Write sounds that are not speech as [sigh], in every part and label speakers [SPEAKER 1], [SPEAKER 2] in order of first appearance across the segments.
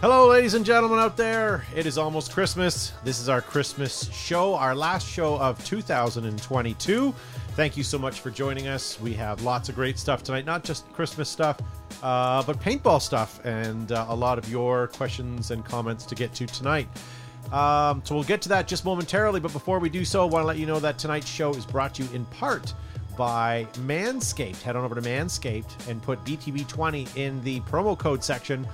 [SPEAKER 1] Hello, ladies and gentlemen out there. It is almost Christmas. This is our Christmas show, our last show of 2022. Thank you so much for joining us. We have lots of great stuff tonight, not just Christmas stuff, uh, but paintball stuff, and uh, a lot of your questions and comments to get to tonight. Um, so we'll get to that just momentarily, but before we do so, I want to let you know that tonight's show is brought to you in part by Manscaped. Head on over to Manscaped and put BTB20 in the promo code section,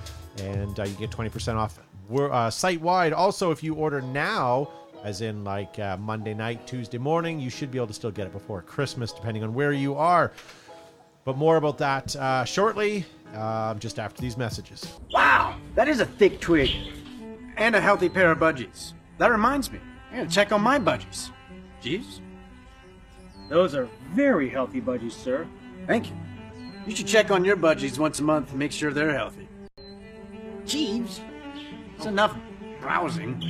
[SPEAKER 1] and uh, you get 20% off wor- uh, site wide. Also, if you order now, as in like uh, Monday night, Tuesday morning, you should be able to still get it before Christmas, depending on where you are. But more about that uh, shortly, uh, just after these messages.
[SPEAKER 2] Wow, that is a thick twig. And a healthy pair of budgies. That reminds me, I gotta check on my budgies. Jeeves?
[SPEAKER 3] Those are very healthy budgies, sir.
[SPEAKER 2] Thank you. You should check on your budgies once a month and make sure they're healthy. Jeeves? It's enough browsing.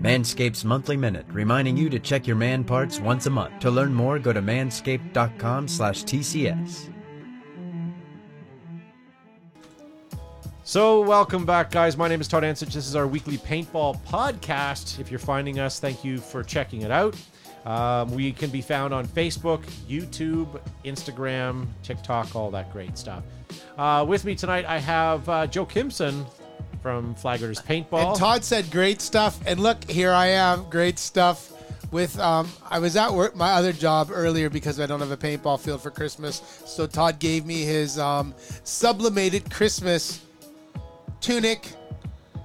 [SPEAKER 4] Manscaped's Monthly Minute, reminding you to check your man parts once a month. To learn more, go to manscaped.com slash TCS.
[SPEAKER 1] So, welcome back, guys. My name is Todd Ansich. This is our weekly paintball podcast. If you're finding us, thank you for checking it out. Um, we can be found on Facebook, YouTube, Instagram, TikTok, all that great stuff. Uh, with me tonight, I have uh, Joe Kimson from Flaggers Paintball.
[SPEAKER 5] And Todd said great stuff. And look, here I am, great stuff. With um, I was at work, my other job earlier because I don't have a paintball field for Christmas. So Todd gave me his um, sublimated Christmas tunic.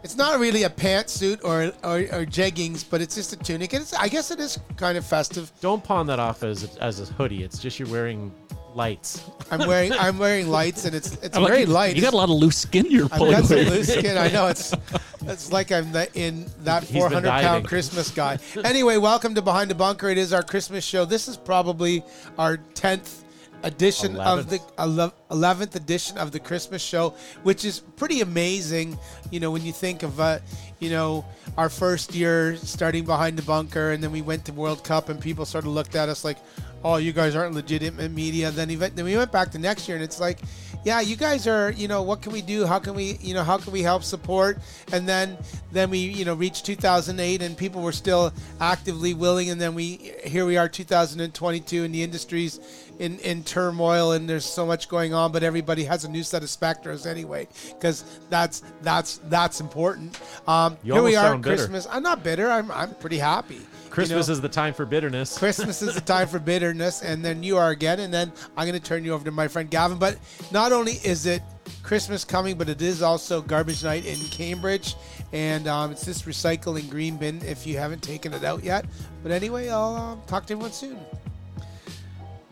[SPEAKER 5] It's not really a pantsuit or, or or jeggings, but it's just a tunic. And it's, I guess it is kind of festive.
[SPEAKER 1] Don't pawn that off as a, as a hoodie. It's just you're wearing lights.
[SPEAKER 5] I'm wearing I'm wearing lights, and it's it's
[SPEAKER 6] I'm like,
[SPEAKER 5] very
[SPEAKER 6] you-
[SPEAKER 5] light.
[SPEAKER 6] You got a lot of loose skin you're
[SPEAKER 5] I've
[SPEAKER 6] pulling
[SPEAKER 5] got some
[SPEAKER 6] away.
[SPEAKER 5] loose skin. I know it's it's like I'm the, in that
[SPEAKER 1] He's been
[SPEAKER 5] 400
[SPEAKER 1] dieting.
[SPEAKER 5] pound Christmas guy. Anyway, welcome to Behind the Bunker. It is our Christmas show. This is probably our 10th edition of the ele- 11th edition of the Christmas show, which is pretty amazing. You know, when you think of uh, you know our first year starting Behind the Bunker, and then we went to World Cup, and people sort of looked at us like. Oh, you guys aren't legitimate media. Then, event, then we went back to next year, and it's like, yeah, you guys are. You know, what can we do? How can we, you know, how can we help support? And then, then we, you know, reached 2008, and people were still actively willing. And then we, here we are, 2022, and the industry's in in turmoil, and there's so much going on. But everybody has a new set of specters anyway, because that's that's that's important. Um,
[SPEAKER 1] You
[SPEAKER 5] here we
[SPEAKER 1] almost
[SPEAKER 5] are,
[SPEAKER 1] sound
[SPEAKER 5] at
[SPEAKER 1] bitter.
[SPEAKER 5] Christmas. I'm not bitter. I'm I'm pretty happy. you
[SPEAKER 1] Christmas
[SPEAKER 5] know?
[SPEAKER 1] is the time for bitterness.
[SPEAKER 5] Christmas is the time for bitterness, and then you are again, and then I'm going to turn you over to my friend Gavin. But not only is it Christmas coming, but it is also garbage night in Cambridge, and um, it's this recycling green bin if you haven't taken it out yet. But anyway, I'll um, talk to everyone soon.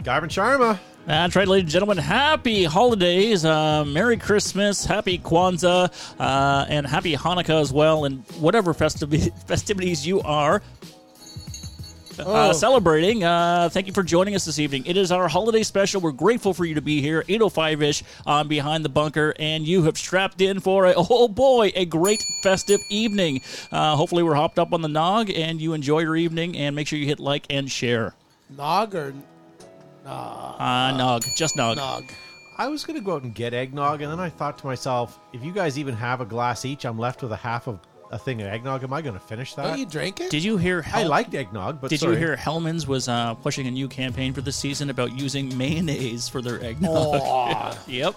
[SPEAKER 1] Garvin Sharma.
[SPEAKER 6] That's right, ladies and gentlemen. Happy holidays. Uh, Merry Christmas. Happy Kwanzaa. Uh, and happy Hanukkah as well. And whatever festivi- [laughs] festivities you are
[SPEAKER 5] Oh,
[SPEAKER 6] uh, celebrating, uh, thank you for joining us this evening. It is our holiday special. We're grateful for you to be here, 805 ish on Behind the Bunker. And you have strapped in for, a, [laughs] oh boy, a great festive evening. Uh, hopefully, we're hopped up on the nog and you enjoy your evening. And make sure you hit like and share.
[SPEAKER 5] Nog or
[SPEAKER 6] Uh, nog. Just nog.
[SPEAKER 1] Uh,
[SPEAKER 5] nog?
[SPEAKER 1] I was gonna go out and get eggnog, and then I thought to myself, if you guys even have a glass each, I'm left with a half of a thing of eggnog. Am I gonna finish that?
[SPEAKER 5] Don't you drink it?
[SPEAKER 6] Did you hear?
[SPEAKER 1] I
[SPEAKER 6] Hel-
[SPEAKER 1] liked eggnog, but
[SPEAKER 6] Did
[SPEAKER 1] sorry.
[SPEAKER 6] you hear? Hellman's was uh, pushing a new campaign for the season about using mayonnaise for their
[SPEAKER 1] Oh.
[SPEAKER 6] eggnog.
[SPEAKER 1] [laughs]
[SPEAKER 5] Aw.
[SPEAKER 6] Yep.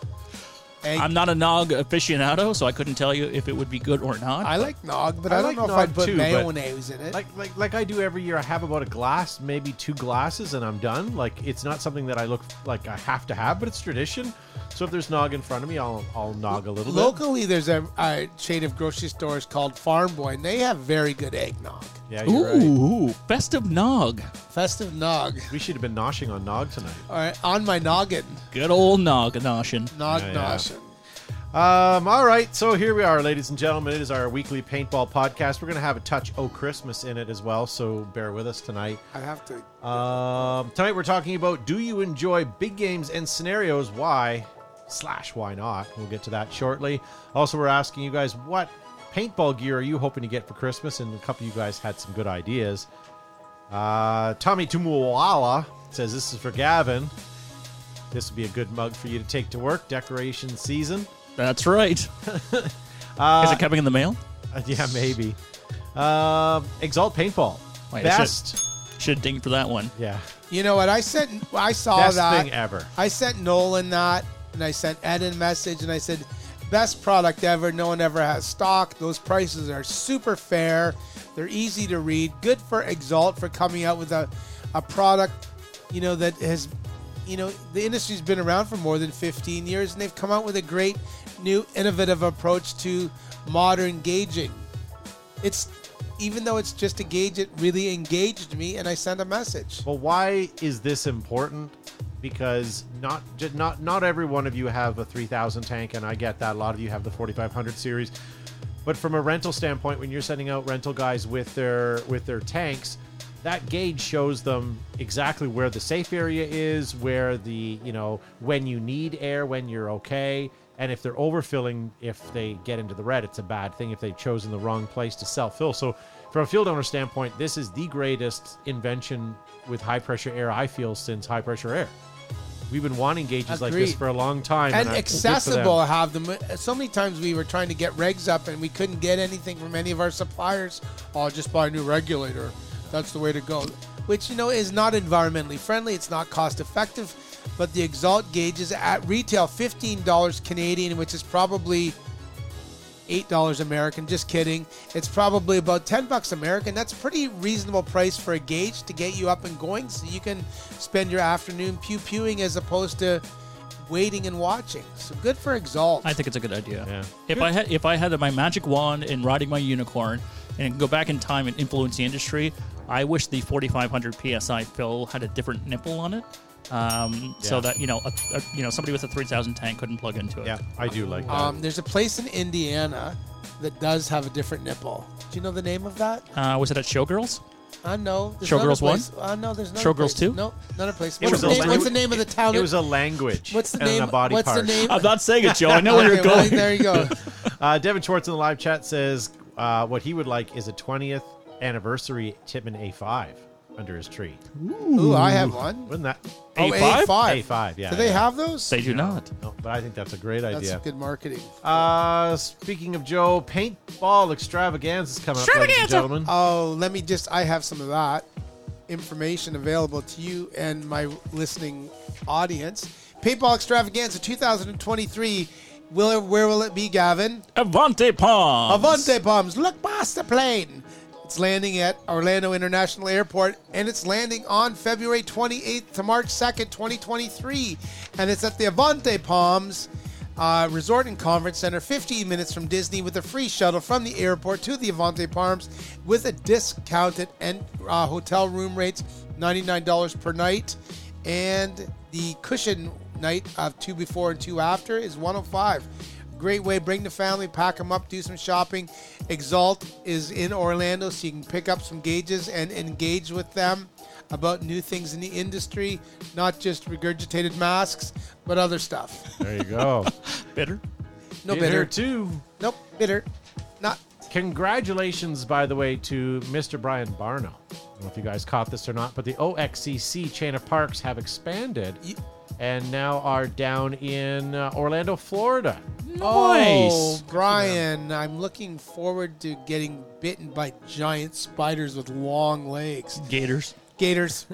[SPEAKER 5] Egg-
[SPEAKER 6] I'm not a nog aficionado, so I couldn't tell you if it would be good or not.
[SPEAKER 5] I like nog, but I,
[SPEAKER 1] I
[SPEAKER 5] don't
[SPEAKER 1] like
[SPEAKER 5] know if
[SPEAKER 1] nog
[SPEAKER 5] I'd put
[SPEAKER 1] too, but-
[SPEAKER 5] mayonnaise in it.
[SPEAKER 1] Like, like, like I do every year. I have about a glass, maybe two glasses, and I'm done. Like, it's not something that I look like I have to have, but it's tradition. So if there's nog in front of me, I'll I'll nog a little bit.
[SPEAKER 5] Locally, there's a, a chain of grocery stores called Farm Boy, and they have very good eggnog.
[SPEAKER 1] Yeah,
[SPEAKER 6] Ooh,
[SPEAKER 1] you're right.
[SPEAKER 6] festive nog.
[SPEAKER 5] Festive nog.
[SPEAKER 1] We should have been noshing on nog tonight.
[SPEAKER 5] All right, on my noggin.
[SPEAKER 6] Good old nog noshin.
[SPEAKER 5] Nog
[SPEAKER 1] Yeah, yeah.
[SPEAKER 5] noshing.
[SPEAKER 1] Um, all right, so here we are, ladies and gentlemen. It is our weekly paintball podcast. We're going to have a touch o Christmas in it as well, so bear with us tonight.
[SPEAKER 5] I have to.
[SPEAKER 1] Um, tonight we're talking about do you enjoy big games and scenarios? Why slash why not? We'll get to that shortly. Also, we're asking you guys what paintball gear are you hoping to get for Christmas? And a couple of you guys had some good ideas. Uh, Tommy Tumuwala says this is for Gavin. This would be a good mug for you to take to work. Decoration season. [laughs]
[SPEAKER 6] That's right. Is it coming in the mail?
[SPEAKER 1] Uh, yeah, maybe. Um Exalt paintball.
[SPEAKER 6] Wait, I
[SPEAKER 1] Best.
[SPEAKER 6] Should ding for that one.
[SPEAKER 1] Yeah.
[SPEAKER 5] You know what? I sent. I saw
[SPEAKER 1] Best
[SPEAKER 5] that.
[SPEAKER 1] thing ever.
[SPEAKER 5] I sent Nolan that, and I sent Ed a message, and I said, "Best product ever. No one ever has stock. Those prices are super fair. They're easy to read. Good for Exalt for coming out with a, a product, you know that has, you know, the industry's been around for more than 15 years, and they've come out with a great, new, innovative approach to modern gauging. It's even though it's just a gauge, it really engaged me, and I sent a message.
[SPEAKER 1] Well, why is this important? Because not ju- not not every one of you have a 3000 tank, and I get that. A lot of you have the 4500 series, but from a rental standpoint, when you're sending out rental guys with their with their tanks, that gauge shows them exactly where the safe area is, where the you know when you need air, when you're okay, and if they're overfilling, if they get into the red, it's a bad thing. If they've chosen the wrong place to self fill, so from a field owner standpoint, this is the greatest invention with high pressure air I feel since high pressure air. We've been wanting gauges like this
[SPEAKER 5] Agreed.
[SPEAKER 1] for a long time,
[SPEAKER 5] and
[SPEAKER 1] I- good for them.
[SPEAKER 5] accessible to have them. So many times we were trying to get regs up and we couldn't get anything from any of our suppliers. Oh, just buy a new regulator. That's the way to go. Which you know is not environmentally friendly. It's not cost effective. But the Exalt gauge is at retail fifteen dollars Canadian, which is probably eight dollars American. Just kidding. It's probably about ten bucks American. That's a pretty reasonable price for a gauge to get you up and going, so you can spend your afternoon pew pewing as opposed to waiting and watching. So good for Exalt.
[SPEAKER 6] I think it's a good idea.
[SPEAKER 1] Yeah.
[SPEAKER 6] If I had if I had my magic wand and riding my unicorn and go back in time and influence the industry, I wish the 4500 psi fill had a different nipple on it, um, so
[SPEAKER 1] Yeah.
[SPEAKER 6] that you know a, a, you know somebody with a 3000 tank couldn't plug into it.
[SPEAKER 1] Yeah, I do like that.
[SPEAKER 5] um, there's a place in Indiana that does have a different nipple. Do you know the name of that?
[SPEAKER 6] Uh, was it at Showgirls?
[SPEAKER 5] I know. there's
[SPEAKER 6] Showgirls
[SPEAKER 5] another place. I know. There's another
[SPEAKER 6] Showgirls
[SPEAKER 5] place.
[SPEAKER 6] two?
[SPEAKER 5] No, another place.
[SPEAKER 6] It
[SPEAKER 5] What's,
[SPEAKER 6] was
[SPEAKER 5] the
[SPEAKER 6] a
[SPEAKER 5] name,
[SPEAKER 6] lang-
[SPEAKER 5] what's the name of the town?
[SPEAKER 1] it was a language.
[SPEAKER 5] what's the
[SPEAKER 1] and
[SPEAKER 5] name?
[SPEAKER 1] A body
[SPEAKER 5] what's
[SPEAKER 1] part.
[SPEAKER 5] the name?
[SPEAKER 6] I'm not saying it, Joe.
[SPEAKER 5] [laughs]
[SPEAKER 6] I know where you're
[SPEAKER 5] Okay, well,
[SPEAKER 6] going.
[SPEAKER 5] there you go.
[SPEAKER 1] Uh, Devin Schwartz in the live chat says uh, what he would like is a 20th anniversary Titman A5 under his tree.
[SPEAKER 5] Ooh, I have one.
[SPEAKER 1] Wouldn't that?
[SPEAKER 5] Oh,
[SPEAKER 6] A5?
[SPEAKER 5] A5.
[SPEAKER 1] A5, yeah,
[SPEAKER 5] Do they
[SPEAKER 1] yeah.
[SPEAKER 5] have those?
[SPEAKER 6] They do not.
[SPEAKER 1] No, oh, but I think that's a great
[SPEAKER 5] That's
[SPEAKER 1] idea.
[SPEAKER 5] good marketing. [laughs]
[SPEAKER 1] Uh, speaking of Joe, paintball extravaganza is coming up, ladies and
[SPEAKER 6] Extravaganza!
[SPEAKER 1] gentlemen.
[SPEAKER 5] Oh, let me just. I have some of that information available to you and my listening audience. Paintball Extravaganza 2023. Will where will it be, Gavin?
[SPEAKER 6] Avante Palm.
[SPEAKER 5] Avante bombs. Look past the plane. It's landing at Orlando International Airport, and it's landing on February 28th to March 2nd, 2023. And it's at the Avante Palms uh, Resort and Conference Center, 15 minutes from Disney, with a free shuttle from the airport to the Avante Palms with a discounted and uh, hotel room rates, $99 per night, and the cushion night of two before and two after is 105 great way. Bring the family, pack them up, do some shopping. Exalt is in Orlando, so you can pick up some gauges and engage with them about new things in the industry, not just regurgitated masks, but
[SPEAKER 1] [laughs]
[SPEAKER 5] other stuff.
[SPEAKER 1] There you
[SPEAKER 5] [laughs]
[SPEAKER 1] go.
[SPEAKER 6] Bitter.
[SPEAKER 5] No
[SPEAKER 1] Bitter
[SPEAKER 5] bitter.
[SPEAKER 1] too.
[SPEAKER 5] Nope, bitter. Not.
[SPEAKER 1] Congratulations, by the way, to Mr. Brian Barno. I don't know if you guys caught this or not, but the OXCC chain of parks have expanded
[SPEAKER 5] Ye-
[SPEAKER 1] and now are down in uh, Orlando, Florida.
[SPEAKER 5] Oh,
[SPEAKER 6] Nice.
[SPEAKER 5] Brian, I'm looking forward to getting bitten by giant spiders with long legs.
[SPEAKER 6] Gators.
[SPEAKER 5] Gators.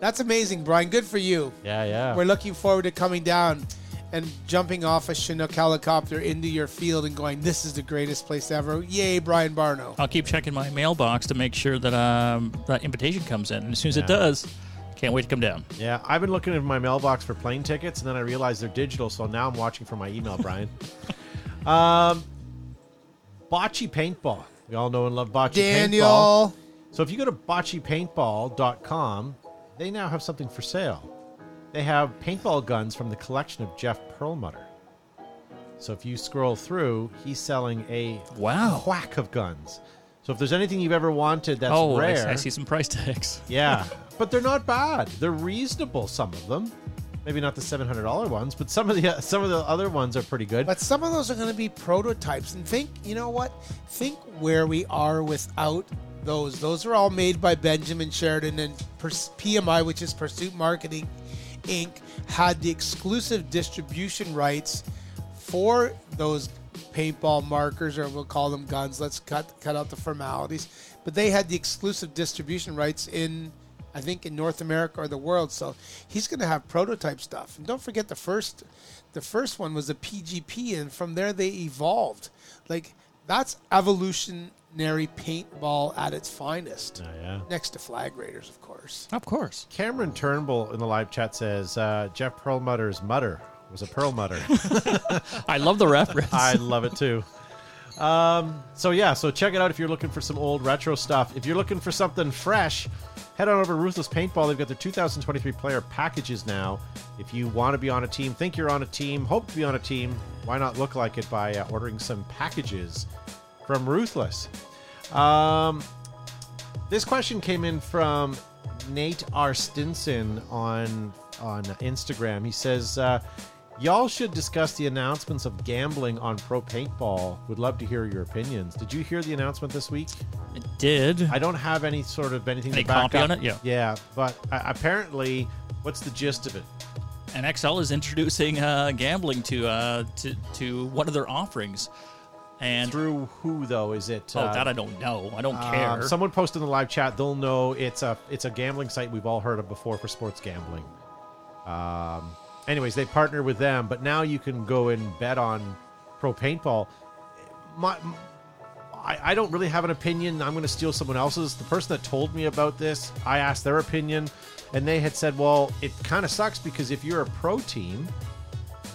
[SPEAKER 5] That's amazing, Brian. Good for you.
[SPEAKER 1] Yeah, yeah.
[SPEAKER 5] We're looking forward to coming down and jumping off a Chinook helicopter into your field and going, this is the greatest place ever. Yay, Brian Barno.
[SPEAKER 1] Uh,
[SPEAKER 6] I'll keep checking my mailbox to make sure that um, that invitation comes in. And as soon as it does, can't wait to come down.
[SPEAKER 1] Yeah, I've been looking in my mailbox for plane tickets, and then I realized they're digital, so now I'm watching for my email, Brian. um, bocce paintball. We all know and love bocce paintball.
[SPEAKER 5] Daniel.
[SPEAKER 1] So if you go to boccepaintball.com, they now have something for sale. They have paintball guns from the collection of Jeff Perlmutter. So if you scroll through, he's selling a
[SPEAKER 6] Wow.
[SPEAKER 1] whack of guns. So if there's anything you've ever wanted that's
[SPEAKER 6] oh, I-
[SPEAKER 1] rare,
[SPEAKER 6] I, see some price tags. [laughs]
[SPEAKER 1] yeah, but they're not bad. They're reasonable. Some of them, maybe not the seven hundred dollar ones, but some of the [laughs] some of the other ones are pretty good.
[SPEAKER 5] But some of those are going to be prototypes. And think, you know what? Think where we are without those. Those are all made by Benjamin Sheridan and Pers- PMI, which is Pursuit Marketing Inc., had the exclusive distribution rights for those paintball markers, or we'll call them guns. Let's cut cut out the formalities. But they had the exclusive distribution rights in, I think, in North America or the world. So he's going to have prototype stuff. And don't forget the first, the first one was a PGP, and from there they evolved. Like that's evolutionary paintball at its finest.
[SPEAKER 7] Oh,
[SPEAKER 1] yeah.
[SPEAKER 5] Next to flag raiders, of course.
[SPEAKER 6] Of course.
[SPEAKER 1] Cameron Turnbull in the live chat says uh, Jeff Perlmutter's mutter was a pearl mutter.
[SPEAKER 6] I love the
[SPEAKER 1] [laughs]
[SPEAKER 6] reference.
[SPEAKER 1] I love it too. Um, so yeah, so check it out if you're looking for some old retro stuff. If you're looking for something fresh, head on over to Ruthless Paintball. They've got their 2023 player packages now. If you want to be on a team, think you're on a team, hope to be on a team, why not look like it by uh, ordering some packages from Ruthless? Um, this question came in from Nate R. Stinson on on Instagram. He says, uh, "Y'all should discuss the announcements of gambling on pro paintball. Would love to hear your opinions. Did you hear the announcement this week?
[SPEAKER 6] It did.
[SPEAKER 1] I don't have any sort of anything
[SPEAKER 6] Any
[SPEAKER 1] to back
[SPEAKER 6] copy
[SPEAKER 1] up.
[SPEAKER 6] on it? Yeah.
[SPEAKER 1] yeah. But uh, apparently, what's the gist of it?
[SPEAKER 6] and XL is introducing uh, gambling to, uh, to to one of their offerings. And
[SPEAKER 1] Through who though? Is it?
[SPEAKER 6] oh,
[SPEAKER 1] uh,
[SPEAKER 6] that I don't know. I don't
[SPEAKER 1] um,
[SPEAKER 6] care.
[SPEAKER 1] someone posted in the live chat. They'll know it's a it's a gambling site we've all heard of before for sports gambling. Um, anyways, they partner with them, but now you can go and bet on pro paintball. My, m- I, I don't really have an opinion. I'm going to steal someone else's. The person that told me about this, I asked their opinion, and they had said, "Well, it kind of sucks because if you're a pro team,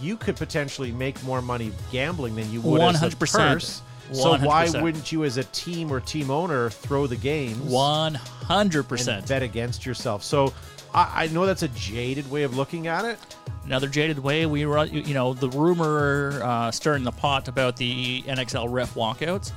[SPEAKER 1] you could potentially make more money gambling than you would as a
[SPEAKER 6] 100%.
[SPEAKER 1] purse. So why
[SPEAKER 6] 100%.
[SPEAKER 1] wouldn't you, as a team or team owner, throw the games?"
[SPEAKER 6] One hundred
[SPEAKER 1] and
[SPEAKER 6] percent.
[SPEAKER 1] bet against yourself. So I, I know that's a jaded way of looking at it.
[SPEAKER 6] Another jaded way we run. You you know the rumor uh, stirring the pot about the NXL ref walkouts.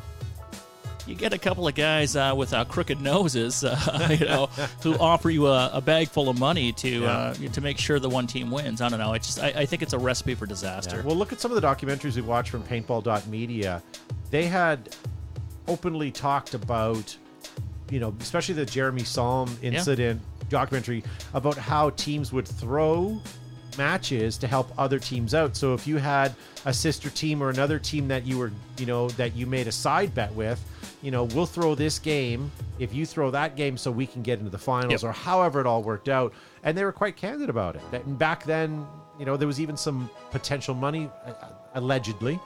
[SPEAKER 6] You get a couple of guys uh, with uh, crooked noses, [laughs] uh, you know, who
[SPEAKER 1] [laughs]
[SPEAKER 6] offer you a, a bag full of money to uh, to make sure the one team wins. I don't know. It's just I, I think it's a recipe for disaster.
[SPEAKER 1] Well, look at some of the documentaries we watched from paintball.media. They had openly talked about, you know, especially the Jeremy Salm incident documentary about how teams would throw matches to help other teams out. So if you had a sister team or another team that you were, you know, that you made a side bet with, you know, we'll throw this game if you throw that game so we can get into the finals
[SPEAKER 6] Yep.
[SPEAKER 1] or however it all worked out. And they were quite candid about it. That and back then, you know, there was even some potential money uh, allegedly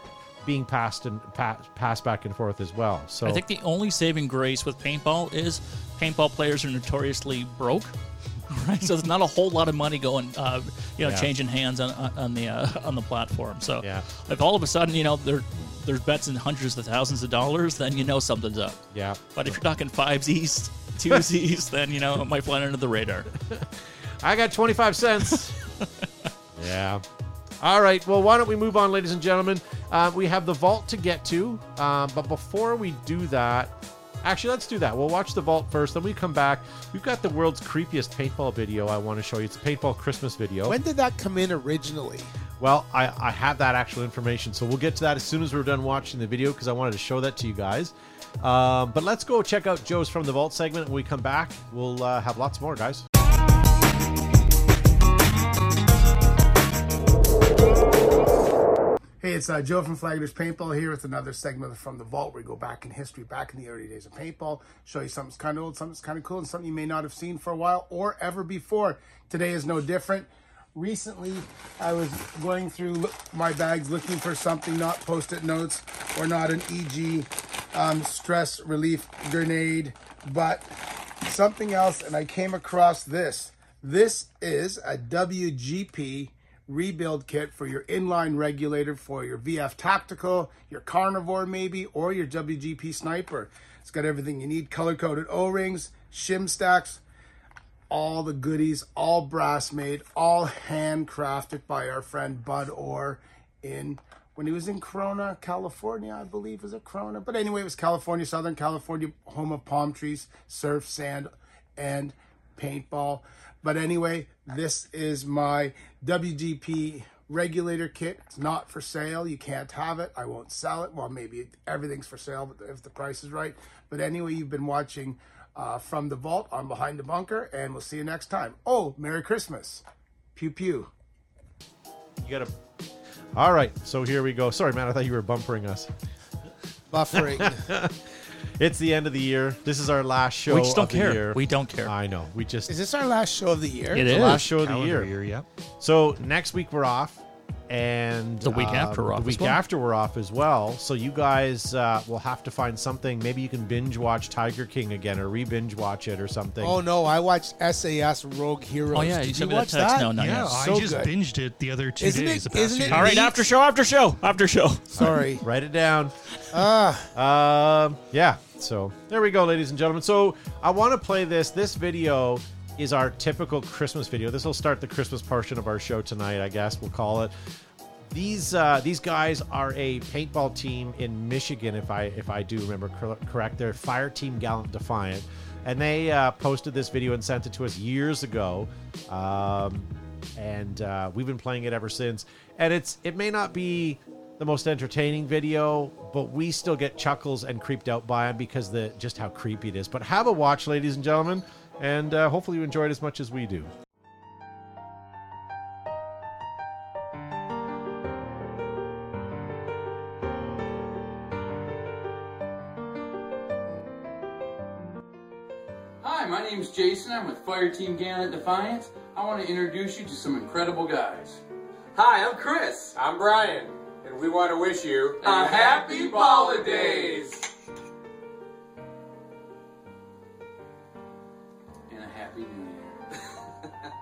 [SPEAKER 1] being passed and pa- passed back and forth as well. So
[SPEAKER 6] I think the only saving grace with paintball is paintball players are notoriously broke, [laughs] right? So there's not a whole lot of money going, uh, you know,
[SPEAKER 1] Yeah.
[SPEAKER 6] changing hands on, on the uh, on the platform. So
[SPEAKER 1] Yeah.
[SPEAKER 6] if all of a sudden you know there there's bets in hundreds of thousands of dollars, then you know something's up.
[SPEAKER 1] yeah.
[SPEAKER 6] But if you're talking fives east, twos east, then you know it might fly under the radar.
[SPEAKER 1] I got 25 [laughs] cents. yeah. All right. Well, why don't we move on, ladies and gentlemen? Uh, we have the vault to get to. Um, but before we do that, actually, let's do that. We'll watch the vault first. Then we come back. We've got the world's creepiest paintball video I want to show you. It's a paintball Christmas video.
[SPEAKER 5] When did that come in originally?
[SPEAKER 1] Well, I, I have that actual information, so we'll get to that as soon as we're done watching the video because I wanted to show that to you guys. Um, but let's go check out Joe's From the Vault segment. When we come back, we'll uh, have lots more, guys.
[SPEAKER 8] Hey, it's uh, Joe from Flaggers Paintball here with another segment from the Vault where we go back in history, back in the early days of paintball, show you something kind of old, something that's kind of cool, and something you may not have seen for a while or ever before. Today is no different. Recently, I was going through lo- my bags looking for something, not post it notes or not an EG um, stress relief grenade, but something else, and I came across this. This is a WGP rebuild kit for your inline regulator for your VF Tactical, your Carnivore maybe, or your WGP Sniper. It's got everything you need, color-coded O-rings, shim stacks, all the goodies, all brass made, all handcrafted by our friend Bud Orr in when he was in Corona, California, I believe was it Corona. But anyway, it was California, Southern California, home of palm trees, surf, sand, and paintball. But anyway, this is my WGP regulator kit. It's not for sale. You can't have it. I won't sell it. Well, maybe everything's for sale if the price is right. But anyway, you've been watching uh, from the vault on Behind the Bunker, and we'll see you next time. Oh, Merry Christmas. Pew pew.
[SPEAKER 1] You gotta. All right, so here we go. Sorry, man, I thought you were bumpering us.
[SPEAKER 7] [laughs]
[SPEAKER 5] Buffering.
[SPEAKER 1] It's the end of the year. This is our last show.
[SPEAKER 6] We just don't
[SPEAKER 1] of the
[SPEAKER 6] care.
[SPEAKER 1] year.
[SPEAKER 6] We don't care.
[SPEAKER 1] I know. We just
[SPEAKER 5] Is this our last show of the year?
[SPEAKER 6] [laughs] It
[SPEAKER 1] the
[SPEAKER 6] is.
[SPEAKER 1] last show of the
[SPEAKER 7] Calendar
[SPEAKER 1] year.
[SPEAKER 7] yeah.
[SPEAKER 1] So next week we're off, and uh,
[SPEAKER 6] The week after we're off
[SPEAKER 1] The
[SPEAKER 6] as
[SPEAKER 1] week
[SPEAKER 6] well.
[SPEAKER 1] after we're off as well. So you guys uh, will have to find something. Maybe you can binge watch Tiger King again, or re binge watch it, or something.
[SPEAKER 5] Oh no, I watched SAS Rogue Heroes.
[SPEAKER 6] Oh, yeah, you
[SPEAKER 5] Did
[SPEAKER 6] sent me that
[SPEAKER 5] watch
[SPEAKER 6] text.
[SPEAKER 5] that?
[SPEAKER 6] No, not
[SPEAKER 7] Yeah,
[SPEAKER 6] yet.
[SPEAKER 7] I
[SPEAKER 5] so
[SPEAKER 7] just
[SPEAKER 5] good.
[SPEAKER 7] binged it the other 2
[SPEAKER 5] Isn't it-
[SPEAKER 7] days. the past
[SPEAKER 5] isn't
[SPEAKER 7] two
[SPEAKER 5] it
[SPEAKER 7] days.
[SPEAKER 6] All right,
[SPEAKER 5] Neat.
[SPEAKER 6] after show, after show, [laughs] after show.
[SPEAKER 5] Sorry.
[SPEAKER 1] Write it down. Ah. Um, yeah. So there we go, ladies and gentlemen. So I want to play this. This video is our typical Christmas video. This will start the Christmas portion of our show tonight, I guess we'll call it. These uh, these guys are a paintball team in Michigan, if I if I do remember cor- correct. They're Fire Team Gallant Defiant, and they uh, posted this video and sent it to us years ago. Um, and uh, we've been playing it ever since. And it's it may not be the most entertaining video, but we still get chuckles and creeped out by it because the just how creepy it is. But have a watch, ladies and gentlemen, and uh, hopefully you enjoy it as much as we do.
[SPEAKER 9] Hi, my name's Jason. I'm with Fire Team Gallant Defiance. I want to introduce you to some incredible guys.
[SPEAKER 10] Hi, I'm Chris. I'm Brian. And we want to wish you
[SPEAKER 9] A happy holidays. And a happy new year.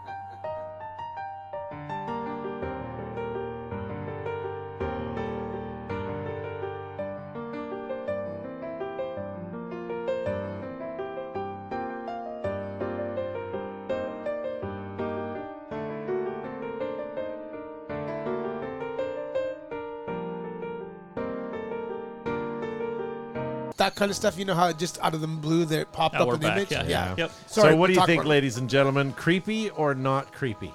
[SPEAKER 5] That kind of stuff, you know how it just out of the blue that it popped
[SPEAKER 6] Now
[SPEAKER 5] up
[SPEAKER 6] we're
[SPEAKER 5] an image?
[SPEAKER 6] back. Yeah. Yep.
[SPEAKER 5] Sorry,
[SPEAKER 1] so, what do you
[SPEAKER 5] talk
[SPEAKER 1] think,
[SPEAKER 5] about-
[SPEAKER 1] ladies and gentlemen? Creepy or not creepy?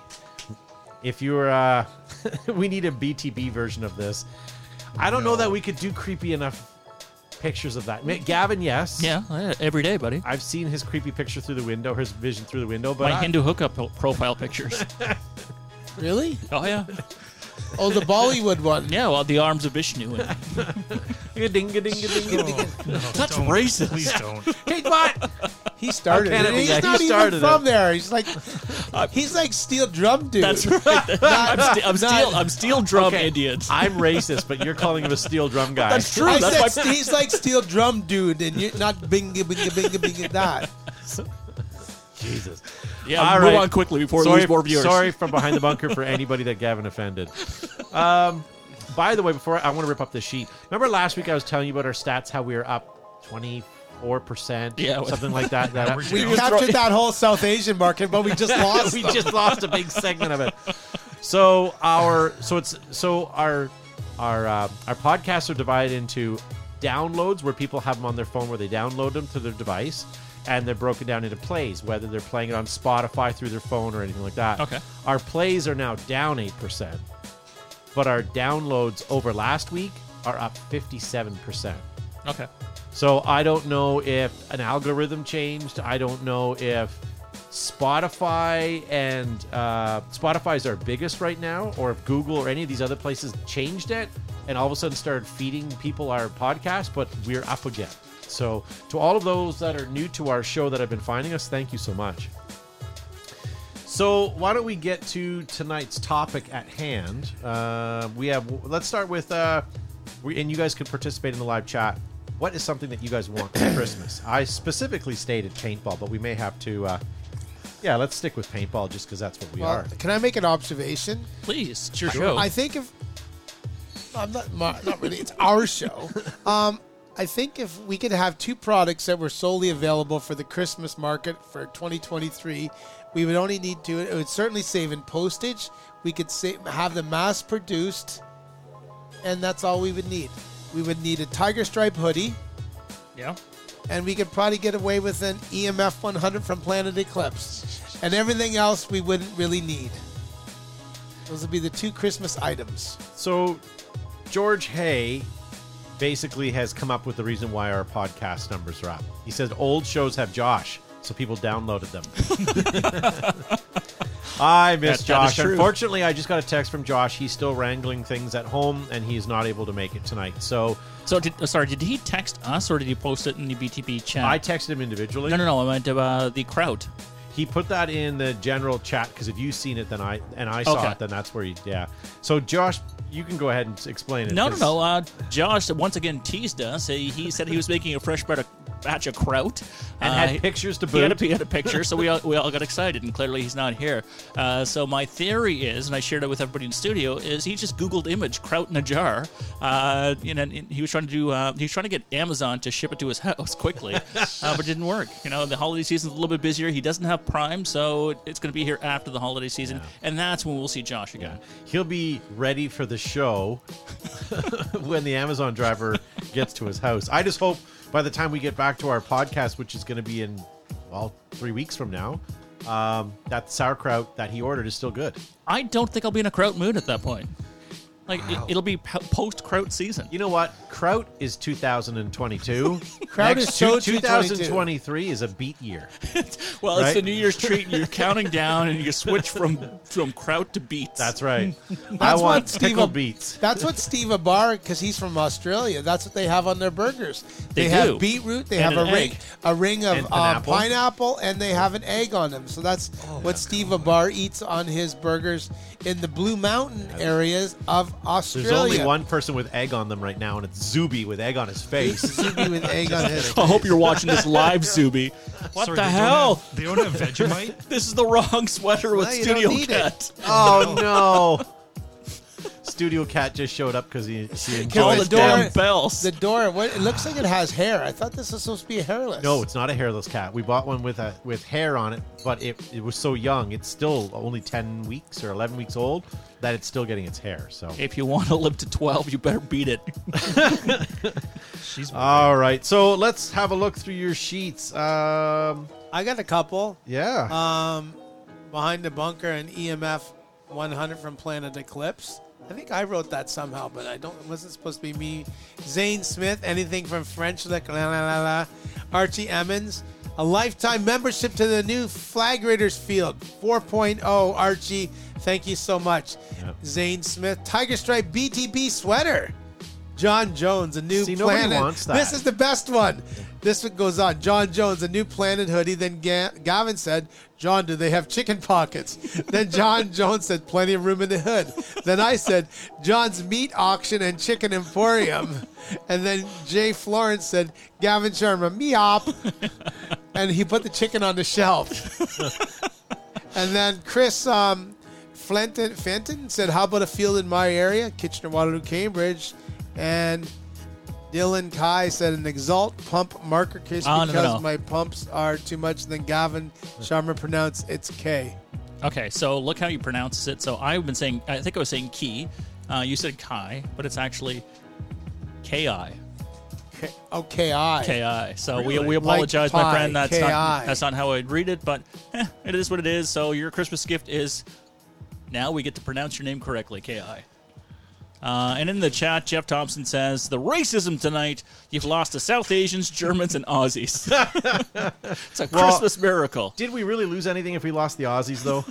[SPEAKER 1] If you're, uh, [laughs] we need a BTB version of this. I don't know that we could do creepy enough pictures of that. Ma- Gavin, yes.
[SPEAKER 6] Yeah, yeah, every day, buddy.
[SPEAKER 1] I've seen his creepy picture through the window, his vision through the window, but
[SPEAKER 6] My
[SPEAKER 1] I-
[SPEAKER 6] Hindu hookup pro- profile pictures.
[SPEAKER 5] [laughs] Really?
[SPEAKER 6] oh yeah,
[SPEAKER 5] Oh, the Bollywood one.
[SPEAKER 6] yeah. Well, the arms of Vishnu. And,
[SPEAKER 1] Ding, ding, ding, ding, ding.
[SPEAKER 6] that's racist.
[SPEAKER 7] Please don't.
[SPEAKER 1] [laughs]
[SPEAKER 5] Hey, what? He started
[SPEAKER 1] How can
[SPEAKER 5] it.
[SPEAKER 1] it be?
[SPEAKER 5] He's
[SPEAKER 1] Yeah, he
[SPEAKER 5] not
[SPEAKER 1] started
[SPEAKER 5] even from
[SPEAKER 1] it.
[SPEAKER 5] there. He's
[SPEAKER 6] [laughs]
[SPEAKER 5] like, he's like steel drum dude.
[SPEAKER 6] [laughs] Uh, That's
[SPEAKER 1] [laughs]
[SPEAKER 6] right. I'm, st- I'm steel. I'm steel drum
[SPEAKER 1] Okay.
[SPEAKER 6] Indian.
[SPEAKER 1] I'm racist, but you're calling him a steel drum guy.
[SPEAKER 6] That's true.
[SPEAKER 5] I
[SPEAKER 6] That's
[SPEAKER 5] said
[SPEAKER 6] my
[SPEAKER 5] st- he's like steel drum dude, and you're not binga binga binga
[SPEAKER 6] [laughs]
[SPEAKER 5] binga that.
[SPEAKER 1] Jesus.
[SPEAKER 6] yeah.
[SPEAKER 1] All
[SPEAKER 6] move
[SPEAKER 1] right.
[SPEAKER 6] on quickly before we
[SPEAKER 1] sorry,
[SPEAKER 6] lose more viewers.
[SPEAKER 1] sorry from behind the bunker for anybody that Gavin offended. Um, by the way, before I, I want to rip up this sheet. Remember last week I was telling you about our stats, how we were up twenty four percent,
[SPEAKER 6] Yeah, what-
[SPEAKER 1] something like
[SPEAKER 6] [laughs]
[SPEAKER 1] that. that
[SPEAKER 7] We're
[SPEAKER 5] We
[SPEAKER 7] down.
[SPEAKER 5] captured that whole South Asian market, but we just
[SPEAKER 1] [laughs]
[SPEAKER 5] lost.
[SPEAKER 1] we
[SPEAKER 5] them.
[SPEAKER 1] just lost a big segment of it. So our so it's so our our uh, our podcasts are divided into downloads where people have them on their phone where they download them to their device and they're broken down into plays whether they're playing it on Spotify through their phone or anything like that.
[SPEAKER 6] Okay.
[SPEAKER 1] Our plays are now down 8%, but our downloads over last week are up 57%.
[SPEAKER 6] Okay.
[SPEAKER 1] So I don't know if an algorithm changed. I don't know if Spotify and uh, Spotify's our biggest right now, or if Google or any of these other places changed it and all of a sudden started feeding people our podcast. But we're up again. So to all of those that are new to our show that have been finding us, thank you so much. So why don't we get to tonight's topic at hand? Uh, we have. Let's start with. Uh, we, and you guys can participate in the live chat. What is something that you guys want for Christmas? I specifically stated paintball, but we may have to. Uh, yeah, let's stick with paintball just because that's what we
[SPEAKER 5] Well,
[SPEAKER 1] are.
[SPEAKER 5] can I make an observation?
[SPEAKER 6] Please, it's your show.
[SPEAKER 5] I think if I'm not my, not really, it's our show. Um, I think if we could have two products that were solely available for the Christmas market for 2023, we would only need to. It would certainly save in postage. We could save, have them mass produced, and that's all we would need. We would need a tiger stripe hoodie,
[SPEAKER 6] yeah.
[SPEAKER 5] and we could probably get away with an E EMF 100 from Planet Eclipse, and everything else we wouldn't really need. Those would be the two Christmas items.
[SPEAKER 1] So, George Hay basically has come up with the reason why our podcast numbers are up.
[SPEAKER 6] [laughs]
[SPEAKER 1] He said old shows have Josh, so people downloaded them. I miss
[SPEAKER 6] That- that is
[SPEAKER 1] Josh.
[SPEAKER 6] true.
[SPEAKER 1] Unfortunately, I just got a text from Josh. He's still wrangling things at home, and he is not able to make it tonight. So
[SPEAKER 6] So, did, uh, sorry, did he text us or did he post it in the BTP chat?
[SPEAKER 1] I texted him individually.
[SPEAKER 6] no, no, no. I meant uh, the crowd.
[SPEAKER 1] He put that in the general chat because if you've seen it, then I and I saw
[SPEAKER 6] Okay.
[SPEAKER 1] it, then that's where he. Yeah. So Josh, you can go ahead and explain it.
[SPEAKER 6] No, no,
[SPEAKER 1] 'cause-
[SPEAKER 6] no. Uh, Josh once again teased us. He, he said he was making a fresh bat- batch of kraut
[SPEAKER 1] And
[SPEAKER 6] Uh,
[SPEAKER 1] had
[SPEAKER 6] he-
[SPEAKER 1] pictures to
[SPEAKER 6] He had, a,
[SPEAKER 1] boot.
[SPEAKER 6] he had a picture, so we
[SPEAKER 1] [laughs]
[SPEAKER 6] all, we all got excited, and clearly he's not here. Uh, so my theory is, and I shared it with everybody in the studio, is he just Googled image kraut in a jar, uh, and, then he was trying to do uh, he was trying to get Amazon to ship it to his [laughs] house quickly, uh, but it didn't work. You know, the holiday season's a little bit busier. He doesn't have Prime, so it's going to be here after the holiday season, and that's when we'll see Josh again.
[SPEAKER 1] Yeah. He'll be ready for the show [laughs] when the Amazon driver gets to his house. I just hope by the time we get back to our podcast, which is going to be in, well, three weeks from now, um, that sauerkraut that he ordered is still good.
[SPEAKER 6] I don't think I'll be in a kraut mood at that point. Like it, it'll be post kraut season.
[SPEAKER 1] You know what? Kraut is 2022.
[SPEAKER 5] [laughs] Kraut
[SPEAKER 1] Next
[SPEAKER 5] is so
[SPEAKER 1] two- 2023 is a beat year.
[SPEAKER 6] Well,
[SPEAKER 1] Right?
[SPEAKER 6] it's the New Year's treat, and you're counting down, and you switch from from kraut to beets.
[SPEAKER 1] That's right. I
[SPEAKER 5] [laughs]
[SPEAKER 1] want
[SPEAKER 5] That's what Steve-
[SPEAKER 1] pickle beets.
[SPEAKER 5] That's what Steve Abar, because he's from Australia. That's what they have on their burgers.
[SPEAKER 6] They do.
[SPEAKER 5] have beetroot. They
[SPEAKER 6] And
[SPEAKER 5] have
[SPEAKER 6] an
[SPEAKER 5] a ring,
[SPEAKER 6] egg.
[SPEAKER 5] a ring
[SPEAKER 1] And
[SPEAKER 5] of uh,
[SPEAKER 1] pineapple.
[SPEAKER 5] pineapple, and they have an egg on them. So that's
[SPEAKER 6] Oh,
[SPEAKER 5] what Steve Abar eats on his burgers in the Blue Mountain areas of
[SPEAKER 1] There's
[SPEAKER 5] Australia.
[SPEAKER 1] only one person with egg on them right now, and it's Zuby with egg on his
[SPEAKER 5] [laughs]
[SPEAKER 1] face.
[SPEAKER 5] Zuby with egg on his.
[SPEAKER 6] [laughs] [laughs] I hope you're watching this live,
[SPEAKER 7] [laughs]
[SPEAKER 6] Zuby. What the
[SPEAKER 7] Sorry, they don't
[SPEAKER 6] hell?
[SPEAKER 7] have- they don't have Vegemite.
[SPEAKER 6] [laughs] This is the wrong sweater with
[SPEAKER 5] Well, you don't
[SPEAKER 6] Studio
[SPEAKER 5] need it.
[SPEAKER 6] Cat.
[SPEAKER 5] [laughs]
[SPEAKER 1] oh no! Studio cat just showed up because he she
[SPEAKER 6] All
[SPEAKER 1] enjoys
[SPEAKER 6] the
[SPEAKER 5] the door-
[SPEAKER 6] damn bells.
[SPEAKER 5] The door. What, it looks like it has hair. I thought this was supposed to be hairless.
[SPEAKER 1] No, it's not a hairless cat. We bought one with a with hair on it, but it, it was so young. It's still only ten weeks or eleven weeks old that it's still getting its hair. So
[SPEAKER 6] if you want to live to 12, you better beat it.
[SPEAKER 7] She's
[SPEAKER 1] all right, so let's have a look through your sheets. Um,
[SPEAKER 5] I got a couple.
[SPEAKER 1] yeah,
[SPEAKER 5] Um, behind the bunker and E EMF 100 from Planet Eclipse. I think I wrote that somehow, but I don't. It wasn't supposed to be me. Zane Smith, anything from French Lick, la la la la. Archie Emmons, a lifetime membership to the new Flag Raiders field 4.0. Archie, thank you so much.
[SPEAKER 1] Yep.
[SPEAKER 5] Zane Smith, Tiger Stripe BTB sweater. John Jones, a new
[SPEAKER 1] See, nobody
[SPEAKER 5] planet.
[SPEAKER 1] wants that.
[SPEAKER 5] This is the best one. This one goes on. John Jones, a new planet hoodie. Then Ga- Gavin said, John, do they have chicken pockets? [laughs] then John Jones said, plenty of room in the hood. Then I said, John's meat auction and chicken emporium. and then Jay Florence said, Gavin Sharma, meop. and he put the chicken on the shelf. and then Chris um, Fenton, Fenton said, how about a field in my area? Kitchener, Waterloo, Cambridge. And Dylan Kai said an exalt pump marker kiss
[SPEAKER 6] Oh, no, no,
[SPEAKER 5] because
[SPEAKER 6] no.
[SPEAKER 5] my pumps are too much. Then Gavin Sharma pronounced it's K.
[SPEAKER 6] Okay, so look how you pronounce it. So I've been saying, I think I was saying key. Uh, you said kai, but it's actually ki.
[SPEAKER 5] K- Oh, K-I.
[SPEAKER 6] Ki. So we,
[SPEAKER 1] Really?
[SPEAKER 6] we apologize,
[SPEAKER 5] Like
[SPEAKER 6] my
[SPEAKER 5] pie,
[SPEAKER 6] friend. That's not
[SPEAKER 5] KI.
[SPEAKER 6] that's not how I'd read it, but eh, it is what it is. So your Christmas gift is now we get to pronounce your name correctly, Ki. Uh, and in the chat, Jeff Thompson says the racism tonight. You've lost to South Asians, Germans, and Aussies. [laughs] it's a
[SPEAKER 1] Well,
[SPEAKER 6] Christmas miracle.
[SPEAKER 1] did we really lose anything if we lost the Aussies
[SPEAKER 5] [laughs]
[SPEAKER 1] though?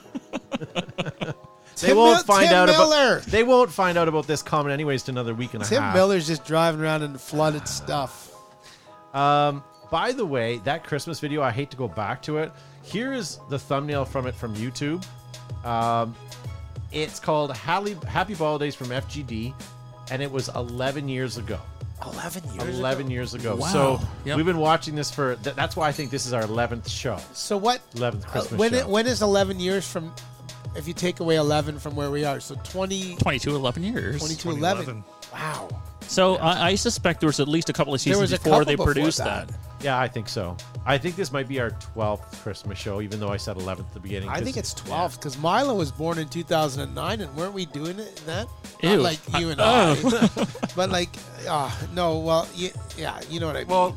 [SPEAKER 1] they
[SPEAKER 5] Tim
[SPEAKER 1] won't
[SPEAKER 5] Mil-
[SPEAKER 1] find
[SPEAKER 5] Tim
[SPEAKER 1] out
[SPEAKER 5] Miller!
[SPEAKER 1] [laughs] about they won't find out about this comment anyways to another week and a
[SPEAKER 5] Tim
[SPEAKER 1] half.
[SPEAKER 5] Miller's just driving around in flooded stuff.
[SPEAKER 1] By the way, that Christmas video, I hate to go back to it. Here is the thumbnail from it from YouTube. Um, it's called Halle- Happy Holidays from FGD, and it was 11 years ago. 11 years 11 years ago.
[SPEAKER 6] Wow.
[SPEAKER 1] So
[SPEAKER 6] Yep.
[SPEAKER 1] we've been watching this for, th- that's why I think this is our 11th show.
[SPEAKER 5] So what?
[SPEAKER 1] 11th
[SPEAKER 5] uh,
[SPEAKER 1] Christmas
[SPEAKER 5] when,
[SPEAKER 1] show.
[SPEAKER 5] it- when is 11 years from, if you take away 11 from where we are? So 20,
[SPEAKER 6] 22, 11 years.
[SPEAKER 5] 22, 11.
[SPEAKER 7] 11.
[SPEAKER 5] Wow.
[SPEAKER 6] So I, I suspect there was at least a couple of
[SPEAKER 5] There was
[SPEAKER 6] seasons
[SPEAKER 5] a
[SPEAKER 6] before
[SPEAKER 5] couple
[SPEAKER 6] they
[SPEAKER 5] before
[SPEAKER 6] produced
[SPEAKER 5] that.
[SPEAKER 6] that.
[SPEAKER 1] Yeah, I think so. I think this might be our 12th Christmas show, even though I said 11th at the beginning.
[SPEAKER 5] I
[SPEAKER 1] 'cause-
[SPEAKER 5] think it's 12 because Milo was born in 2009 and weren't we doing it that?
[SPEAKER 6] Ew.
[SPEAKER 5] Not like
[SPEAKER 1] Oh. [laughs]
[SPEAKER 5] ah, you and I. but like, uh, no, well, y yeah, you know what I mean.
[SPEAKER 1] Well,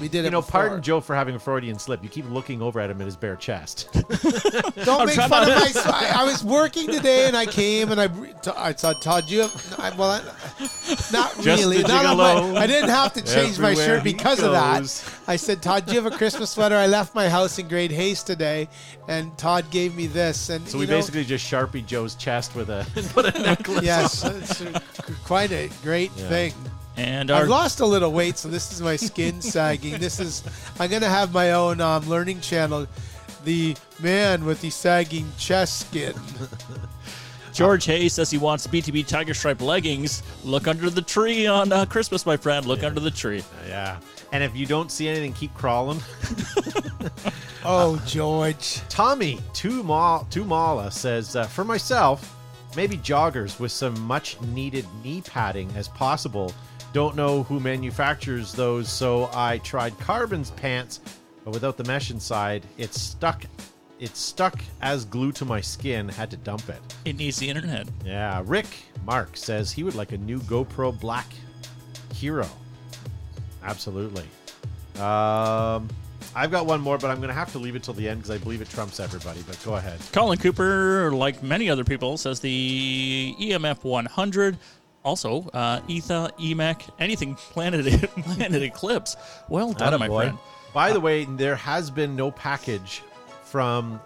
[SPEAKER 5] We did
[SPEAKER 1] you
[SPEAKER 5] it
[SPEAKER 1] know,
[SPEAKER 5] before.
[SPEAKER 1] pardon Joe for having a Freudian slip. You keep looking over at him at his bare chest.
[SPEAKER 5] Don't
[SPEAKER 6] I'm
[SPEAKER 5] make
[SPEAKER 6] trying
[SPEAKER 5] fun
[SPEAKER 6] to-
[SPEAKER 5] of my. s- I I was working today and I came and I, re- t- I saw Todd. You, I, well, I, not
[SPEAKER 1] Just
[SPEAKER 5] really.
[SPEAKER 1] the
[SPEAKER 5] Not on
[SPEAKER 1] gigolo.
[SPEAKER 5] my, I didn't have to change my
[SPEAKER 1] Everywhere
[SPEAKER 5] shirt
[SPEAKER 1] he
[SPEAKER 5] because of
[SPEAKER 1] goes.
[SPEAKER 5] that. I said, Todd, do you have a Christmas sweater? I left my house in great haste today, and Todd gave me this. And
[SPEAKER 1] So we
[SPEAKER 5] you know,
[SPEAKER 1] basically just sharpie Joe's chest with
[SPEAKER 5] [laughs]
[SPEAKER 1] a. uh,
[SPEAKER 5] yes, it's a- quite a great thing.
[SPEAKER 6] And
[SPEAKER 5] I've
[SPEAKER 6] our
[SPEAKER 5] lost a little weight, so this is
[SPEAKER 1] [laughs]
[SPEAKER 5] my skin sagging. This is I'm gonna have my own um, learning channel. The man with the sagging
[SPEAKER 1] [laughs]
[SPEAKER 5] chest skin.
[SPEAKER 6] George Hayes says he wants BTB Tiger Stripe leggings. Look under the tree on uh, Christmas, my friend. Look under the tree.
[SPEAKER 1] yeah. And if you don't see anything, keep crawling.
[SPEAKER 5] Oh, George.
[SPEAKER 1] Tommy Tumala Tumala says, uh, for myself, maybe joggers with some much needed knee padding as possible. Don't know who manufactures those, so I tried Carbon's pants, but without the mesh inside, it's stuck. It's stuck as glue to my skin. Had to dump it.
[SPEAKER 6] It needs the internet.
[SPEAKER 1] Yeah, Rick Mark says he would like a new GoPro Black Hero. Absolutely. Um, I've got one more, but I'm going to have to leave it till the end because I believe it trumps everybody. But go ahead.
[SPEAKER 6] Colin Cooper, like many other people, says the E EMF 100. Also, uh, ETHA, EMAC, anything [laughs] planet, planet eclipse. Well done, my
[SPEAKER 1] Attaboy.
[SPEAKER 6] friend. Uh,
[SPEAKER 1] By the way, there has been no package from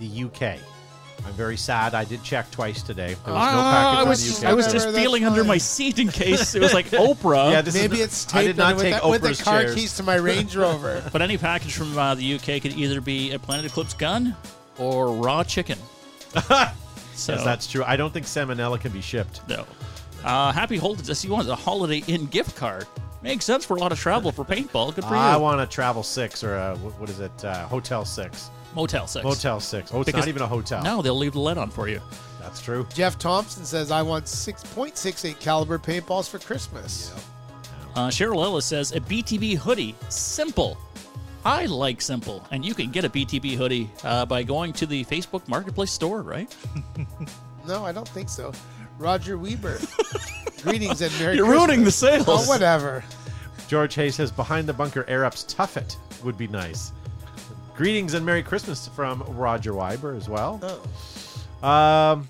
[SPEAKER 1] the UK. I'm very sad. I did check twice today. There was no
[SPEAKER 5] Ah,
[SPEAKER 1] package
[SPEAKER 6] I
[SPEAKER 1] from the
[SPEAKER 6] was,
[SPEAKER 1] UK.
[SPEAKER 6] I was
[SPEAKER 5] Whatever,
[SPEAKER 6] just
[SPEAKER 5] that's
[SPEAKER 6] feeling under
[SPEAKER 5] fine.
[SPEAKER 6] my seat in case it was [laughs] like Oprah.
[SPEAKER 1] yeah, this is-
[SPEAKER 5] Maybe it's taped
[SPEAKER 1] I did not
[SPEAKER 5] with,
[SPEAKER 1] take
[SPEAKER 5] the, with
[SPEAKER 1] Oprah's
[SPEAKER 5] the car
[SPEAKER 1] chairs.
[SPEAKER 5] keys to
[SPEAKER 1] [laughs]
[SPEAKER 5] my Range Rover.
[SPEAKER 6] But any package from uh, the UK could either be a Planet Eclipse gun or raw [laughs] chicken. so
[SPEAKER 1] Yes, that's true. I don't think salmonella can be shipped.
[SPEAKER 6] no. Uh, happy holidays. You want a Holiday Inn gift card? Makes sense for a lot of travel for paintball. Good for
[SPEAKER 1] I
[SPEAKER 6] you.
[SPEAKER 1] want a travel six or a what what is it? Uh, hotel six.
[SPEAKER 6] Motel six.
[SPEAKER 1] Motel six. Oh, it's
[SPEAKER 6] Because-
[SPEAKER 1] not even a hotel.
[SPEAKER 6] No, they'll leave the lead on for you.
[SPEAKER 1] that's true.
[SPEAKER 5] Jeff Thompson says, I want 6.68 caliber paintballs for Christmas.
[SPEAKER 6] Uh, Cheryl Ellis says a BTB hoodie. Simple. I like simple, and you can get a BTB hoodie uh, by going to the Facebook Marketplace store, right?
[SPEAKER 5] No, I don't think so. Roger Weber. Greetings and Merry
[SPEAKER 6] You're ruining the
[SPEAKER 5] Christmas.
[SPEAKER 6] sales.
[SPEAKER 5] Oh, whatever.
[SPEAKER 1] George Hayes says behind the bunker air ups tuffet would be nice. Greetings and Merry Christmas from Roger Weiber as well. Um,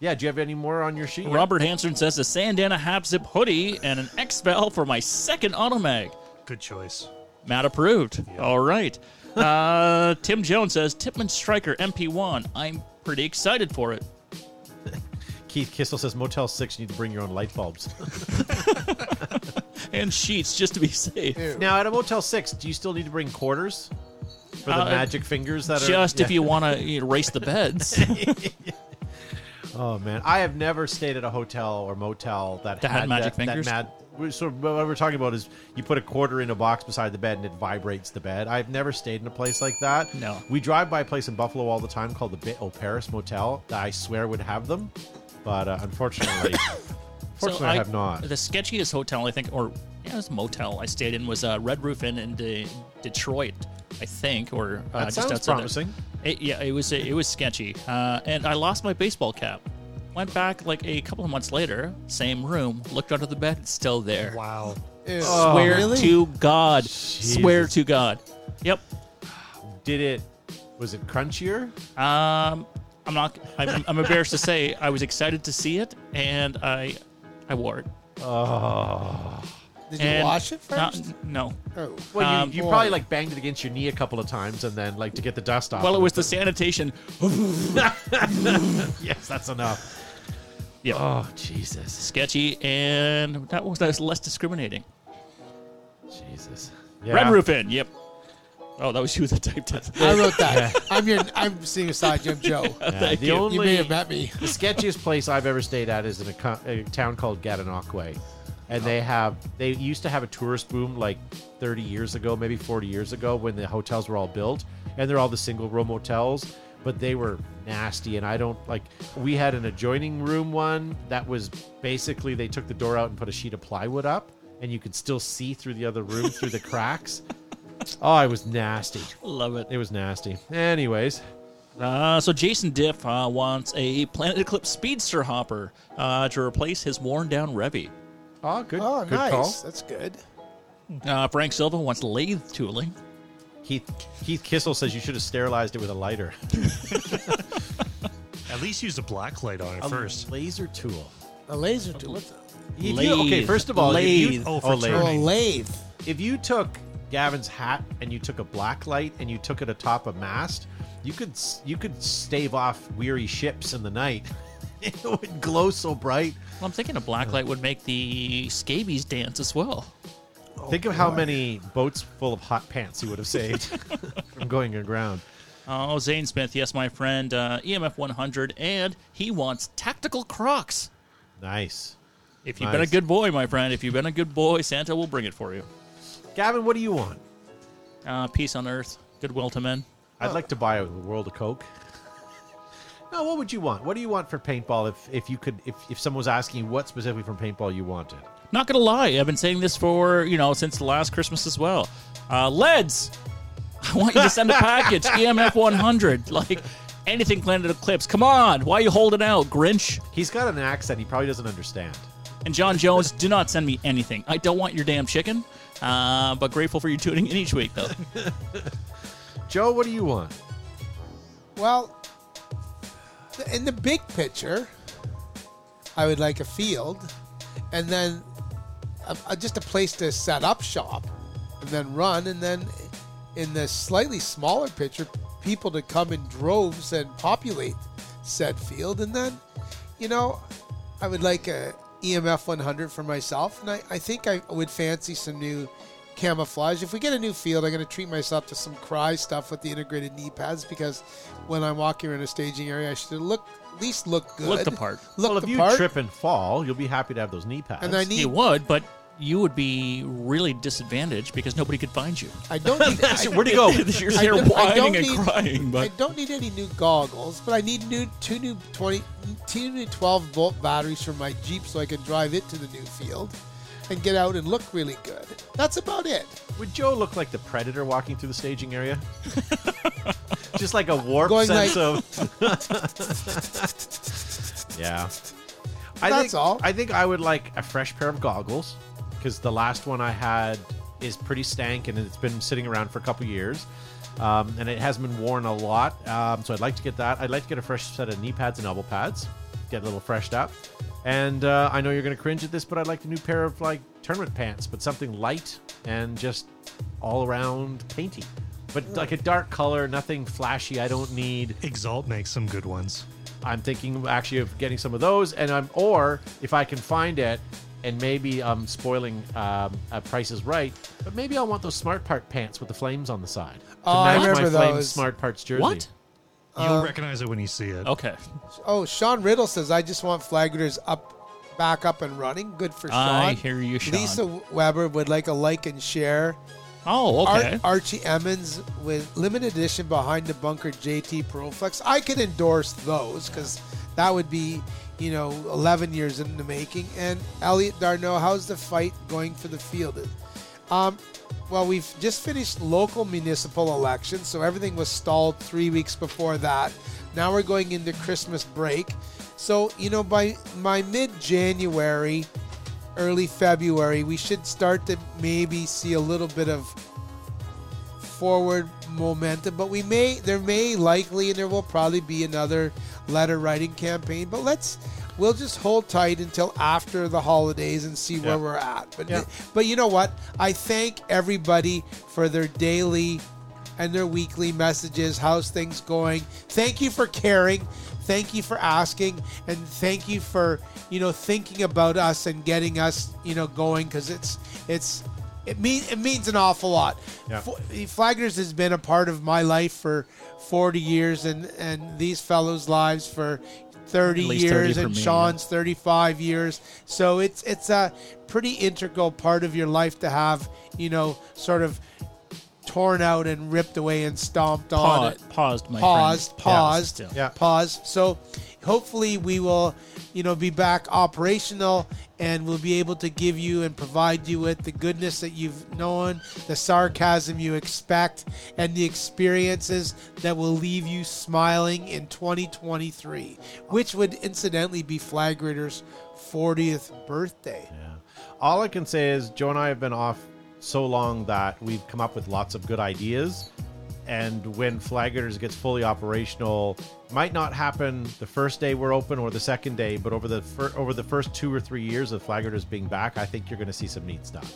[SPEAKER 1] yeah. Do you have any more on your sheet? yet?
[SPEAKER 6] Robert Hanson says a Sandana Hap Zip hoodie and an X Bell for my second automag.
[SPEAKER 7] Good choice.
[SPEAKER 6] Matt approved. All right. Uh, [laughs] Tim Jones says Tipman Striker MP1. I'm pretty excited for it.
[SPEAKER 1] Keith Kissel says Motel Six. You need to bring your own light bulbs. [laughs]
[SPEAKER 6] And sheets just to be safe.
[SPEAKER 1] now at a Motel Six, do you still need to bring quarters for the
[SPEAKER 6] Uh,
[SPEAKER 1] magic fingers that are
[SPEAKER 6] Just if you want to race
[SPEAKER 1] [laughs]
[SPEAKER 6] the beds.
[SPEAKER 1] Oh man, I have never stayed at a hotel or motel that,
[SPEAKER 6] That had magic fingers?
[SPEAKER 1] That mad, so what we're talking about is you put a quarter in a box beside the bed and it vibrates the bed. I've never stayed in a place like that.
[SPEAKER 6] No.
[SPEAKER 1] we drive by a place in Buffalo all the time called the Bit O Paris Motel that I swear would have them, but uh,
[SPEAKER 6] [laughs]
[SPEAKER 1] unfortunately, unfortunately I, have not.
[SPEAKER 6] The sketchiest hotel I think, or yeah, it was a motel I stayed in was uh, Red Roof Inn in De- Detroit, I think, or uh,
[SPEAKER 1] That
[SPEAKER 6] just
[SPEAKER 1] sounds
[SPEAKER 6] outside there.
[SPEAKER 1] promising.
[SPEAKER 6] It, yeah, it was it was sketchy, uh, and I lost my baseball cap. Went back like a couple of months later, same room. Looked under the bed, it's still there.
[SPEAKER 7] Wow.
[SPEAKER 5] Ew.
[SPEAKER 6] Swear
[SPEAKER 5] really?
[SPEAKER 6] to God. Swear
[SPEAKER 1] Jesus.
[SPEAKER 6] to God. Yep.
[SPEAKER 1] Did it? Was it crunchier?
[SPEAKER 6] Um, I'm not. I'm, I'm embarrassed to say I was excited to see it, and I, I wore it.
[SPEAKER 5] Did you
[SPEAKER 6] And-
[SPEAKER 5] wash it first?
[SPEAKER 6] Not- no.
[SPEAKER 5] oh.
[SPEAKER 1] Well, you,
[SPEAKER 6] Um,
[SPEAKER 1] you
[SPEAKER 5] boy.
[SPEAKER 1] probably like banged it against your knee a couple of times and then like to get the dust off.
[SPEAKER 6] Well, it was the sanitation.
[SPEAKER 1] [laughs] yes, that's enough.
[SPEAKER 6] Yeah.
[SPEAKER 1] Oh Jesus.
[SPEAKER 6] sketchy and that was, that was less discriminating.
[SPEAKER 1] Jesus.
[SPEAKER 6] Red
[SPEAKER 1] Yeah.
[SPEAKER 6] Roof Inn, yep. Oh, that was you that typed it. [laughs]
[SPEAKER 5] I wrote that. I'm your. I'm sitting beside you. I'm Joe.
[SPEAKER 1] Yeah,
[SPEAKER 6] Thank
[SPEAKER 1] the
[SPEAKER 6] you.
[SPEAKER 1] only
[SPEAKER 5] You may have met me.
[SPEAKER 1] the sketchiest place I've ever stayed at is in a, co- a town called Gananoque. And they have they used to have a tourist boom like 30 years ago, maybe 40 years ago when the hotels were all built and they're all the single room hotels, but they were nasty and I don't like we had an adjoining room one that was basically they took the door out and put a sheet of plywood up and you could still see through the other room through the
[SPEAKER 5] [laughs]
[SPEAKER 1] cracks. Oh, it was nasty.
[SPEAKER 6] Love it.
[SPEAKER 1] It was nasty. Anyways,
[SPEAKER 6] Uh, so Jason Diff uh, wants a Planet Eclipse Speedster Hopper uh, to replace his worn down Revy.
[SPEAKER 1] oh good.
[SPEAKER 5] Oh,
[SPEAKER 1] good
[SPEAKER 5] nice.
[SPEAKER 1] call.
[SPEAKER 5] That's good.
[SPEAKER 6] Uh, Frank Silva wants lathe tooling.
[SPEAKER 1] Keith Keith Kissel says you should have sterilized it with a
[SPEAKER 6] [laughs]
[SPEAKER 1] lighter.
[SPEAKER 7] At least use a black light on it
[SPEAKER 1] A
[SPEAKER 7] first.
[SPEAKER 1] laser tool.
[SPEAKER 5] A laser tool. What's
[SPEAKER 1] If you- okay,
[SPEAKER 6] Lathe.
[SPEAKER 1] first of all, if you-
[SPEAKER 6] Lathe.
[SPEAKER 7] Oh, for
[SPEAKER 1] oh, lathe.
[SPEAKER 5] a,
[SPEAKER 7] turning.
[SPEAKER 5] lathe?
[SPEAKER 1] If you took Gavin's hat and you took a black light and you took it atop a mast, you could s- you could stave off weary ships in the night. [laughs] it would glow so bright.
[SPEAKER 6] Well, I'm thinking a black light would make the scabies dance as well. Oh,
[SPEAKER 1] Think of how many boats full of hot pants you would have
[SPEAKER 6] [laughs]
[SPEAKER 1] saved from going aground.
[SPEAKER 6] Oh, Zane Smith, yes, my friend, uh, EMF 100, and he wants tactical Crocs.
[SPEAKER 1] Nice.
[SPEAKER 6] If you've been a
[SPEAKER 1] Nice.
[SPEAKER 6] good boy, my friend, if you've been a good boy, Santa will bring it for you.
[SPEAKER 1] Gavin, what do you want?
[SPEAKER 6] Uh, peace on earth, goodwill to men.
[SPEAKER 1] I'd like to buy a world of Coke. No, what would you want? What do you want for paintball? If if you could, if if someone was asking you what specifically from paintball you wanted,
[SPEAKER 6] Not gonna lie, I've been saying this for you know since the last Christmas as well. Uh, Leads, [laughs] I want you to send a package. E EMF 100, like anything Planet Eclipse. Come on, why are you holding out, Grinch?
[SPEAKER 1] he's got an accent he probably doesn't understand.
[SPEAKER 6] And John Jones, do not send me anything. I don't want your damn chicken. Uh, but grateful for you tuning in each week,
[SPEAKER 5] [laughs]
[SPEAKER 6] though.
[SPEAKER 1] Joe, what do you want?
[SPEAKER 5] Well, th- in the big picture, I would like a field, and then a, a- just a place to set up shop, and then run, and then in the slightly smaller picture, people to come in droves and populate said field, and then, you know, I would like a E EMF 100 for myself, and I, I think I would fancy some new camouflage. If we get a new field, I'm going to treat myself to some cry stuff with the integrated knee pads because when I'm walking around a staging area, I should look at least look good.
[SPEAKER 6] Look the part.
[SPEAKER 5] Look
[SPEAKER 1] well,
[SPEAKER 5] the
[SPEAKER 1] if you
[SPEAKER 5] part.
[SPEAKER 1] trip and fall, you'll be happy to have those knee pads.
[SPEAKER 5] and I need.
[SPEAKER 6] You would, but you would be really disadvantaged because nody could find you.
[SPEAKER 5] I don't
[SPEAKER 6] [laughs]
[SPEAKER 5] need. I,
[SPEAKER 1] Where'd he go?
[SPEAKER 6] You're
[SPEAKER 5] I
[SPEAKER 6] there
[SPEAKER 5] don't- I don't
[SPEAKER 6] whining and
[SPEAKER 5] need-
[SPEAKER 6] crying,
[SPEAKER 5] I
[SPEAKER 6] but
[SPEAKER 5] don't need any new goggles, but I need new two new 20, two new 12 volt batteries for my Jeep so I can drive it to the new field and get out and look really good. That's about it.
[SPEAKER 1] Would Joe look like the predator walking through the staging
[SPEAKER 5] [laughs]
[SPEAKER 1] area? Just like a warped
[SPEAKER 5] Going
[SPEAKER 1] sense
[SPEAKER 5] like-
[SPEAKER 1] of. [laughs] yeah. I
[SPEAKER 5] That's
[SPEAKER 1] think,
[SPEAKER 5] all.
[SPEAKER 1] I think I would like a fresh pair of goggles because the last one I had is pretty stank and it's been sitting around for a couple years. Um, and it hasn't been worn a lot. Um, so I'd like to get that. I'd like to get a fresh set of knee pads and elbow pads, get a little freshed up. And uh, I know you're going to cringe at this, but I'd like a new pair of like tournament pants, but something light and just all around painty. But like a dark color, nothing flashy. I don't need
[SPEAKER 7] Exalt makes some good ones.
[SPEAKER 1] I'm thinking actually of getting some of those, and I'm or if I can find it, and maybe I'm spoiling um, uh, Price is Right, but maybe I want those Smart Part pants with the flames on the side. to
[SPEAKER 5] Oh, I
[SPEAKER 1] match
[SPEAKER 5] remember
[SPEAKER 1] my Flames
[SPEAKER 5] those.
[SPEAKER 1] Smart Parts jersey.
[SPEAKER 6] what?
[SPEAKER 7] You'll recognize it when you see it.
[SPEAKER 6] Okay.
[SPEAKER 5] Oh, Sean Riddle says I just want flaggers up, back up and running. Good for Sean.
[SPEAKER 6] I hear you, Sean.
[SPEAKER 5] Lisa Weber would like a like and share.
[SPEAKER 6] Oh,
[SPEAKER 5] Ar-
[SPEAKER 6] okay.
[SPEAKER 5] Archie Emmons with limited edition behind the bunker JT Proflex. I could endorse those because that would be, you know, 11 years in the making. And Elliot Darno, how's the fight going for the field? Um, well, we've just finished local municipal elections, so everything was stalled three weeks before that. Now we're going into Christmas break. So, you know, by my mid January, early February, we should start to maybe see a little bit of forward momentum, but we may there may likely and there will probably be another letter writing campaign. But let's we'll just hold tight until after the holidays and see where we're at. But but you know what? I thank everybody for their daily and their weekly messages. How's things going? Thank you for caring. Thank you for asking, and thank you for you know thinking about us and getting us you know going because it's it's it mean it means an awful lot.
[SPEAKER 1] Yeah.
[SPEAKER 5] F- Flaggers has been a part of my life for 40 years, and and these fellows' lives for 30
[SPEAKER 6] At least 30
[SPEAKER 5] years,
[SPEAKER 6] for
[SPEAKER 5] and
[SPEAKER 6] me,
[SPEAKER 5] Sean's 35 years. So it's it's a pretty integral part of your life to have you know sort of torn out and ripped away and stomped on.
[SPEAKER 6] Paused,
[SPEAKER 5] It
[SPEAKER 6] paused, my
[SPEAKER 5] paused,
[SPEAKER 6] friend.
[SPEAKER 5] paused,
[SPEAKER 6] Yeah.
[SPEAKER 1] Yeah.
[SPEAKER 5] paused. So hopefully we will, you know, be back operational and we'll be able to give you and provide you with the goodness that you've known, the sarcasm you expect, and the experiences that will leave you smiling in 2023, which would incidentally be Flag Ritter's 40th birthday.
[SPEAKER 1] All I can say is Joe and I have been off so long that we've come up with lots of good ideas. And when Flaggers gets fully operational, might not happen the first day we're open or the second day, but over the fir- over the first two or three years of Flaggers being back, I think you're going to see some neat stuff.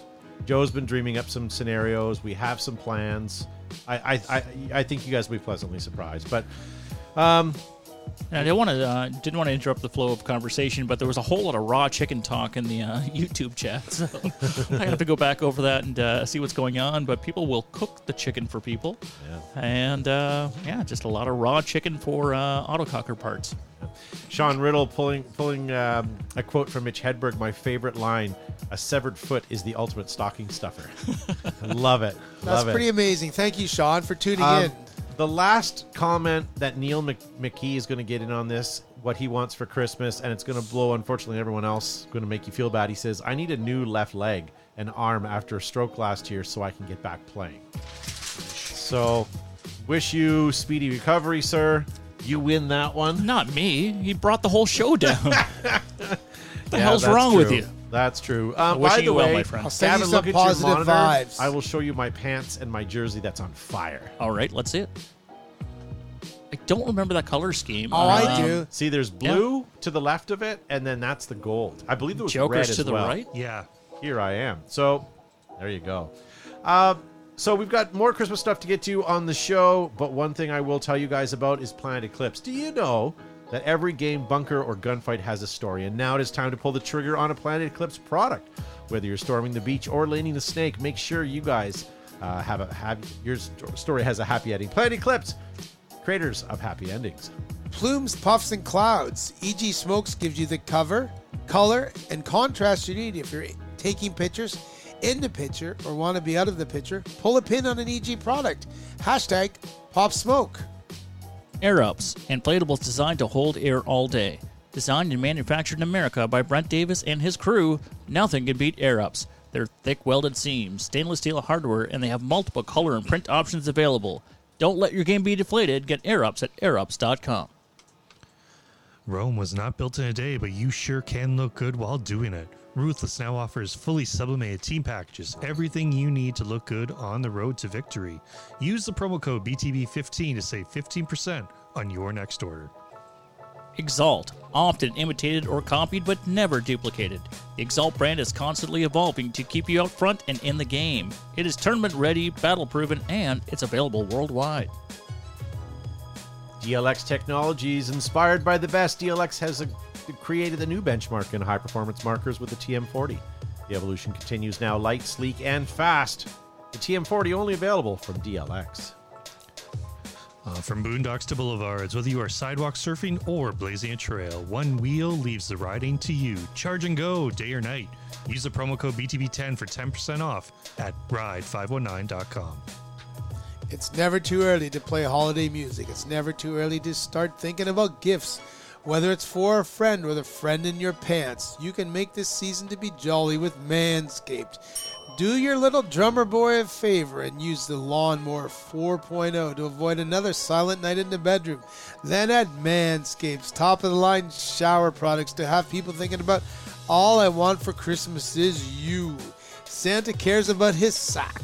[SPEAKER 1] Joe's been dreaming up some scenarios. We have some plans. I I, I, I think you guys will be pleasantly surprised. But um,
[SPEAKER 6] And I didn't want to uh, didn't want to interrupt the flow of conversation, but there was a whole lot of raw chicken talk in the uh, [laughs] YouTube chat, so I have to go back over that and uh, see what's going on. But people will cook the chicken for people, and uh, yeah, just a lot of raw chicken for uh, autococker parts.
[SPEAKER 1] Sean Riddle pulling pulling um, a quote from Mitch Hedberg, my favorite line: "A severed foot is the ultimate stocking stuffer." Love it.
[SPEAKER 5] That's
[SPEAKER 1] Love it.
[SPEAKER 5] pretty amazing. Thank you, Sean, for tuning
[SPEAKER 1] Um,
[SPEAKER 5] in.
[SPEAKER 1] The last comment that Neil Mc- McKee is going to get in on this, what he wants for Christmas, and it's going to blow, unfortunately, everyone else, going to make you feel bad. He says, I need a new left leg and arm after a stroke last year so I can get back playing. So, wish you speedy recovery, sir. You win that one.
[SPEAKER 6] Not me. He brought the whole show down.
[SPEAKER 1] [laughs]
[SPEAKER 6] what the
[SPEAKER 1] Yeah,
[SPEAKER 6] hell's
[SPEAKER 1] that's
[SPEAKER 6] wrong with
[SPEAKER 1] true.
[SPEAKER 6] you?
[SPEAKER 1] That's true. Uh,
[SPEAKER 6] Wishing
[SPEAKER 1] by the
[SPEAKER 6] you
[SPEAKER 1] way,
[SPEAKER 6] well, my friend.
[SPEAKER 5] I'll send
[SPEAKER 1] Gavin,
[SPEAKER 5] you
[SPEAKER 1] look
[SPEAKER 5] some
[SPEAKER 1] at your
[SPEAKER 5] positive
[SPEAKER 1] monitor.
[SPEAKER 5] vibes.
[SPEAKER 1] I will show you my pants and my jersey that's on fire.
[SPEAKER 6] All right, let's see it. I don't remember that color scheme.
[SPEAKER 5] Oh, I
[SPEAKER 6] Um,
[SPEAKER 5] do.
[SPEAKER 1] See, there's blue to the left of it, and then that's the gold. I believe there was red
[SPEAKER 6] Joker's
[SPEAKER 1] as
[SPEAKER 6] to the
[SPEAKER 1] well.
[SPEAKER 6] right.
[SPEAKER 7] Yeah.
[SPEAKER 1] Here I am. So, there you go. Um, so we've got more Christmas stuff to get to on the show, but one thing I will tell you guys about is Planet Eclipse. Do you know that every game, bunker, or gunfight has a story? And now it is time to pull the trigger on a Planet Eclipse product. Whether you're storming the beach or laning the snake, make sure you guys uh, have a have your st- story has a happy ending. Planet Eclipse, creators of happy endings.
[SPEAKER 5] Plumes, puffs, and clouds. EG Smokes gives you the cover, color, and contrast you need. If you're taking pictures in the picture or want to be out of the picture, pull a pin on an EG product. Hashtag pop smoke.
[SPEAKER 6] Air Ups, inflatables designed to hold air all day. Designed and manufactured in America by Brent Davis and his crew, nothing can beat Air Ups. Their thick welded seams, stainless steel hardware, and they have multiple color and print options available. Don't let your game be deflated. Get Air Ups at airups.com.
[SPEAKER 7] Rome was not built in a day, but you sure can look good while doing it. Ruthless now offers fully sublimated team packages, everything you need to look good on the road to victory. Use the promo code BTB15 to save 15% on your next order.
[SPEAKER 6] Exalt, often imitated or copied but never duplicated. The Exalt brand is constantly evolving to keep you out front and in the game. It is tournament ready, battle proven, and it's available worldwide.
[SPEAKER 1] DLX Technologies, inspired by the best, DLX has a, created a new benchmark in high performance markers with the TM40. The evolution continues now light, sleek, and fast. The TM40 only available from DLX.
[SPEAKER 7] Uh, from boondocks to boulevards, whether you are sidewalk surfing or blazing a trail, one wheel leaves the riding to you. Charge and go, day or night. Use the promo code BTB10 for 10% off at ride519.com.
[SPEAKER 5] It's never too early to play holiday music. It's never too early to start thinking about gifts. Whether it's for a friend or the friend in your pants, you can make this season to be jolly with Manscaped. Do your little drummer boy a favor and use the Lawnmower 4.0 to avoid another silent night in the bedroom. Then add Manscaped's top of the line shower products to have people thinking about all I want for Christmas is you. Santa cares about his sack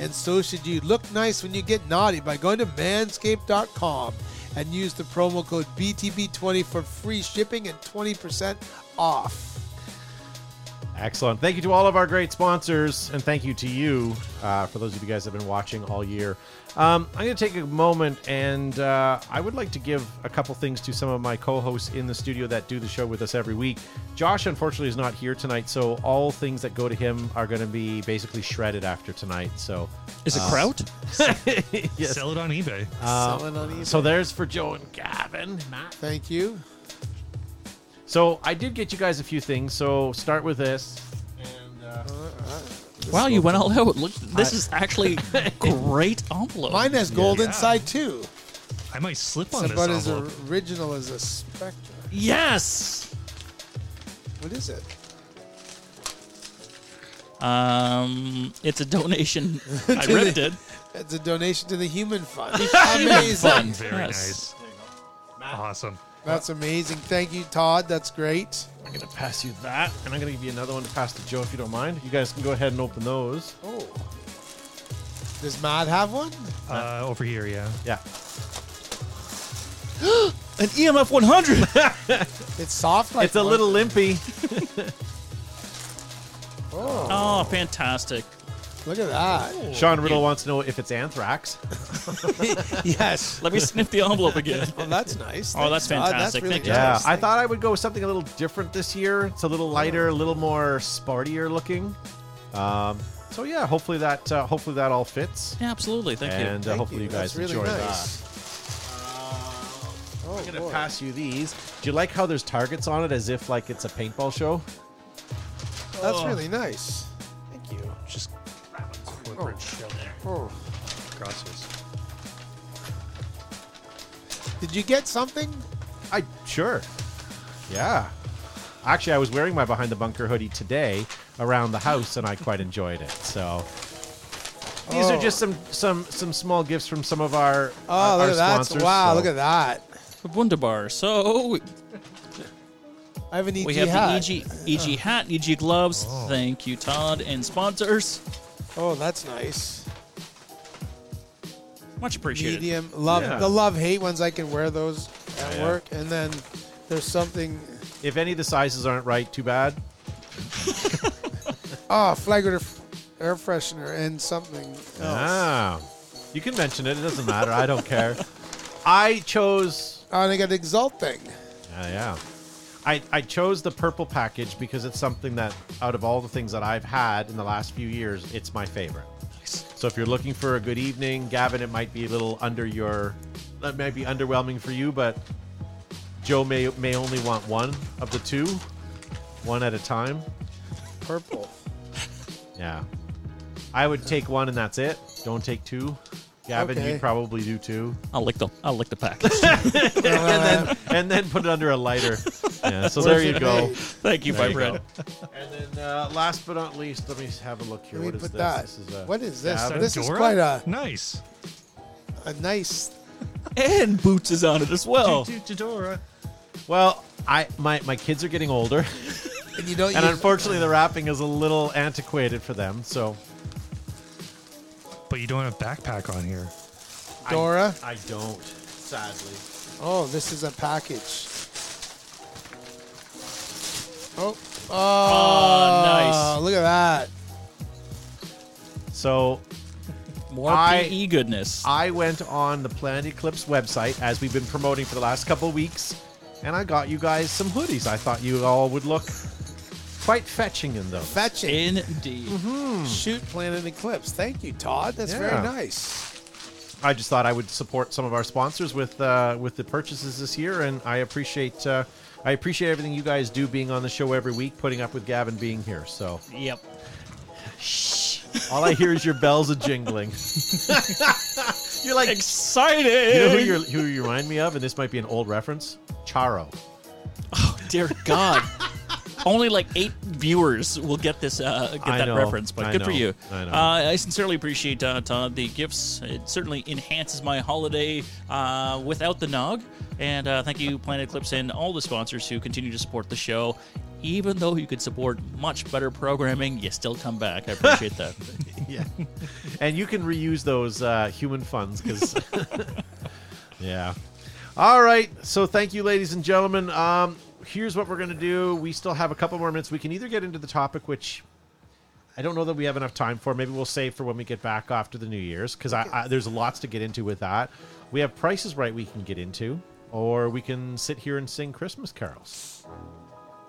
[SPEAKER 5] and so should you. Look nice when you get naughty by going to manscaped.com and use the promo code BTB20 for free shipping and 20% off.
[SPEAKER 1] Excellent. Thank you to all of our great sponsors, and thank you to you uh, for those of you guys that have been watching all year. Um, I'm going to take a moment, and uh, I would like to give a couple things to some of my co hosts in the studio that do the show with us every week. Josh, unfortunately, is not here tonight, so all things that go to him are going to be basically shredded after tonight. So,
[SPEAKER 6] Is it Kraut?
[SPEAKER 1] [laughs] Yes.
[SPEAKER 7] Sell it on eBay.
[SPEAKER 1] uh,
[SPEAKER 5] Selling on eBay.
[SPEAKER 1] so there's for Joe and Gavin. Matt.
[SPEAKER 5] Thank you.
[SPEAKER 1] So, I did get you guys a few things, so start with this. And, uh,
[SPEAKER 6] Wow, you went all out. Look, this is actually great envelope.
[SPEAKER 5] Mine has gold
[SPEAKER 7] Yeah.
[SPEAKER 5] inside too.
[SPEAKER 7] I might slip on
[SPEAKER 5] It's about
[SPEAKER 7] this
[SPEAKER 5] as
[SPEAKER 7] envelope.
[SPEAKER 5] original as a Spectre.
[SPEAKER 6] yes.
[SPEAKER 5] What is it?
[SPEAKER 6] Um, it's a donation. I ripped it.
[SPEAKER 5] It's a donation to the Human Fund.
[SPEAKER 6] Fun.
[SPEAKER 5] amazing.
[SPEAKER 7] Very
[SPEAKER 6] Yes.
[SPEAKER 7] nice. Awesome.
[SPEAKER 5] That's amazing. Thank you, Todd. That's great.
[SPEAKER 1] I'm gonna pass you that, and I'm gonna give you another one to pass to Joe if you don't mind. You guys can go ahead and open those.
[SPEAKER 5] Oh, Does Matt have one?
[SPEAKER 7] Uh, over here, yeah.
[SPEAKER 1] Yeah.
[SPEAKER 6] An E EMF 100.
[SPEAKER 5] It's soft. Like
[SPEAKER 1] it's a
[SPEAKER 5] one.
[SPEAKER 1] little limpy.
[SPEAKER 6] [laughs] oh, fantastic.
[SPEAKER 5] Look at that.
[SPEAKER 1] [laughs] Sean Riddle wants to know if it's anthrax.
[SPEAKER 5] yes.
[SPEAKER 6] Let me sniff the envelope
[SPEAKER 5] [laughs]
[SPEAKER 6] again.
[SPEAKER 5] Well, that's nice.
[SPEAKER 6] Oh, that's
[SPEAKER 5] Thanks, Todd.
[SPEAKER 6] fantastic.
[SPEAKER 5] really
[SPEAKER 6] Thank you.
[SPEAKER 5] nice.
[SPEAKER 1] Yeah, I
[SPEAKER 5] Thank-
[SPEAKER 1] thought I would go with something a little different this year. It's a little lighter, a little more spartier looking. Um, so yeah, hopefully that uh, hopefully that all fits,
[SPEAKER 6] Yeah, absolutely. Thank
[SPEAKER 1] and
[SPEAKER 6] you.
[SPEAKER 1] Uh, hopefully you,
[SPEAKER 5] That's
[SPEAKER 1] guys
[SPEAKER 5] really
[SPEAKER 1] enjoy
[SPEAKER 5] nice.
[SPEAKER 1] that.
[SPEAKER 5] Oh,
[SPEAKER 1] I'm gonna
[SPEAKER 5] boy.
[SPEAKER 1] pass you these. Do you like how there's targets on it, as if like it's a paintball show?
[SPEAKER 6] oh.
[SPEAKER 5] That's really nice. Thank you.
[SPEAKER 7] Just
[SPEAKER 5] Oh.
[SPEAKER 7] crosses.
[SPEAKER 5] Did you get something?
[SPEAKER 1] I sure. Yeah. Actually, I was wearing my behind the bunker hoodie today around the house, and I quite enjoyed it. So these are
[SPEAKER 5] Oh.
[SPEAKER 1] just some some some small gifts from some of our
[SPEAKER 5] Oh,
[SPEAKER 1] our
[SPEAKER 5] look at that.
[SPEAKER 1] sponsors.
[SPEAKER 5] Wow,
[SPEAKER 1] so-
[SPEAKER 5] look at that.
[SPEAKER 6] Wunderbar. So
[SPEAKER 5] I have an EG
[SPEAKER 6] we have
[SPEAKER 5] hat.
[SPEAKER 6] the E EG, EG hat, EG gloves. Thank you, Todd, and sponsors.
[SPEAKER 5] Oh, that's nice.
[SPEAKER 6] Much appreciated.
[SPEAKER 5] Medium love
[SPEAKER 1] Yeah.
[SPEAKER 5] the love hate ones. I can wear those at
[SPEAKER 1] Yeah.
[SPEAKER 5] work, and then there's something.
[SPEAKER 1] If any of the sizes aren't right, too bad.
[SPEAKER 5] Oh, Flagler air freshener and something else.
[SPEAKER 1] Ah, you can mention it. It doesn't matter. I don't care. I chose.
[SPEAKER 5] Oh, and I got the exalt thing.
[SPEAKER 1] Uh, yeah, I I chose the purple package because it's something that out of all the things that I've had in the last few years, it's my favorite. So if you're looking for a good evening, Gavin, it might be a little under your, that might be underwhelming for you, but Joe may may only want one of the two, one at a time.
[SPEAKER 5] Purple.
[SPEAKER 1] Yeah. I would take one and that's it. Don't take two. Gavin,
[SPEAKER 5] Okay.
[SPEAKER 1] you'd probably do two.
[SPEAKER 6] I'll lick the I'll lick the package.
[SPEAKER 1] and then and then put it under a
[SPEAKER 5] [laughs]
[SPEAKER 1] lighter. Yeah, so there
[SPEAKER 5] Worth
[SPEAKER 1] you
[SPEAKER 5] it,
[SPEAKER 1] go.
[SPEAKER 5] hey.
[SPEAKER 6] [laughs] Thank you,
[SPEAKER 1] There
[SPEAKER 6] my
[SPEAKER 1] you
[SPEAKER 6] friend.
[SPEAKER 1] go. And then uh, last but not least, let me have a look here.
[SPEAKER 5] Let me
[SPEAKER 1] What is
[SPEAKER 5] put
[SPEAKER 1] this?
[SPEAKER 5] that.
[SPEAKER 1] This is a-
[SPEAKER 5] What is this?
[SPEAKER 1] Yeah,
[SPEAKER 7] That
[SPEAKER 5] Uh, this is
[SPEAKER 7] Dora?
[SPEAKER 5] quite a,
[SPEAKER 7] nice.
[SPEAKER 5] a nice.
[SPEAKER 6] And Boots is on it as
[SPEAKER 5] Oh.
[SPEAKER 6] well.
[SPEAKER 7] Do- do- Dora.
[SPEAKER 1] Well, I my, my kids are getting older,
[SPEAKER 5] [laughs] And you don't.
[SPEAKER 1] and
[SPEAKER 5] use,
[SPEAKER 1] unfortunately, the wrapping is a little antiquated for them. So
[SPEAKER 7] But you don't have backpack on here.
[SPEAKER 1] I-
[SPEAKER 5] Dora?
[SPEAKER 1] I, don't, sadly.
[SPEAKER 5] oh, this is a package. Oh. Oh, Ah, nice. Look at that.
[SPEAKER 1] So
[SPEAKER 6] More
[SPEAKER 1] I-
[SPEAKER 6] PE goodness.
[SPEAKER 1] I went on the Planet Eclipse website as we've been promoting for the last couple weeks, and I got you guys some hoodies. I thought you all would look quite fetching in them.
[SPEAKER 5] Fetch it.
[SPEAKER 6] Indeed.
[SPEAKER 5] Shoot, Planet Eclipse. Thank you, Todd. That's
[SPEAKER 1] Yeah.
[SPEAKER 5] very nice.
[SPEAKER 1] I just thought I would support some of our sponsors with uh, with the purchases this year, and I appreciate uh, I appreciate everything you guys do being on the show every week, putting up with Gavin being here. So
[SPEAKER 6] Yep.
[SPEAKER 1] all I hear is your bells a jingling. [laughs] you're like,
[SPEAKER 6] [laughs] Excited.
[SPEAKER 1] you know who, you're, who you remind me of, and this might be an old reference, Charo.
[SPEAKER 6] Dear God. [laughs] Only like eight viewers will get this uh, get
[SPEAKER 1] I
[SPEAKER 6] that
[SPEAKER 1] know.
[SPEAKER 6] reference, but
[SPEAKER 1] I
[SPEAKER 6] good for
[SPEAKER 1] know.
[SPEAKER 6] you.
[SPEAKER 1] I know.
[SPEAKER 6] Uh, I sincerely appreciate uh, Todd the gifts. It certainly enhances my holiday uh, without the nog. And uh, thank you, Planet Eclipse, and all the sponsors who continue to support the show. Even though you could support much better programming, you still come back. I
[SPEAKER 1] [laughs]
[SPEAKER 6] appreciate that.
[SPEAKER 1] yeah. [laughs] And you can reuse those uh, human funds because. [laughs] yeah. All right. So thank you, ladies and gentlemen. Um, here's what we're going to do. We still have a couple more minutes. We can either get into the topic, which I don't know that we have enough time for. Maybe we'll save for when we get back after the New Year's because I, I, there's lots to get into with that. We have prices right we can get into, or we can sit here and sing Christmas carols.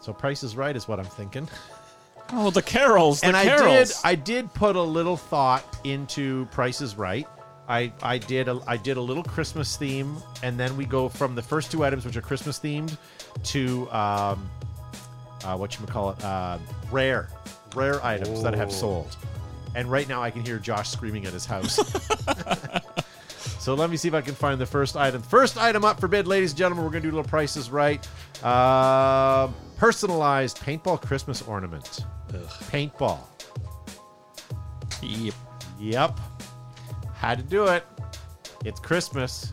[SPEAKER 1] So, Price is Right is what I'm thinking [laughs]
[SPEAKER 6] oh, the carols, the
[SPEAKER 1] and
[SPEAKER 6] carols.
[SPEAKER 1] I did I did put a little thought into Price is Right. I, I did a, I did a little Christmas theme, and then we go from the first two items, which are Christmas themed, to um, uh, what you call it, uh, rare rare items that have sold. And right now, I can hear Josh screaming at his house. [laughs] so let me see if I can find the first item. First item up for bid, ladies and gentlemen. We're gonna do a little Price is Right, uh, personalized paintball Christmas ornament paintball.
[SPEAKER 6] Yep.
[SPEAKER 1] Yep. Had to do it. It's Christmas.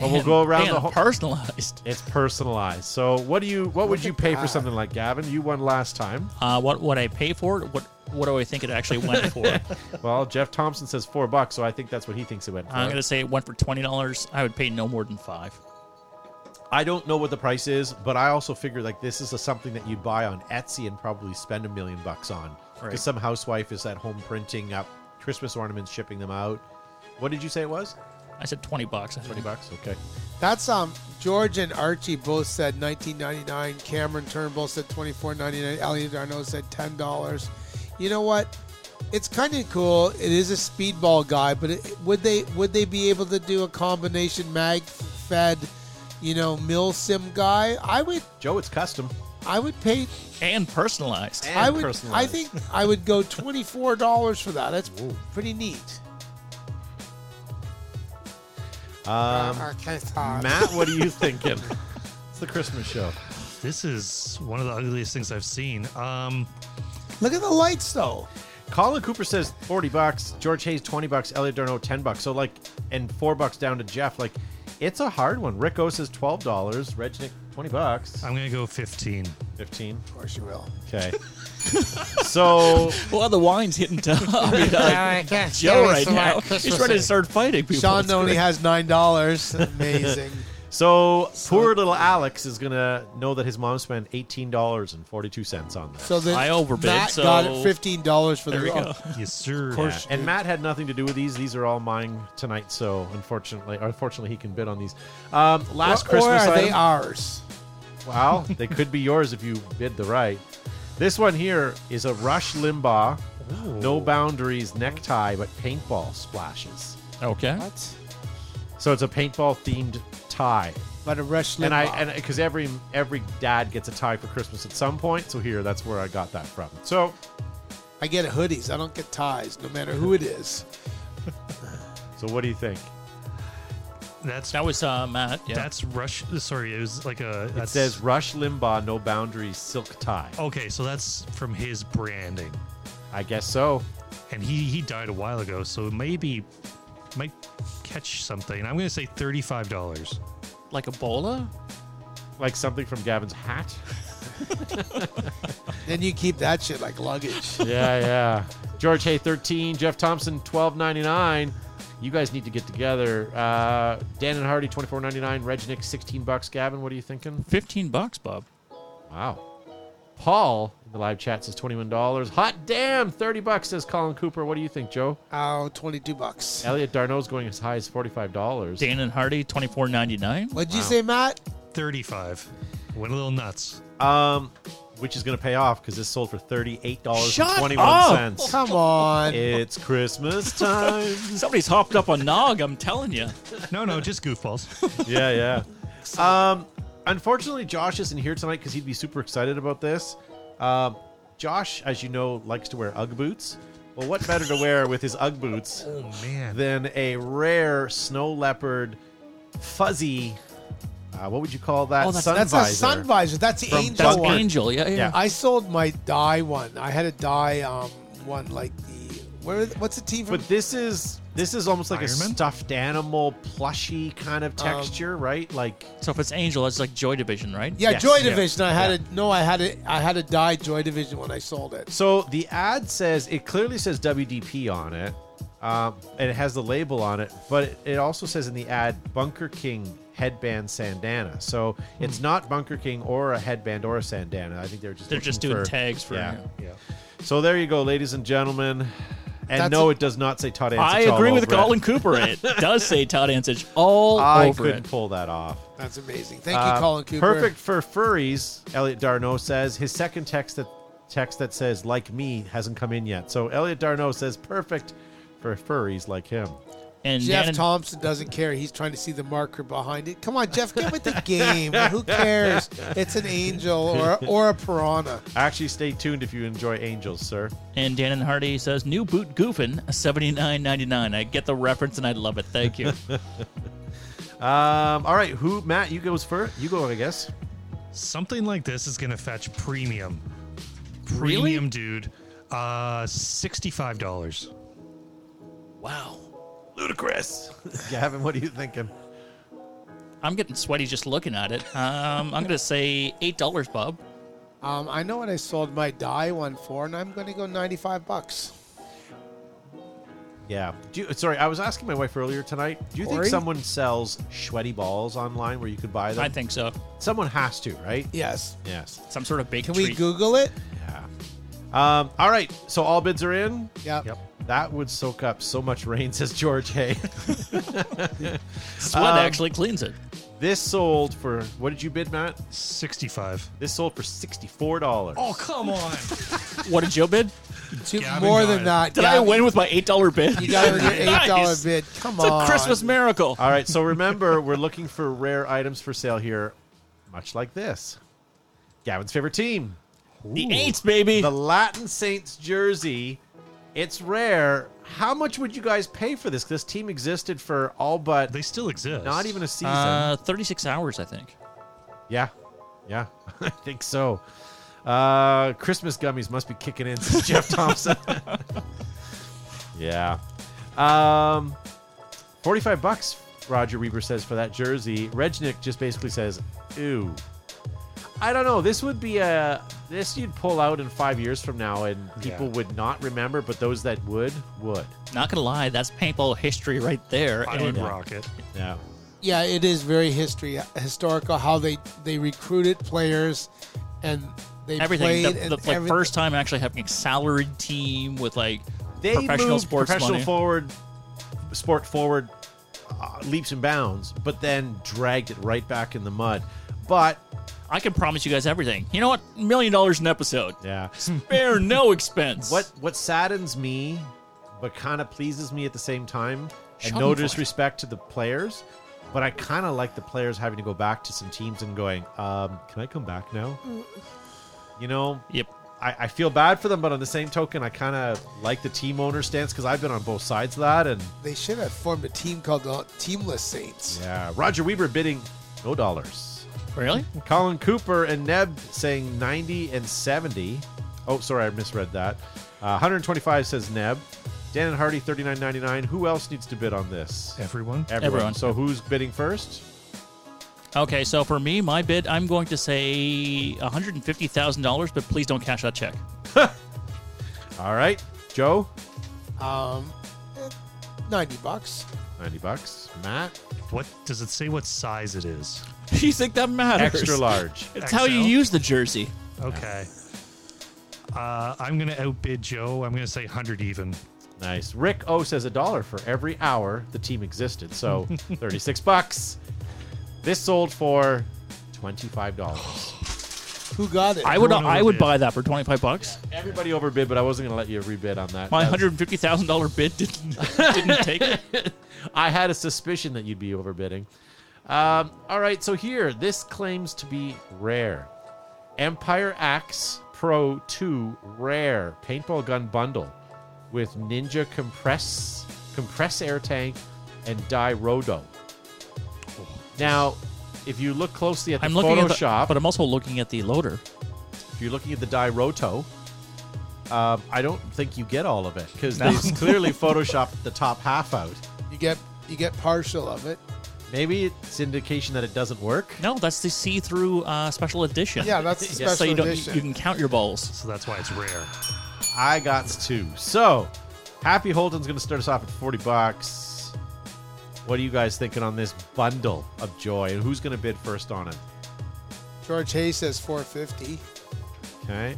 [SPEAKER 1] But we'll
[SPEAKER 6] And-
[SPEAKER 1] go around
[SPEAKER 6] and
[SPEAKER 1] the whole
[SPEAKER 6] personalized.
[SPEAKER 1] It's personalized. So what do you what would you pay for something like Gavin? You won last time.
[SPEAKER 6] Uh, what would I pay for it? What what do I think it actually went for?
[SPEAKER 1] [laughs] well, Jeff Thompson says four bucks, so I think that's what he thinks it went for.
[SPEAKER 6] I'm gonna say it went for twenty dollars. I would pay no more than five.
[SPEAKER 1] I don't know what the price is, but I also figure like this is a, something that you'd buy on Etsy and probably spend a million bucks on because
[SPEAKER 6] Right.
[SPEAKER 1] some housewife is at home printing up Christmas ornaments, shipping them out. What did you say it was?
[SPEAKER 6] I said twenty bucks.
[SPEAKER 1] Twenty bucks. Okay.
[SPEAKER 5] That's um. George and Archie both said 19.99. Cameron Turnbull said 24.99. Elliot Arnault said ten dollars. You know what? It's kind of cool. It is a speedball guy, but it, would they would they be able to do a combination mag fed, you know, mill sim guy? I would.
[SPEAKER 1] Joe, it's [laughs] custom.
[SPEAKER 5] I would pay.
[SPEAKER 6] And personalized.
[SPEAKER 5] I would. I think I would go twenty four dollars for that. That's pretty neat.
[SPEAKER 1] Um,
[SPEAKER 5] Uh, okay, Todd.
[SPEAKER 1] Matt, what are you thinking? it's the Christmas show.
[SPEAKER 7] This is one of the ugliest things I've seen. Um,
[SPEAKER 5] Look at the lights though.
[SPEAKER 1] Colin Cooper says forty bucks. George Hayes twenty bucks. Elliot Darno ten bucks. So like, and four bucks down to Jeff. Like, it's a hard one. Rick O says twelve dollars. Regnick twenty bucks.
[SPEAKER 7] I'm gonna go 15.
[SPEAKER 1] Fifteen.
[SPEAKER 5] Of course you will. [laughs]
[SPEAKER 1] Okay. so
[SPEAKER 6] Well, the wine's hitting top. [laughs] I mean, like, Joe right now. He's ready to start fighting people.
[SPEAKER 5] Sean
[SPEAKER 6] It's
[SPEAKER 5] only
[SPEAKER 6] great.
[SPEAKER 5] has nine dollars.
[SPEAKER 8] [laughs]
[SPEAKER 5] Amazing.
[SPEAKER 1] so poor little Alex is gonna know that his mom spent eighteen dollars and forty two cents on that.
[SPEAKER 5] So then
[SPEAKER 6] [laughs] I overbid,
[SPEAKER 5] Matt got it
[SPEAKER 6] so-
[SPEAKER 5] fifteen dollars for the
[SPEAKER 6] There we go.
[SPEAKER 7] Yes, sir.
[SPEAKER 1] Yeah. And Matt had nothing to do with these. These are all mine tonight. So unfortunately, or unfortunately, he can bid on these. Um, last
[SPEAKER 5] Or-
[SPEAKER 1] Christmas,
[SPEAKER 5] or are they
[SPEAKER 1] item-
[SPEAKER 5] ours?
[SPEAKER 1] Well, they could be yours if you bid the right. This one here is a Rush Limbaugh, no boundaries necktie, but paintball splashes.
[SPEAKER 6] Okay.
[SPEAKER 5] What?
[SPEAKER 1] So it's a paintball themed tie,
[SPEAKER 5] But a Rush Limbaugh.
[SPEAKER 1] and I and because every every dad gets a tie for Christmas at some point. So here, that's where I got that from. So
[SPEAKER 5] I get hoodies. I don't get ties, no matter who it is.
[SPEAKER 1] so what do you think?
[SPEAKER 7] That's
[SPEAKER 6] That was uh, Matt. Yeah.
[SPEAKER 7] that's rush. Sorry, it was like a.
[SPEAKER 1] It
[SPEAKER 7] that's-
[SPEAKER 1] says Rush Limbaugh, no boundaries silk tie.
[SPEAKER 7] Okay, so that's from his branding,
[SPEAKER 1] I guess so.
[SPEAKER 7] and he he died a while ago, so maybe might catch something. I'm gonna say thirty-five dollars.
[SPEAKER 6] like Ebola.
[SPEAKER 1] Like something from Gavin's hat.
[SPEAKER 5] Then you keep that shit like
[SPEAKER 6] [laughs]
[SPEAKER 5] luggage.
[SPEAKER 1] yeah, yeah. George Hay, thirteen. Jeff Thompson, twelve ninety nine. You guys need to get together. Uh, Dan and Hardy, twenty four ninety nine. Regnick, sixteen bucks. Gavin, what are you thinking?
[SPEAKER 6] Fifteen bucks, Bob.
[SPEAKER 1] Wow. Paul in the live chat says twenty one dollars. Hot damn, thirty bucks says Colin Cooper. What do you think, Joe?
[SPEAKER 5] Oh, 22 bucks.
[SPEAKER 1] Elliot Darnot's going as high as forty five dollars.
[SPEAKER 6] Dan and Hardy, twenty four ninety nine.
[SPEAKER 5] What'd you say, Matt?
[SPEAKER 7] Thirty-five. Went a little nuts.
[SPEAKER 1] Um, which is going to pay off because this sold for thirty eight dollars
[SPEAKER 6] Shut
[SPEAKER 1] twenty one
[SPEAKER 6] Oh.
[SPEAKER 1] cents.
[SPEAKER 5] Come on.
[SPEAKER 1] It's Christmas time.
[SPEAKER 6] Somebody's hopped up on Nog. I'm telling you.
[SPEAKER 7] No, no, just
[SPEAKER 1] [laughs]
[SPEAKER 7] goofballs.
[SPEAKER 1] yeah, yeah. Um, unfortunately, Josh isn't here tonight because he'd be super excited about this. Um, Josh, as you know, likes to wear UGG boots. Well, what better to wear with his UGG boots
[SPEAKER 7] Oh man.
[SPEAKER 1] than a rare snow leopard fuzzy? Uh, what would you call that?
[SPEAKER 6] Oh, that's-
[SPEAKER 1] sun
[SPEAKER 5] That's
[SPEAKER 1] visor.
[SPEAKER 5] a sun visor. That's the
[SPEAKER 1] From
[SPEAKER 5] angel
[SPEAKER 6] That's
[SPEAKER 1] Bug
[SPEAKER 5] one.
[SPEAKER 1] Bunker.
[SPEAKER 6] Angel. Yeah, yeah.
[SPEAKER 1] Yeah.
[SPEAKER 5] I sold my dye one. I had a dye um one like the where what's the team from?
[SPEAKER 1] But this is this is almost like a
[SPEAKER 7] Fireman?
[SPEAKER 1] stuffed animal, plushy kind of texture, right? Like
[SPEAKER 6] So if it's Angel, that's like Joy Division, right?
[SPEAKER 5] yeah,
[SPEAKER 1] yes,
[SPEAKER 5] Joy
[SPEAKER 1] yeah,
[SPEAKER 5] Division. I had a no, I had a I had a dye Joy Division when I sold it.
[SPEAKER 1] So the ad says it clearly says WDP on it, um, and it has the label on it, but it, it also says in the ad Bunker King headband Sandana. So it's not Bunker King or a headband or a Sandana. I think they're just
[SPEAKER 6] Hmm. They're
[SPEAKER 1] looking
[SPEAKER 6] just doing
[SPEAKER 1] for-
[SPEAKER 6] tags for.
[SPEAKER 1] yeah. So there you go, ladies and gentlemen. And
[SPEAKER 5] That's
[SPEAKER 1] no,
[SPEAKER 5] a-
[SPEAKER 1] it does not say Todd. Ansich
[SPEAKER 6] I
[SPEAKER 1] all
[SPEAKER 6] agree with
[SPEAKER 1] over it.
[SPEAKER 6] Colin Cooper. [laughs] It does say Todd Ansich all
[SPEAKER 1] I
[SPEAKER 6] over
[SPEAKER 1] couldn't
[SPEAKER 6] it.
[SPEAKER 1] pull that off.
[SPEAKER 5] That's amazing. Thank
[SPEAKER 1] Uh,
[SPEAKER 5] you, Colin Cooper.
[SPEAKER 1] Perfect for furries, Elliot Darno says. His second text that text that says "like me" hasn't come in yet. So Elliot Darno says perfect for furries like him.
[SPEAKER 6] And
[SPEAKER 5] Jeff
[SPEAKER 6] Dan and-
[SPEAKER 5] Thompson doesn't care. He's trying to see the marker behind it. Come on, Jeff, get with the game. Who cares? It's an angel or or a piranha.
[SPEAKER 1] Actually, stay tuned if you enjoy Angels, sir.
[SPEAKER 6] And Dan and Hardy says, "New boot goofin, seventy nine ninety nine. I get the reference and I love it. Thank
[SPEAKER 5] [laughs]
[SPEAKER 6] you.
[SPEAKER 1] Um, all right, who Matt? You goes first. You go, I guess.
[SPEAKER 7] [laughs] Something like this is gonna fetch premium. Premium,
[SPEAKER 6] Really?
[SPEAKER 7] dude. Uh, sixty-five dollars.
[SPEAKER 6] wow,
[SPEAKER 1] Ludicrous. Gavin, what are you thinking?
[SPEAKER 6] I'm getting sweaty just looking at it. Um, I'm gonna say eight dollars, Bob.
[SPEAKER 5] Um, I know what I sold my die one for, and I'm going to go 95 bucks.
[SPEAKER 1] Yeah. Do you, sorry, I was asking my wife earlier tonight. Do you
[SPEAKER 5] Corey?
[SPEAKER 1] think someone sells sweaty balls online where you could buy them?
[SPEAKER 6] I think so.
[SPEAKER 1] someone has to, right?
[SPEAKER 5] Yes.
[SPEAKER 1] Yes.
[SPEAKER 6] Some sort of baked
[SPEAKER 5] Can we
[SPEAKER 6] treat.
[SPEAKER 5] Google it?
[SPEAKER 1] Um, all right. So all bids are in.
[SPEAKER 5] Yep.
[SPEAKER 7] Yep.
[SPEAKER 1] That would soak up so much rain, says George Hay. [laughs]
[SPEAKER 6] Sweat
[SPEAKER 5] Um,
[SPEAKER 6] actually cleans it.
[SPEAKER 1] this sold for what did you bid, Matt?
[SPEAKER 7] 65.
[SPEAKER 1] This sold for sixty-four dollars.
[SPEAKER 5] oh,
[SPEAKER 7] Oh, come on.
[SPEAKER 6] [laughs] What did Joe bid?
[SPEAKER 5] Two,
[SPEAKER 7] Gavin
[SPEAKER 5] more
[SPEAKER 7] got
[SPEAKER 5] than
[SPEAKER 7] it.
[SPEAKER 5] that.
[SPEAKER 6] Did I
[SPEAKER 5] Gavin,
[SPEAKER 6] win with my eight dollar bid?
[SPEAKER 5] You got it with your $8
[SPEAKER 6] Nice.
[SPEAKER 5] bid. Come
[SPEAKER 6] [laughs] It's
[SPEAKER 5] on.
[SPEAKER 6] a Christmas miracle.
[SPEAKER 1] All right, so
[SPEAKER 7] [laughs]
[SPEAKER 1] remember, we're looking for rare items for sale here, much like this. Gavin's favorite team,
[SPEAKER 6] The eights, baby.
[SPEAKER 1] the Latin Saints jersey. It's rare. How much would you guys pay for this? This team existed for all but
[SPEAKER 7] They still exist.
[SPEAKER 1] not even a season.
[SPEAKER 6] Uh, Thirty-six hours, I think.
[SPEAKER 1] yeah, yeah, [laughs] I think so. Uh, Christmas gummies must be kicking in, says Jeff Thompson. [laughs] yeah. Um, 45 bucks, Roger Reber says, for that jersey. Regnick just basically says, ooh. I don't know. This would be a. This you'd pull out in five years from now, and people
[SPEAKER 7] Yeah.
[SPEAKER 1] would not remember, but those that would, would.
[SPEAKER 6] Not gonna lie, that's paintball history right there.
[SPEAKER 7] I
[SPEAKER 6] and
[SPEAKER 7] would rock it.
[SPEAKER 1] Yeah.
[SPEAKER 5] Yeah, it is very history historical how they they recruited players and they
[SPEAKER 6] everything. The,
[SPEAKER 5] played and
[SPEAKER 6] the, like
[SPEAKER 5] everyth-
[SPEAKER 6] first time actually having a salaried team with like
[SPEAKER 1] They
[SPEAKER 6] professional
[SPEAKER 1] moved
[SPEAKER 6] sports
[SPEAKER 1] professional
[SPEAKER 6] money.
[SPEAKER 1] forward, sport forward, uh, leaps and bounds, but then dragged it right back in the mud. But
[SPEAKER 6] I can promise you guys everything. You know what? Million dollars an episode.
[SPEAKER 1] yeah,
[SPEAKER 6] Spare no expense.
[SPEAKER 1] [laughs] what what saddens me, but kind of pleases me at the same time, and no
[SPEAKER 6] Schadenfreude.
[SPEAKER 1] disrespect to the players, but I kind of like the players having to go back to some teams and going, um, "Can I come back now?" You know,
[SPEAKER 6] Yep.
[SPEAKER 1] I, I feel bad for them, but on the same token, I kind of like the team owner stance because I've been on both sides of that, and
[SPEAKER 5] they should have formed a team called the Teamless Saints.
[SPEAKER 1] yeah, Roger Weber bidding no dollars.
[SPEAKER 6] Really?
[SPEAKER 1] Colin Cooper and Neb saying 90 and 70. Oh, sorry, I misread that. Uh, 125 says Neb. Dan and Hardy 39.99. Who else needs to bid on this?
[SPEAKER 7] Everyone.
[SPEAKER 6] Everyone.
[SPEAKER 1] So who's bidding first?
[SPEAKER 6] Okay, so for me, my bid, I'm going to say $150,000, but please don't cash that check.
[SPEAKER 1] All right, Joe,
[SPEAKER 5] Um, eh, 90 bucks.
[SPEAKER 1] 90 bucks.
[SPEAKER 6] [laughs]
[SPEAKER 1] Matt,
[SPEAKER 7] What does it say? What size it is?
[SPEAKER 6] you think that matters?
[SPEAKER 1] extra large.
[SPEAKER 6] It's how you
[SPEAKER 7] XL?
[SPEAKER 6] use the jersey.
[SPEAKER 7] Okay. Uh, I'm gonna outbid Joe. I'm gonna say hundred even.
[SPEAKER 1] Nice. Rick O says a dollar for every hour the team existed.
[SPEAKER 6] [laughs]
[SPEAKER 1] So 36 bucks. This sold for $25.
[SPEAKER 5] Who got it?
[SPEAKER 6] I would
[SPEAKER 7] Everyone
[SPEAKER 6] I would
[SPEAKER 7] overbid.
[SPEAKER 6] buy that for 25 bucks.
[SPEAKER 1] Everybody overbid, but I wasn't going to let you rebid on that.
[SPEAKER 6] My
[SPEAKER 1] That was-
[SPEAKER 6] $150,000 bid didn't, didn't take it.
[SPEAKER 1] I had a suspicion that you'd be overbidding. Um, all right, so here, this claims to be rare. Empire Axe Pro 2 Rare Paintball Gun Bundle with Ninja Compress, Compress Air Tank, and Die Rodo. Now, if you look closely at the
[SPEAKER 6] I'm looking
[SPEAKER 1] Photoshop,
[SPEAKER 6] at the, but I'm also looking at the loader.
[SPEAKER 1] if you're looking at the Die Roto, um, I don't think you get all of it because
[SPEAKER 6] No. [laughs]
[SPEAKER 1] they clearly photoshopped the top half out.
[SPEAKER 5] You get you get partial of it.
[SPEAKER 1] Maybe it's indication that it doesn't work.
[SPEAKER 6] No, that's the see-through uh, special edition.
[SPEAKER 5] Yeah, that's the
[SPEAKER 6] so
[SPEAKER 5] special
[SPEAKER 6] you don't
[SPEAKER 5] edition.
[SPEAKER 6] you can count your balls.
[SPEAKER 7] So that's why it's rare.
[SPEAKER 1] I got two. So, Happy Holden's going to start us off at 40 bucks. What are you guys thinking on this bundle of joy? And who's going to bid first on it?
[SPEAKER 5] George Hayes says 450.
[SPEAKER 1] Okay.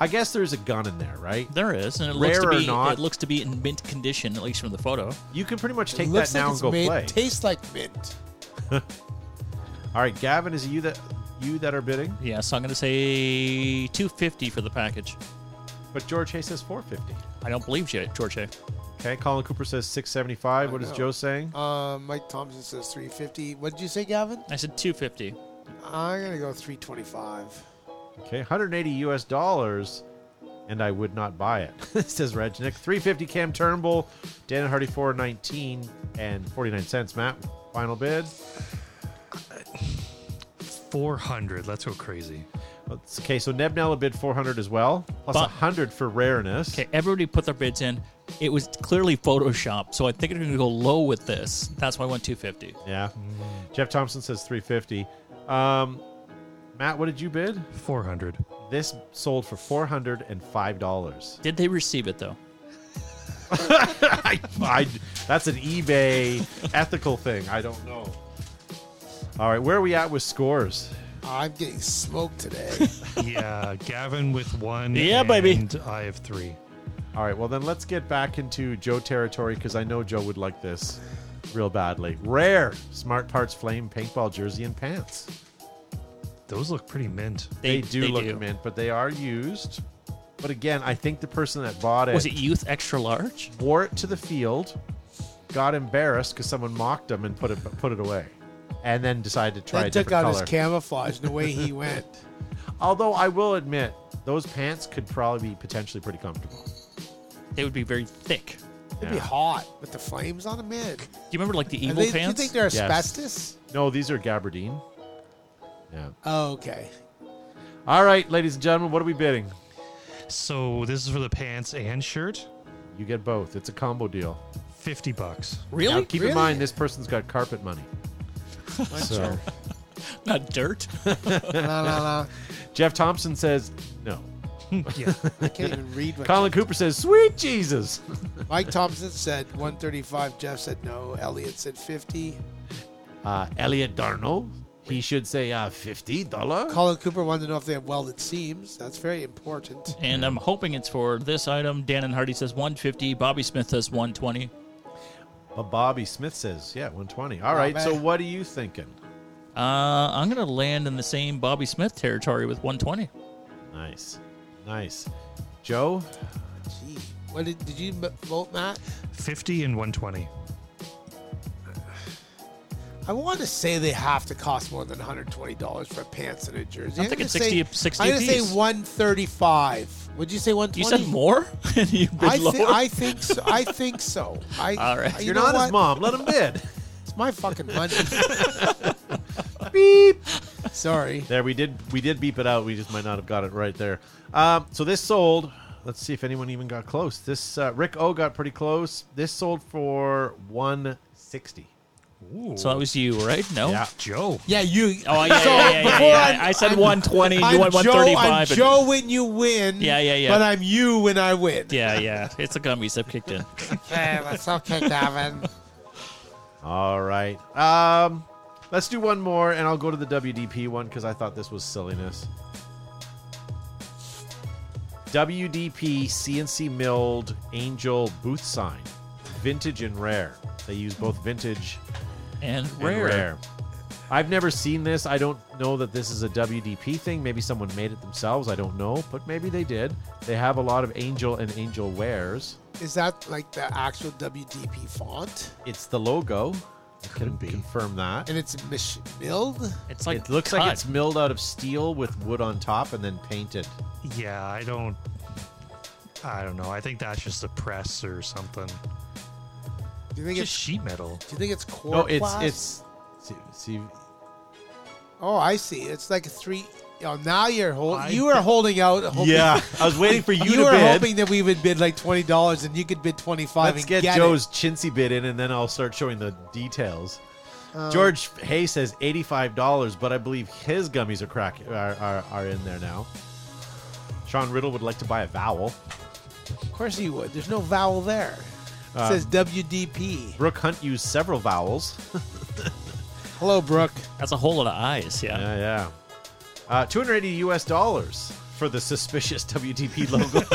[SPEAKER 1] I guess there's a gun in there, right?
[SPEAKER 6] There is, and it
[SPEAKER 1] Rare
[SPEAKER 6] looks to
[SPEAKER 1] or
[SPEAKER 6] be
[SPEAKER 1] not.
[SPEAKER 6] it looks to be in mint condition, at least from the photo.
[SPEAKER 1] You can pretty much
[SPEAKER 5] it
[SPEAKER 1] take
[SPEAKER 5] looks
[SPEAKER 1] that now
[SPEAKER 5] like
[SPEAKER 1] and
[SPEAKER 5] it's
[SPEAKER 1] go
[SPEAKER 5] mint,
[SPEAKER 1] play.
[SPEAKER 5] tastes like mint.
[SPEAKER 1] All right, Gavin, is it you that you that are bidding?
[SPEAKER 6] Yeah, so I'm going to say 250 for the package.
[SPEAKER 1] But George Hay says 450.
[SPEAKER 6] I don't believe you, George. A.
[SPEAKER 1] Okay, Colin Cooper says 675. What is
[SPEAKER 5] know.
[SPEAKER 1] Joe saying?
[SPEAKER 5] Um, Mike Thompson says 350. What did you say, Gavin?
[SPEAKER 6] I said 250.
[SPEAKER 5] I'm gonna go 325.
[SPEAKER 1] Okay, 180 US dollars, and I would not buy it. [laughs] says Regnick. 350 Cam Turnbull, Dan Hardy 419 and 49 cents. Matt, final bid.
[SPEAKER 7] Four hundred. Let's go crazy.
[SPEAKER 1] That's- Okay, so Nebnella bid 400 as well, plus
[SPEAKER 6] But-
[SPEAKER 1] 100 for rareness.
[SPEAKER 6] Okay, everybody put their bids in. It was clearly Photoshop, so I think they're going to go low with this. That's why I went 250.
[SPEAKER 1] Yeah. Jeff Thompson says 350. Um, Matt, what did you bid?
[SPEAKER 7] Four hundred.
[SPEAKER 1] This sold for four hundred and five dollars.
[SPEAKER 6] Did they receive it though?
[SPEAKER 1] I, [laughs] I- that's an eBay ethical thing. I don't know. All right, where are we at with scores?
[SPEAKER 5] I'm getting
[SPEAKER 1] [laughs]
[SPEAKER 5] smoked today.
[SPEAKER 7] yeah, Gavin with one.
[SPEAKER 6] Yeah,
[SPEAKER 7] and
[SPEAKER 6] baby.
[SPEAKER 7] I have three.
[SPEAKER 1] All right, well then let's get back into Joe territory because I know Joe would like this real badly. Rare smart parts, flame paintball jersey and pants.
[SPEAKER 7] Those look pretty mint.
[SPEAKER 1] They, do look mint, but they are used. But again, I think the person that bought it
[SPEAKER 6] Was it youth extra large?
[SPEAKER 1] wore it to the field, got embarrassed because someone mocked him and put it put it away, and then decided to try
[SPEAKER 5] That
[SPEAKER 1] a
[SPEAKER 5] took
[SPEAKER 1] different
[SPEAKER 5] out
[SPEAKER 1] color.
[SPEAKER 5] his camouflage and the way
[SPEAKER 1] [laughs]
[SPEAKER 5] he went.
[SPEAKER 1] Although I will admit, those pants could probably be potentially pretty comfortable.
[SPEAKER 6] They would be very thick. Do
[SPEAKER 5] It'd be hot with the flames on him in.
[SPEAKER 6] you remember like the
[SPEAKER 5] Are
[SPEAKER 6] evil
[SPEAKER 5] they- do you
[SPEAKER 6] pants?
[SPEAKER 5] think they're
[SPEAKER 1] Yes.
[SPEAKER 5] asbestos?
[SPEAKER 1] No, these are gabardine. Yeah.
[SPEAKER 5] Oh, okay.
[SPEAKER 1] All right, ladies and gentlemen, what are we bidding?
[SPEAKER 7] So this is for the pants and shirt.
[SPEAKER 1] You get both. It's a combo deal.
[SPEAKER 7] Fifty bucks.
[SPEAKER 1] Now,
[SPEAKER 6] really?
[SPEAKER 1] keep
[SPEAKER 5] Really?
[SPEAKER 1] in mind, this person's got carpet [laughs] money. so,
[SPEAKER 6] Not dirt. [laughs]
[SPEAKER 5] La, la, la.
[SPEAKER 1] Jeff Thompson says no.
[SPEAKER 7] Yeah.
[SPEAKER 5] I
[SPEAKER 1] [laughs]
[SPEAKER 5] can't even read what
[SPEAKER 1] Colin Cooper says, "Sweet Jesus."
[SPEAKER 5] Mike Thompson said 135. Jeff said no. Elliot said 50.
[SPEAKER 1] Uh, Elliot Darno, he should say uh, fifty dollar.
[SPEAKER 5] Colin Cooper wanted to know if they have welded seams. That's very important.
[SPEAKER 6] And I'm hoping it's for this item. Dan and Hardy says 150. Bobby Smith says 120.
[SPEAKER 1] But Bobby Smith says, "Yeah, one twenty. All right.
[SPEAKER 5] Bobby.
[SPEAKER 1] So what are you thinking?
[SPEAKER 6] Uh, I'm gonna land in the same Bobby Smith territory with 120.
[SPEAKER 1] Nice, nice.
[SPEAKER 5] Uh,
[SPEAKER 1] Joe,
[SPEAKER 5] Gee. What did, did you m- vote, Matt?
[SPEAKER 7] Fifty and one twenty.
[SPEAKER 5] I want to say they have to cost more than $120 for pants and a jersey.
[SPEAKER 6] I'm thinking
[SPEAKER 5] gonna say-
[SPEAKER 6] 60 60
[SPEAKER 5] I'm going to say
[SPEAKER 6] apiece.
[SPEAKER 5] 135. Would you say 120?
[SPEAKER 6] You said more? [laughs] and you bid
[SPEAKER 5] I, thi-
[SPEAKER 6] lower?
[SPEAKER 5] I think so. I think so. I,
[SPEAKER 6] [laughs] All right.
[SPEAKER 5] You
[SPEAKER 1] you're
[SPEAKER 5] know
[SPEAKER 1] not
[SPEAKER 5] what?
[SPEAKER 1] his mom. Let him
[SPEAKER 5] [laughs]
[SPEAKER 1] bid.
[SPEAKER 5] It's my fucking
[SPEAKER 6] [laughs]
[SPEAKER 5] money.
[SPEAKER 1] Beep.
[SPEAKER 5] Sorry.
[SPEAKER 1] There, we did. We did beep it out. We just might not have got it right there. Um, so this sold. Let's see if anyone even got close. This uh, Rick O got pretty close. This sold for one sixty.
[SPEAKER 6] so that was you, right? No.
[SPEAKER 1] Yeah.
[SPEAKER 7] Joe.
[SPEAKER 5] Yeah, you. [laughs]
[SPEAKER 6] Oh yeah, yeah, yeah, yeah, yeah,
[SPEAKER 5] before
[SPEAKER 6] yeah.
[SPEAKER 5] I'm-
[SPEAKER 6] I said
[SPEAKER 5] I'm-
[SPEAKER 6] 120.
[SPEAKER 5] I'm
[SPEAKER 6] you went
[SPEAKER 5] Joe,
[SPEAKER 6] 135.
[SPEAKER 5] I'm
[SPEAKER 6] and-
[SPEAKER 5] Joe when you win.
[SPEAKER 6] Yeah, yeah, yeah.
[SPEAKER 5] But I'm you when I win.
[SPEAKER 6] Yeah, yeah. It's the gummies that kicked in.
[SPEAKER 5] Okay, that's okay, Gavin.
[SPEAKER 1] All right. Um, let's do one more, and I'll go to the WDP one because I thought this was silliness. WDP CNC milled Angel booth sign, vintage and rare. They use both vintage
[SPEAKER 6] And
[SPEAKER 1] and
[SPEAKER 6] rare.
[SPEAKER 1] rare. I've never seen this. I don't know that this is a WDP thing. Maybe someone made it themselves. I don't know, but maybe they did. They have a lot of Angel and Angel wares.
[SPEAKER 5] [laughs] Is that like the actual WDP font?
[SPEAKER 1] It's the logo. I can
[SPEAKER 7] Could be.
[SPEAKER 1] confirm that.
[SPEAKER 5] And it's mish- milled?
[SPEAKER 6] It's like
[SPEAKER 1] it looks
[SPEAKER 6] cut.
[SPEAKER 1] like it's milled out of steel with wood on top and then painted.
[SPEAKER 7] Yeah, I don't. I don't know. I think that's just a press or something.
[SPEAKER 5] Do you think
[SPEAKER 7] Just
[SPEAKER 5] it's,
[SPEAKER 7] sheet metal.
[SPEAKER 5] do you think it's core
[SPEAKER 1] No, it's
[SPEAKER 5] class?
[SPEAKER 1] it's. See, see,
[SPEAKER 5] Oh, I see. It's like a three. Oh, now you're holding. You
[SPEAKER 1] [laughs]
[SPEAKER 5] are holding out. Hoping,
[SPEAKER 1] I was [laughs] waiting for
[SPEAKER 5] You were hoping that we would bid like twenty dollars, and you could bid twenty five.
[SPEAKER 1] Let's get, Joe's chintzy bid in, and then I'll start showing the details. George Hay says eighty-five dollars, but I believe his gummies are crack are, are, are in there now. Sean Riddle would like to buy a vowel.
[SPEAKER 5] Of course you would. There's no vowel there. It
[SPEAKER 1] Uh,
[SPEAKER 5] says WDP.
[SPEAKER 1] Brooke Hunt used several vowels.
[SPEAKER 5] Hello, Brooke.
[SPEAKER 6] That's a whole lot of eyes. Yeah.
[SPEAKER 1] Yeah, yeah. Uh, Two hundred eighty U.S. dollars for the suspicious [laughs] WDP logo.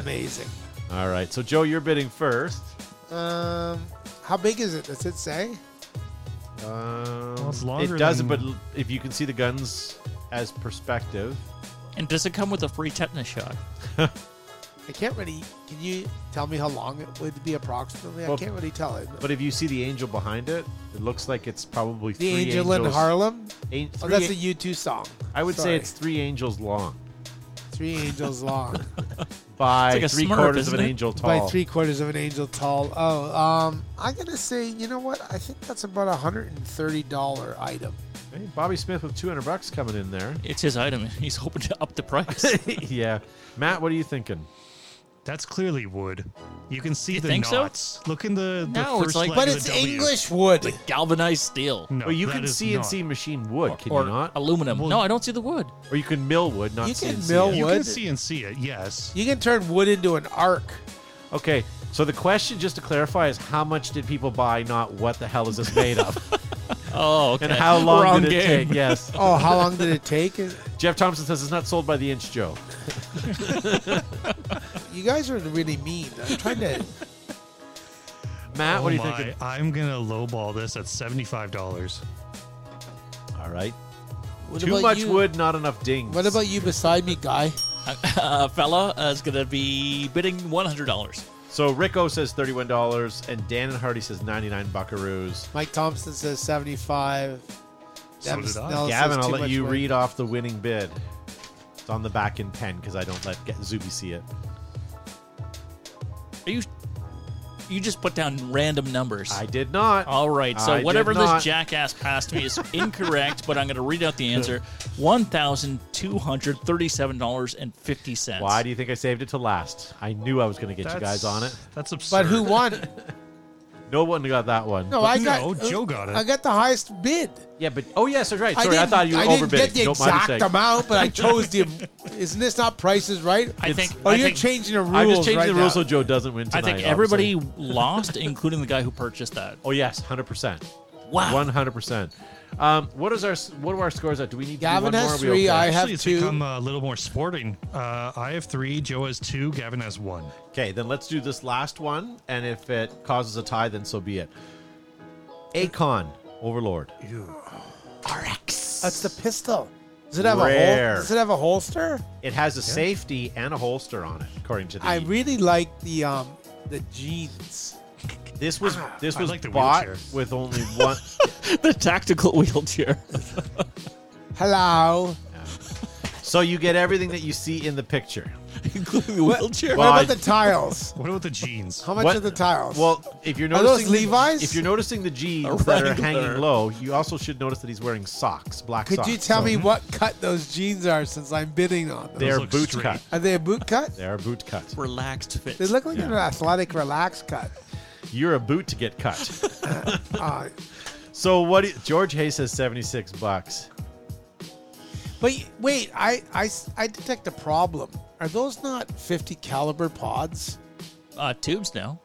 [SPEAKER 5] Amazing.
[SPEAKER 1] All right, so Joe, you're bidding first.
[SPEAKER 5] Um, how big is it? Does it say?
[SPEAKER 1] Um,
[SPEAKER 7] it's longer
[SPEAKER 1] it doesn't,
[SPEAKER 7] than-
[SPEAKER 1] but l- if you can see the guns as perspective,
[SPEAKER 6] And does it come with a free tetanus shot?
[SPEAKER 5] I can't really. Can you tell me how long it would be approximately?
[SPEAKER 1] Well,
[SPEAKER 5] I can't really tell it.
[SPEAKER 1] but if you see the angel behind it, it looks like it's probably
[SPEAKER 5] the
[SPEAKER 1] three
[SPEAKER 5] Angel in
[SPEAKER 1] angels-
[SPEAKER 5] Harlem.
[SPEAKER 1] an-
[SPEAKER 5] Oh,
[SPEAKER 1] three
[SPEAKER 5] that's a
[SPEAKER 1] an-
[SPEAKER 5] U2 song.
[SPEAKER 1] I would
[SPEAKER 5] Sorry.
[SPEAKER 1] say it's three angels long
[SPEAKER 5] Three
[SPEAKER 1] [laughs]
[SPEAKER 5] angels long
[SPEAKER 1] by
[SPEAKER 6] like a
[SPEAKER 1] three
[SPEAKER 6] Smurf,
[SPEAKER 1] quarters of
[SPEAKER 6] isn't
[SPEAKER 1] an
[SPEAKER 6] it?
[SPEAKER 1] angel tall.
[SPEAKER 5] by three quarters of an angel tall. Oh, um, I'm gonna say, you know what? I think that's about a hundred and thirty dollar item.
[SPEAKER 1] Hey, Bobby Smith with two hundred bucks coming in there.
[SPEAKER 6] [laughs]
[SPEAKER 1] [laughs]
[SPEAKER 6] It's his item. He's hoping to up the price.
[SPEAKER 1] yeah, Matt, what are you thinking?
[SPEAKER 7] That's clearly wood. You can see
[SPEAKER 6] You
[SPEAKER 7] the
[SPEAKER 6] think so?
[SPEAKER 7] knots. Look in the, the
[SPEAKER 6] No,
[SPEAKER 7] first
[SPEAKER 6] it's like-
[SPEAKER 7] letter
[SPEAKER 6] But
[SPEAKER 7] of
[SPEAKER 6] it's
[SPEAKER 7] the W.
[SPEAKER 5] English wood.
[SPEAKER 6] Like galvanized steel.
[SPEAKER 7] No,
[SPEAKER 1] Well, you
[SPEAKER 7] that
[SPEAKER 1] can
[SPEAKER 7] is
[SPEAKER 1] CNC
[SPEAKER 7] not.
[SPEAKER 1] machine wood, can
[SPEAKER 6] or
[SPEAKER 1] you not?
[SPEAKER 6] aluminum.
[SPEAKER 7] Well-
[SPEAKER 6] no, I don't see the wood.
[SPEAKER 1] Or you can mill wood, not
[SPEAKER 5] You can
[SPEAKER 1] CNC.
[SPEAKER 5] mill
[SPEAKER 7] You
[SPEAKER 5] wood.
[SPEAKER 7] can CNC it, yes.
[SPEAKER 5] You can turn wood into an arc.
[SPEAKER 1] Okay, so the question, just to clarify, is how much did people buy, not what the hell is this made of?
[SPEAKER 7] [laughs]
[SPEAKER 6] Oh, okay.
[SPEAKER 1] and how long
[SPEAKER 6] Wrong
[SPEAKER 1] did it
[SPEAKER 6] game.
[SPEAKER 1] take? Yes.
[SPEAKER 5] [laughs] [laughs] Oh, how long did it take?
[SPEAKER 1] Jeff Thompson says it's not sold by the inch, Joe.
[SPEAKER 5] You guys are really mean. I'm
[SPEAKER 1] [laughs]
[SPEAKER 5] trying to.
[SPEAKER 1] Matt, what
[SPEAKER 7] Oh
[SPEAKER 1] do you
[SPEAKER 7] my,
[SPEAKER 1] think?
[SPEAKER 7] I'm gonna lowball this at seventy-five dollars.
[SPEAKER 1] All right.
[SPEAKER 6] What
[SPEAKER 1] Too
[SPEAKER 6] about
[SPEAKER 1] much
[SPEAKER 6] you?
[SPEAKER 1] wood, not enough dings.
[SPEAKER 5] What about you beside me, guy?
[SPEAKER 6] Uh, fella uh, is going to be bidding one hundred dollars.
[SPEAKER 1] So Rico says thirty-one dollars, and Dan and Hardy says ninety-nine buckaroos.
[SPEAKER 5] Mike Thompson says 75.
[SPEAKER 7] So
[SPEAKER 5] Deb
[SPEAKER 7] did I.
[SPEAKER 5] Snell says
[SPEAKER 1] Gavin, I'll
[SPEAKER 5] too
[SPEAKER 1] let
[SPEAKER 5] much
[SPEAKER 1] you
[SPEAKER 5] wood.
[SPEAKER 1] read off the winning bid. It's on the back in pen because I don't let get Zuby see it.
[SPEAKER 6] Are you? You just put down random numbers.
[SPEAKER 1] I did not.
[SPEAKER 6] All right. So
[SPEAKER 1] I did
[SPEAKER 6] whatever
[SPEAKER 1] not.
[SPEAKER 6] this jackass
[SPEAKER 1] [laughs]
[SPEAKER 6] passed me is incorrect, but I'm going to read out the answer: one thousand two hundred thirty-seven dollars and fifty cents.
[SPEAKER 1] Why do you think I saved it to last? I knew I was going to get you guys on it.
[SPEAKER 7] That's absurd.
[SPEAKER 5] But who won?
[SPEAKER 1] [laughs] No one got that one.
[SPEAKER 5] No, I got.
[SPEAKER 7] no, Joe got it.
[SPEAKER 5] I got the highest bid.
[SPEAKER 1] Yeah, but oh yes, that's right.
[SPEAKER 5] I
[SPEAKER 1] Sorry, I,
[SPEAKER 5] didn't-
[SPEAKER 1] thought you were
[SPEAKER 5] I
[SPEAKER 1] overbidding.
[SPEAKER 5] didn't get the
[SPEAKER 1] Nope, my
[SPEAKER 5] exact
[SPEAKER 1] mistake.
[SPEAKER 5] amount, but I
[SPEAKER 1] [laughs]
[SPEAKER 5] chose the. Isn't this not prices right?
[SPEAKER 6] I think.
[SPEAKER 5] Oh,
[SPEAKER 6] I
[SPEAKER 5] you're
[SPEAKER 6] think,
[SPEAKER 5] changing the rules.
[SPEAKER 1] I'm just changing
[SPEAKER 5] right
[SPEAKER 1] the rules
[SPEAKER 5] now.
[SPEAKER 1] so Joe doesn't win
[SPEAKER 6] I
[SPEAKER 1] tonight.
[SPEAKER 6] think everybody [laughs] lost, including the guy who purchased that.
[SPEAKER 1] obviously. Oh yes, hundred percent.
[SPEAKER 6] Wow.
[SPEAKER 1] One hundred percent. Um, what is our what are our scores at? Do we need to do
[SPEAKER 5] Gavin
[SPEAKER 1] one
[SPEAKER 5] has
[SPEAKER 1] more? Are we okay?
[SPEAKER 5] three, I have
[SPEAKER 7] Actually, it's
[SPEAKER 5] two.
[SPEAKER 7] become a little more sporting. Uh, I have three, Joe has two, Gavin has one.
[SPEAKER 1] Okay, then let's do this last one, and if it causes a tie, then so be it. Akon Overlord.
[SPEAKER 5] That's the pistol. Does it have a
[SPEAKER 1] Rare.
[SPEAKER 5] hol- Does it have a holster?
[SPEAKER 1] It has a safety and a holster on it, according to the. E
[SPEAKER 5] I really like the um the jeans.
[SPEAKER 1] this was
[SPEAKER 5] Ah,
[SPEAKER 1] this
[SPEAKER 7] I
[SPEAKER 1] was
[SPEAKER 7] like the
[SPEAKER 1] bought
[SPEAKER 7] wheelchair.
[SPEAKER 1] with only one.
[SPEAKER 6] [laughs] the tactical wheelchair. [laughs]
[SPEAKER 5] Hello.
[SPEAKER 1] so you get everything that you see in the picture.
[SPEAKER 6] including the wheelchair.
[SPEAKER 5] What
[SPEAKER 1] Well,
[SPEAKER 5] about the tiles?
[SPEAKER 7] What about the jeans?
[SPEAKER 5] How much
[SPEAKER 1] What-
[SPEAKER 5] are the tiles?
[SPEAKER 1] Well, if you're
[SPEAKER 5] Are
[SPEAKER 1] noticing
[SPEAKER 5] those
[SPEAKER 1] the-
[SPEAKER 5] Levi's?
[SPEAKER 1] if you're noticing the jeans that are
[SPEAKER 6] regular.
[SPEAKER 1] hanging low, you also should notice that he's wearing socks, black
[SPEAKER 5] Could
[SPEAKER 1] socks.
[SPEAKER 5] you tell
[SPEAKER 1] So
[SPEAKER 5] me what cut those jeans are since I'm bidding on them?
[SPEAKER 1] They're
[SPEAKER 7] look
[SPEAKER 1] boot
[SPEAKER 7] straight.
[SPEAKER 1] cut.
[SPEAKER 5] Are they a boot cut?
[SPEAKER 1] They're boot cut.
[SPEAKER 6] Relaxed fit.
[SPEAKER 5] They look like an athletic relaxed cut.
[SPEAKER 1] You're a boot to get cut.
[SPEAKER 5] [laughs] Uh,
[SPEAKER 1] so what? do you- George Hayes says seventy six bucks.
[SPEAKER 5] but y- wait, I, I s- I detect a problem. Are those not 50 caliber pods?
[SPEAKER 6] Uh, tubes now.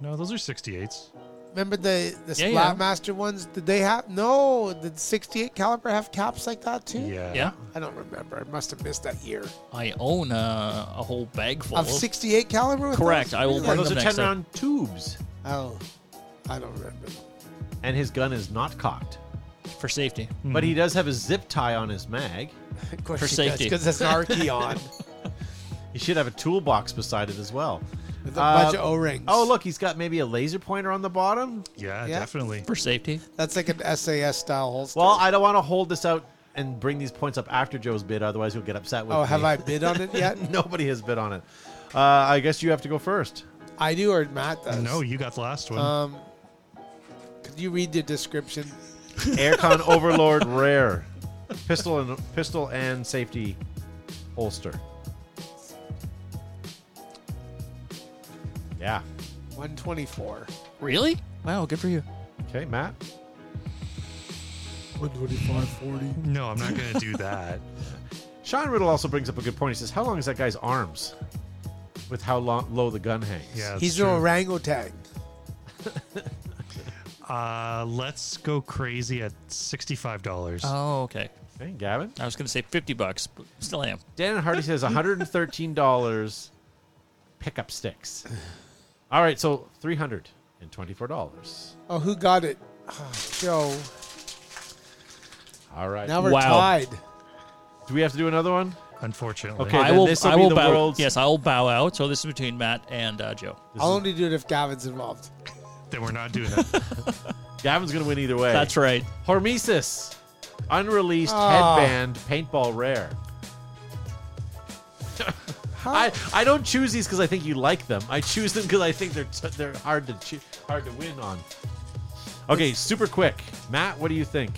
[SPEAKER 7] No, those are 68s.
[SPEAKER 5] Remember the the
[SPEAKER 6] Yeah, yeah.
[SPEAKER 5] Splatmaster ones? Did they have no? Did 68 caliber have caps like that too?
[SPEAKER 7] Yeah.
[SPEAKER 6] Yeah.
[SPEAKER 5] I don't remember. I must have missed that year.
[SPEAKER 6] I own uh, a whole bag full.
[SPEAKER 5] Of 68 caliber? With
[SPEAKER 6] Correct.
[SPEAKER 5] those?
[SPEAKER 6] I will
[SPEAKER 5] Really?
[SPEAKER 1] Well,
[SPEAKER 6] Bring
[SPEAKER 1] those are
[SPEAKER 6] them
[SPEAKER 1] ten
[SPEAKER 6] next time.
[SPEAKER 1] round tubes,
[SPEAKER 5] Oh, I don't remember.
[SPEAKER 1] and his gun is not cocked.
[SPEAKER 6] for safety.
[SPEAKER 1] But he does have a zip tie on his mag.
[SPEAKER 5] Of course
[SPEAKER 6] For safety.
[SPEAKER 5] Because that's an
[SPEAKER 6] [laughs]
[SPEAKER 5] Archeon.
[SPEAKER 1] He should have a toolbox beside it as well.
[SPEAKER 5] with a
[SPEAKER 1] Uh,
[SPEAKER 5] bunch of
[SPEAKER 6] Um,
[SPEAKER 5] O-rings.
[SPEAKER 1] Oh, look, he's got maybe a laser pointer on the bottom.
[SPEAKER 7] Yeah,
[SPEAKER 5] Yeah.
[SPEAKER 7] definitely.
[SPEAKER 6] For safety.
[SPEAKER 5] That's like an SAS style holster.
[SPEAKER 1] Well, I don't want to hold this out and bring these points up after Joe's bid, otherwise he'll get upset with
[SPEAKER 5] oh,
[SPEAKER 1] me.
[SPEAKER 5] have I bid on it
[SPEAKER 6] [laughs]
[SPEAKER 5] yet?
[SPEAKER 1] [laughs] Nobody has bid on it. Uh, I guess you have to go first.
[SPEAKER 5] I do, or Matt does.
[SPEAKER 7] No, you got the last one.
[SPEAKER 5] Um, could you read the description?
[SPEAKER 1] Aircon Overlord Rare, pistol and pistol and safety holster. Yeah.
[SPEAKER 5] 124.
[SPEAKER 6] Really? Wow. Good for you.
[SPEAKER 1] Okay, Matt.
[SPEAKER 5] 125, 40.
[SPEAKER 7] no, I'm not going to do that.
[SPEAKER 1] Sean Riddle also brings up a good point. He says, "How long is that guy's arms?" With how long, low the gun hangs.
[SPEAKER 7] Yeah, that's
[SPEAKER 5] He's
[SPEAKER 7] true.
[SPEAKER 5] an orangutan.
[SPEAKER 7] Uh, let's go crazy at $65.
[SPEAKER 6] Oh, okay.
[SPEAKER 1] Okay, Gavin.
[SPEAKER 6] I was going to say fifty bucks, but still am.
[SPEAKER 1] Dan Hardy says $113 pickup sticks. All right, so $324.
[SPEAKER 5] Oh, who got it? Oh, Joe.
[SPEAKER 1] All right.
[SPEAKER 5] Now we're
[SPEAKER 6] Wow.
[SPEAKER 5] tied.
[SPEAKER 1] Do we have to do another one?
[SPEAKER 7] Unfortunately.
[SPEAKER 1] Okay.
[SPEAKER 6] I
[SPEAKER 1] then
[SPEAKER 6] will.
[SPEAKER 1] this will
[SPEAKER 6] I
[SPEAKER 1] be
[SPEAKER 6] will
[SPEAKER 1] the
[SPEAKER 6] bow.
[SPEAKER 1] world's-
[SPEAKER 6] Yes, I will bow out. So this is between Matt and uh, Joe.
[SPEAKER 5] I'll only do it if Gavin's involved.
[SPEAKER 7] Then we're not doing [laughs] it.
[SPEAKER 1] Gavin's going to win either way.
[SPEAKER 6] That's right.
[SPEAKER 1] Hormesis, unreleased
[SPEAKER 5] Ah.
[SPEAKER 1] headband, paintball rare. I, I don't choose these because I think you like them. I choose them because I think they're t- they're hard to choo- hard to win on. Okay, super quick, Matt. What do you think?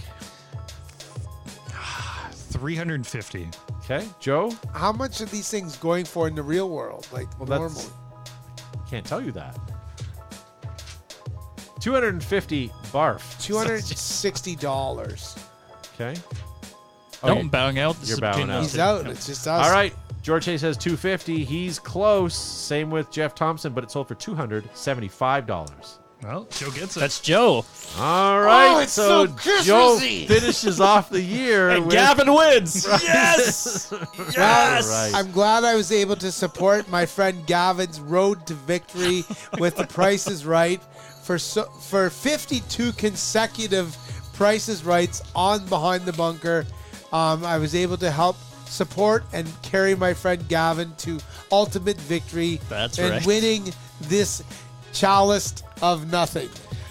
[SPEAKER 7] 350
[SPEAKER 1] Okay, Joe.
[SPEAKER 5] How much are these things going for in the real world? Like
[SPEAKER 1] Well, that's-
[SPEAKER 5] normally,
[SPEAKER 1] I can't tell you that. 250 barf.
[SPEAKER 5] two hundred sixty dollars.
[SPEAKER 1] Okay. Oh,
[SPEAKER 6] Don't
[SPEAKER 1] you-
[SPEAKER 6] bang out. This
[SPEAKER 1] You're
[SPEAKER 6] is
[SPEAKER 1] bowing
[SPEAKER 6] between
[SPEAKER 1] out.
[SPEAKER 6] us
[SPEAKER 5] He's
[SPEAKER 6] two.
[SPEAKER 5] out. It's just us.
[SPEAKER 1] All right. George Hay says 250. He's close. Same with Jeff Thompson, but it sold for $275.
[SPEAKER 7] Well, Joe gets it.
[SPEAKER 6] That's Joe.
[SPEAKER 1] All right.
[SPEAKER 5] it's
[SPEAKER 1] Oh, so,
[SPEAKER 5] so
[SPEAKER 1] Joe
[SPEAKER 5] Christmassy.
[SPEAKER 1] finishes off the year
[SPEAKER 6] And
[SPEAKER 1] with
[SPEAKER 6] Gavin
[SPEAKER 1] [laughs]
[SPEAKER 6] wins. Yes. yes.
[SPEAKER 1] Right.
[SPEAKER 5] I'm glad I was able to support my friend Gavin's road to victory with the Price is Right for so, for 52 consecutive Price is Rights on Behind the Bunker. Um, I was able to help support and carry my friend Gavin to ultimate victory
[SPEAKER 6] That's
[SPEAKER 5] and
[SPEAKER 6] right.
[SPEAKER 5] winning this chalice of nothing.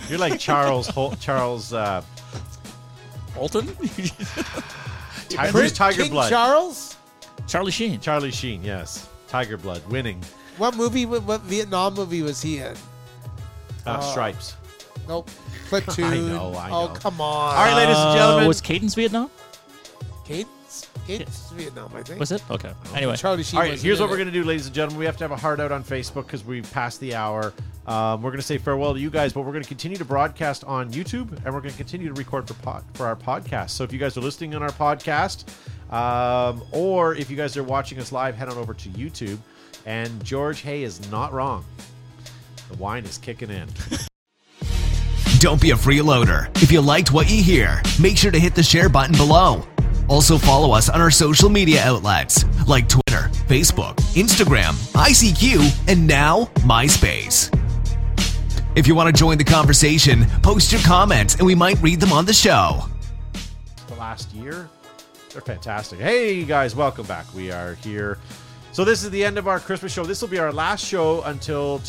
[SPEAKER 1] You're [laughs] like Charles Hol- Charles uh,
[SPEAKER 6] [laughs] Bolton.
[SPEAKER 1] Tiger,
[SPEAKER 5] Prince
[SPEAKER 1] Tiger
[SPEAKER 5] King
[SPEAKER 1] Blood.
[SPEAKER 5] Charles?
[SPEAKER 6] Charlie Sheen.
[SPEAKER 1] Charlie Sheen, yes. Tiger Blood winning
[SPEAKER 5] What movie? What, what Vietnam movie was he in?
[SPEAKER 1] uh, stripes.
[SPEAKER 5] Nope. Platoon.
[SPEAKER 1] know, [laughs] I
[SPEAKER 5] oh
[SPEAKER 1] know.
[SPEAKER 5] come on.
[SPEAKER 1] All right, ladies and
[SPEAKER 6] Uh,
[SPEAKER 1] gentlemen.
[SPEAKER 6] was Cadence Vietnam?
[SPEAKER 5] Cadence, Cadence Vietnam, I think.
[SPEAKER 6] Was it? Okay.
[SPEAKER 1] Oh,
[SPEAKER 6] Anyway,
[SPEAKER 5] Charlie Sheen.
[SPEAKER 1] All right,
[SPEAKER 5] wasn't
[SPEAKER 1] here's
[SPEAKER 5] in
[SPEAKER 1] what we're
[SPEAKER 5] it.
[SPEAKER 1] going to do, ladies and gentlemen. We have to have a hard out on Facebook because we've passed the hour. Um, we're going to say farewell to you guys, but we're going to continue to broadcast on YouTube and we're going to continue to record for, pod, for our podcast. So if you guys are listening on our podcast, um, or if you guys are watching us live, head on over to YouTube. And George Hay is not wrong. The wine is kicking in. [laughs]
[SPEAKER 11] Don't be a freeloader. If you liked what you hear, make sure to hit the share button below. Also, follow us on our social media outlets like Twitter, Facebook, Instagram, ICQ, and now MySpace. If you want to join the conversation, post your comments and we might read them on the show.
[SPEAKER 1] the last year. They're fantastic. Hey guys, welcome back. We are here. So this is the end of our Christmas show. This will be our last show until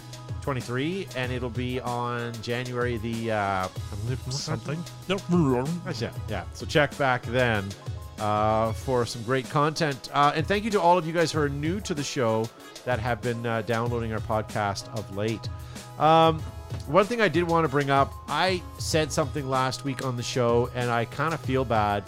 [SPEAKER 1] 2023, and it'll be on January the uh,
[SPEAKER 7] something.
[SPEAKER 1] yeah, yeah. So check back then uh, for some great content. Uh, and thank you to all of you guys who are new to the show that have been uh, downloading our podcast of late. Um, one thing I did want to bring up I said something last week on the show, and I kind of feel bad.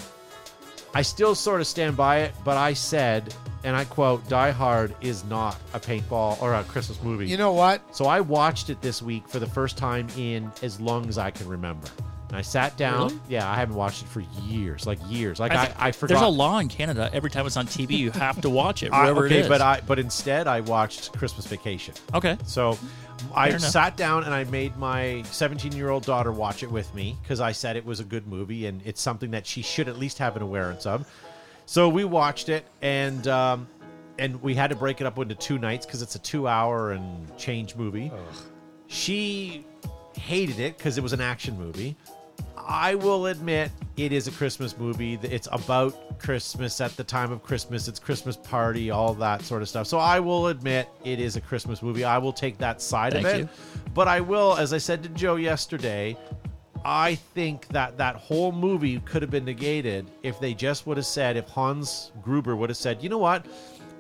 [SPEAKER 1] I still sort of stand by it, but I said, and I quote, Die Hard is not a paintball or a Christmas movie.
[SPEAKER 5] You know what?
[SPEAKER 1] So I watched it this week for the first time in as long as I can remember. And I sat down. Yeah, I haven't watched it for years, like years. Like I,
[SPEAKER 6] think
[SPEAKER 1] I, forgot.
[SPEAKER 6] There's a law in Canada. Every time it's on TV, you have to watch
[SPEAKER 1] [laughs]
[SPEAKER 6] it,
[SPEAKER 1] I-
[SPEAKER 6] wherever
[SPEAKER 1] okay,
[SPEAKER 6] it is.
[SPEAKER 1] but I, but instead I watched Christmas Vacation.
[SPEAKER 6] okay.
[SPEAKER 1] So I
[SPEAKER 6] enough.
[SPEAKER 1] sat down and I made my 17 year old daughter watch it with me because I said it was a good movie and it's something that she should at least have an awareness of. So we watched it and um, and we had to break it up into two nights because it's a two hour and change movie. She hated it because it was an action movie. I will admit it is a Christmas movie. It's about Christmas at the time of Christmas. It's Christmas party, all that sort of stuff. So I will admit it is a Christmas movie. I will take that side of
[SPEAKER 6] Thank
[SPEAKER 1] it.
[SPEAKER 6] you.
[SPEAKER 1] But I will, as I said to Joe yesterday, I think that that whole movie could have been negated if they just would have said, if Hans Gruber would have said, you know what?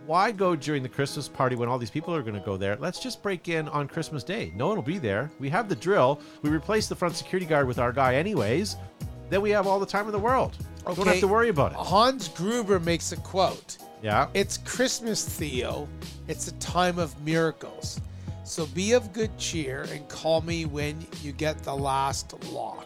[SPEAKER 1] Why go during the Christmas party when all these people are going to go there? Let's just break in on Christmas Day. No one will be there. We have the drill. We replace the front security guard with our guy, anyways. Then we have all the time in the world. Don't have
[SPEAKER 5] Okay.
[SPEAKER 1] to worry about it.
[SPEAKER 5] Hans Gruber makes a quote.
[SPEAKER 1] Yeah.
[SPEAKER 5] It's Christmas, Theo. It's a time of miracles. So be of good cheer and call me when you get the last lock.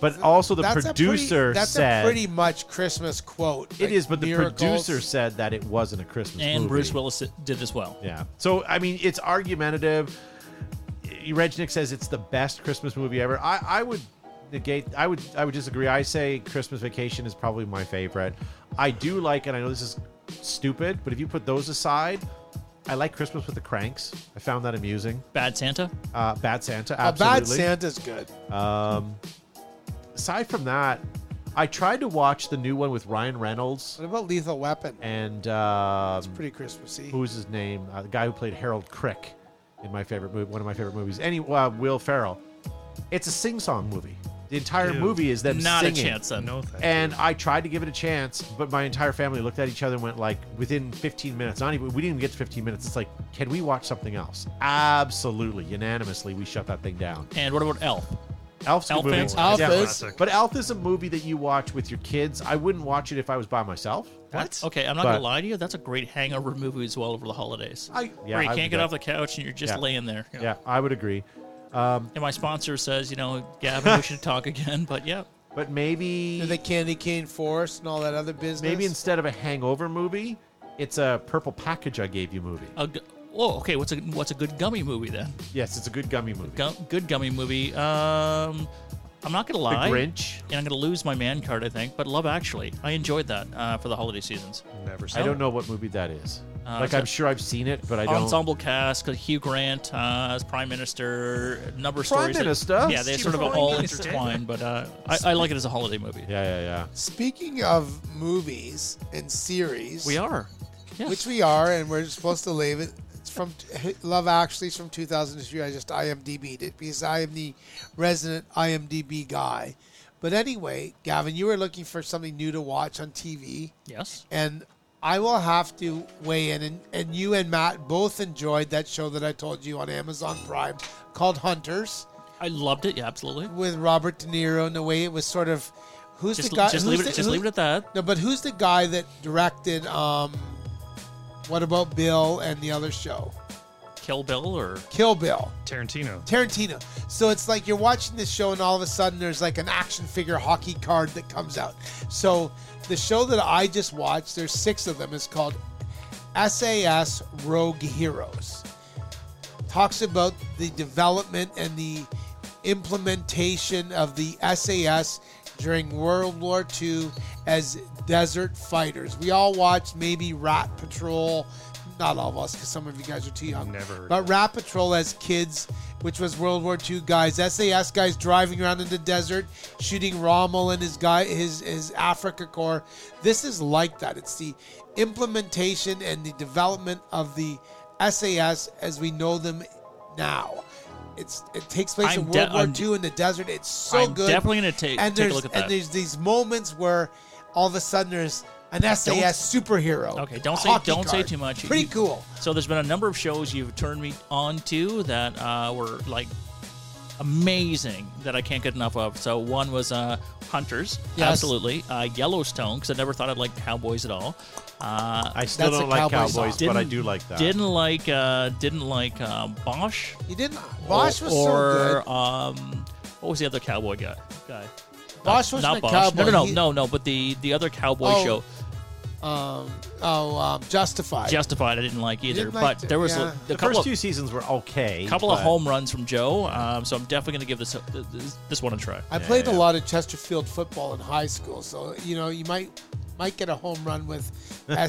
[SPEAKER 1] But also, the
[SPEAKER 5] that's a
[SPEAKER 1] producer
[SPEAKER 5] pretty, that's
[SPEAKER 1] said
[SPEAKER 5] a pretty much Christmas quote.
[SPEAKER 1] it is, but the
[SPEAKER 5] miracles.
[SPEAKER 1] producer said that it wasn't a Christmas movie.
[SPEAKER 6] And Bruce Willis did as well.
[SPEAKER 1] Yeah. So I mean, it's argumentative. Regnick says it's the best Christmas movie ever. I, I would negate. I would I would disagree. I say Christmas Vacation is probably my favorite. I do like, and I know this is stupid, but if you put those aside, I like Christmas with the Cranks. I found that amusing.
[SPEAKER 6] Bad Santa.
[SPEAKER 1] Uh, Bad Santa,
[SPEAKER 5] A
[SPEAKER 1] absolutely.
[SPEAKER 5] bad Santa's good.
[SPEAKER 1] Aside from that, I tried to watch the new one with Ryan Reynolds
[SPEAKER 5] What about Lethal Weapon?
[SPEAKER 1] and um,
[SPEAKER 5] Pretty Christmassy.
[SPEAKER 1] who's his name? Uh, the guy who played Harold Crick in my favorite movie, one of my favorite movies. Any uh, Will Ferrell. It's a sing-song movie. The entire
[SPEAKER 7] Ew.
[SPEAKER 1] movie is them
[SPEAKER 6] Not
[SPEAKER 1] singing.
[SPEAKER 6] a chance then.
[SPEAKER 7] No thanks.
[SPEAKER 1] And I tried to give it a chance, but my entire family looked at each other and went like, within 15 minutes. Not even we didn't even get to 15 minutes. It's like, can we watch something else? Absolutely, unanimously, we shut that thing down.
[SPEAKER 6] And what about Elf?
[SPEAKER 1] Alf's a good
[SPEAKER 6] Alf
[SPEAKER 1] movie.
[SPEAKER 6] fans?
[SPEAKER 1] Yeah.
[SPEAKER 6] Alf is.
[SPEAKER 1] But Alf is a movie that you watch with your kids. I wouldn't watch it if I was by myself.
[SPEAKER 6] What? Okay, I'm not
[SPEAKER 1] But-
[SPEAKER 6] gonna lie to you. That's a great hangover movie as well over the holidays.
[SPEAKER 1] I, yeah,
[SPEAKER 6] where you
[SPEAKER 1] I would
[SPEAKER 6] can't
[SPEAKER 1] do
[SPEAKER 6] get
[SPEAKER 1] that.
[SPEAKER 6] off the couch and you're just
[SPEAKER 1] Yeah.
[SPEAKER 6] laying there.
[SPEAKER 1] Yeah, I would agree. Um,
[SPEAKER 6] And my sponsor says, you know, Gavin, we should talk again. But yeah,
[SPEAKER 1] but maybe
[SPEAKER 5] the Candy Cane Forest and all that other business.
[SPEAKER 1] maybe instead of a hangover movie, it's a purple package I gave you movie.
[SPEAKER 6] a gu- oh, okay. What's a what's a good gummy movie then?
[SPEAKER 1] Yes, it's a good gummy movie.
[SPEAKER 6] Gu- good gummy movie. Um, I'm not gonna
[SPEAKER 1] The
[SPEAKER 6] lie.
[SPEAKER 1] Grinch.
[SPEAKER 6] And I'm gonna lose my man card, I think. But Love Actually, I enjoyed that uh, for the holiday seasons.
[SPEAKER 7] Never
[SPEAKER 1] I don't know what movie that is.
[SPEAKER 6] Uh,
[SPEAKER 1] like
[SPEAKER 6] it's
[SPEAKER 1] I'm
[SPEAKER 6] a-
[SPEAKER 1] sure I've seen it, but I don't.
[SPEAKER 6] ensemble cast because Hugh Grant uh, as Prime Minister, a number of
[SPEAKER 1] Prime
[SPEAKER 6] stories. that-
[SPEAKER 1] Minister?
[SPEAKER 6] yeah, they
[SPEAKER 1] Steve
[SPEAKER 6] sort of
[SPEAKER 1] Prime
[SPEAKER 6] all
[SPEAKER 1] Minister.
[SPEAKER 6] intertwined, but uh, I, I like it as a holiday movie.
[SPEAKER 1] Yeah, yeah, yeah.
[SPEAKER 5] Speaking of movies and series,
[SPEAKER 6] We are. Yes.
[SPEAKER 5] which we are, and we're supposed to leave it. It's from Love Actually. It's from 2003. I just IMDb'd it because I am the resident IMDb guy. But anyway, Gavin, you were looking for something new to watch on TV.
[SPEAKER 6] Yes.
[SPEAKER 5] and I will have to weigh in. And, and you and Matt both enjoyed that show that I told you on Amazon Prime called Hunters
[SPEAKER 6] I loved it. Yeah, absolutely.
[SPEAKER 5] with Robert De Niro. And the way it was sort of who's
[SPEAKER 6] Just-
[SPEAKER 5] the guy?
[SPEAKER 6] just
[SPEAKER 5] who's
[SPEAKER 6] leave it-
[SPEAKER 5] the-
[SPEAKER 6] just
[SPEAKER 5] who-
[SPEAKER 6] leave it at that.
[SPEAKER 5] No, but who's the guy that directed? Um, what about Bill and the other show,
[SPEAKER 6] Kill Bill or
[SPEAKER 5] Kill Bill?
[SPEAKER 7] Tarantino.
[SPEAKER 5] Tarantino. So it's like you're watching this show, and all of a sudden there's like an action figure hockey card that comes out. So the show that I just watched, there's six of them, is called SAS Rogue Heroes. Talks about the development and the implementation of the SAS during World War II as desert fighters. We all watched maybe Rat Patrol. Not all of us, because some of you guys are too young.
[SPEAKER 7] Never.
[SPEAKER 5] But Rat Patrol as kids, which was World War II guys, SAS guys driving around in the desert, shooting Rommel and his guy, his his Africa Corps. This is like that. It's the implementation and the development of the SAS as we know them now. It's it takes place
[SPEAKER 6] I'm
[SPEAKER 5] in
[SPEAKER 6] de-
[SPEAKER 5] World War
[SPEAKER 6] I'm-
[SPEAKER 5] II in the desert. It's so
[SPEAKER 6] I'm
[SPEAKER 5] good.
[SPEAKER 6] definitely gonna take-
[SPEAKER 5] and
[SPEAKER 6] take a
[SPEAKER 5] there's-
[SPEAKER 6] look at that.
[SPEAKER 5] And there's these moments where all of a sudden there's an SAS superhero.
[SPEAKER 6] Okay, don't say
[SPEAKER 5] hockey
[SPEAKER 6] don't say
[SPEAKER 5] card.
[SPEAKER 6] too much.
[SPEAKER 5] Pretty
[SPEAKER 6] You-
[SPEAKER 5] cool.
[SPEAKER 6] So there's been a number of shows you've turned me on to that uh, were like amazing that I can't get enough of. So one was uh, Hunters,
[SPEAKER 5] Yes.
[SPEAKER 6] absolutely. Uh, Yellowstone, because I never thought I'd like cowboys at all. Uh,
[SPEAKER 1] I still
[SPEAKER 5] That's
[SPEAKER 1] don't
[SPEAKER 5] a
[SPEAKER 1] like
[SPEAKER 5] cowboy
[SPEAKER 1] cowboys,
[SPEAKER 5] song.
[SPEAKER 1] but I
[SPEAKER 6] Didn't-
[SPEAKER 1] do like that.
[SPEAKER 6] Didn't like uh, didn't like uh, Bosch.
[SPEAKER 5] You didn't.
[SPEAKER 1] Oh,
[SPEAKER 5] Bosch was so
[SPEAKER 6] or
[SPEAKER 1] uh,
[SPEAKER 5] good.
[SPEAKER 6] um, what was the other cowboy guy? Guy.
[SPEAKER 5] Bosch
[SPEAKER 6] Not-
[SPEAKER 5] was
[SPEAKER 6] not
[SPEAKER 5] my
[SPEAKER 6] Bosch.
[SPEAKER 5] cowboy.
[SPEAKER 6] No, no, no,
[SPEAKER 5] He-
[SPEAKER 6] no, no. But the the other cowboy
[SPEAKER 5] Oh,
[SPEAKER 6] show.
[SPEAKER 5] Um, oh, um, Justified.
[SPEAKER 6] Justified, I didn't like either.
[SPEAKER 5] didn't
[SPEAKER 6] but
[SPEAKER 5] like it,
[SPEAKER 6] there was
[SPEAKER 5] yeah.
[SPEAKER 6] a,
[SPEAKER 1] the
[SPEAKER 6] a couple
[SPEAKER 1] first
[SPEAKER 6] of,
[SPEAKER 1] two seasons were okay.
[SPEAKER 6] couple of
[SPEAKER 1] but-
[SPEAKER 6] home runs from Joe. Um, so I'm definitely going to give this, this this one a try.
[SPEAKER 5] I played a lot of Chesterfield football in high school, so you know you mimight might get a home run with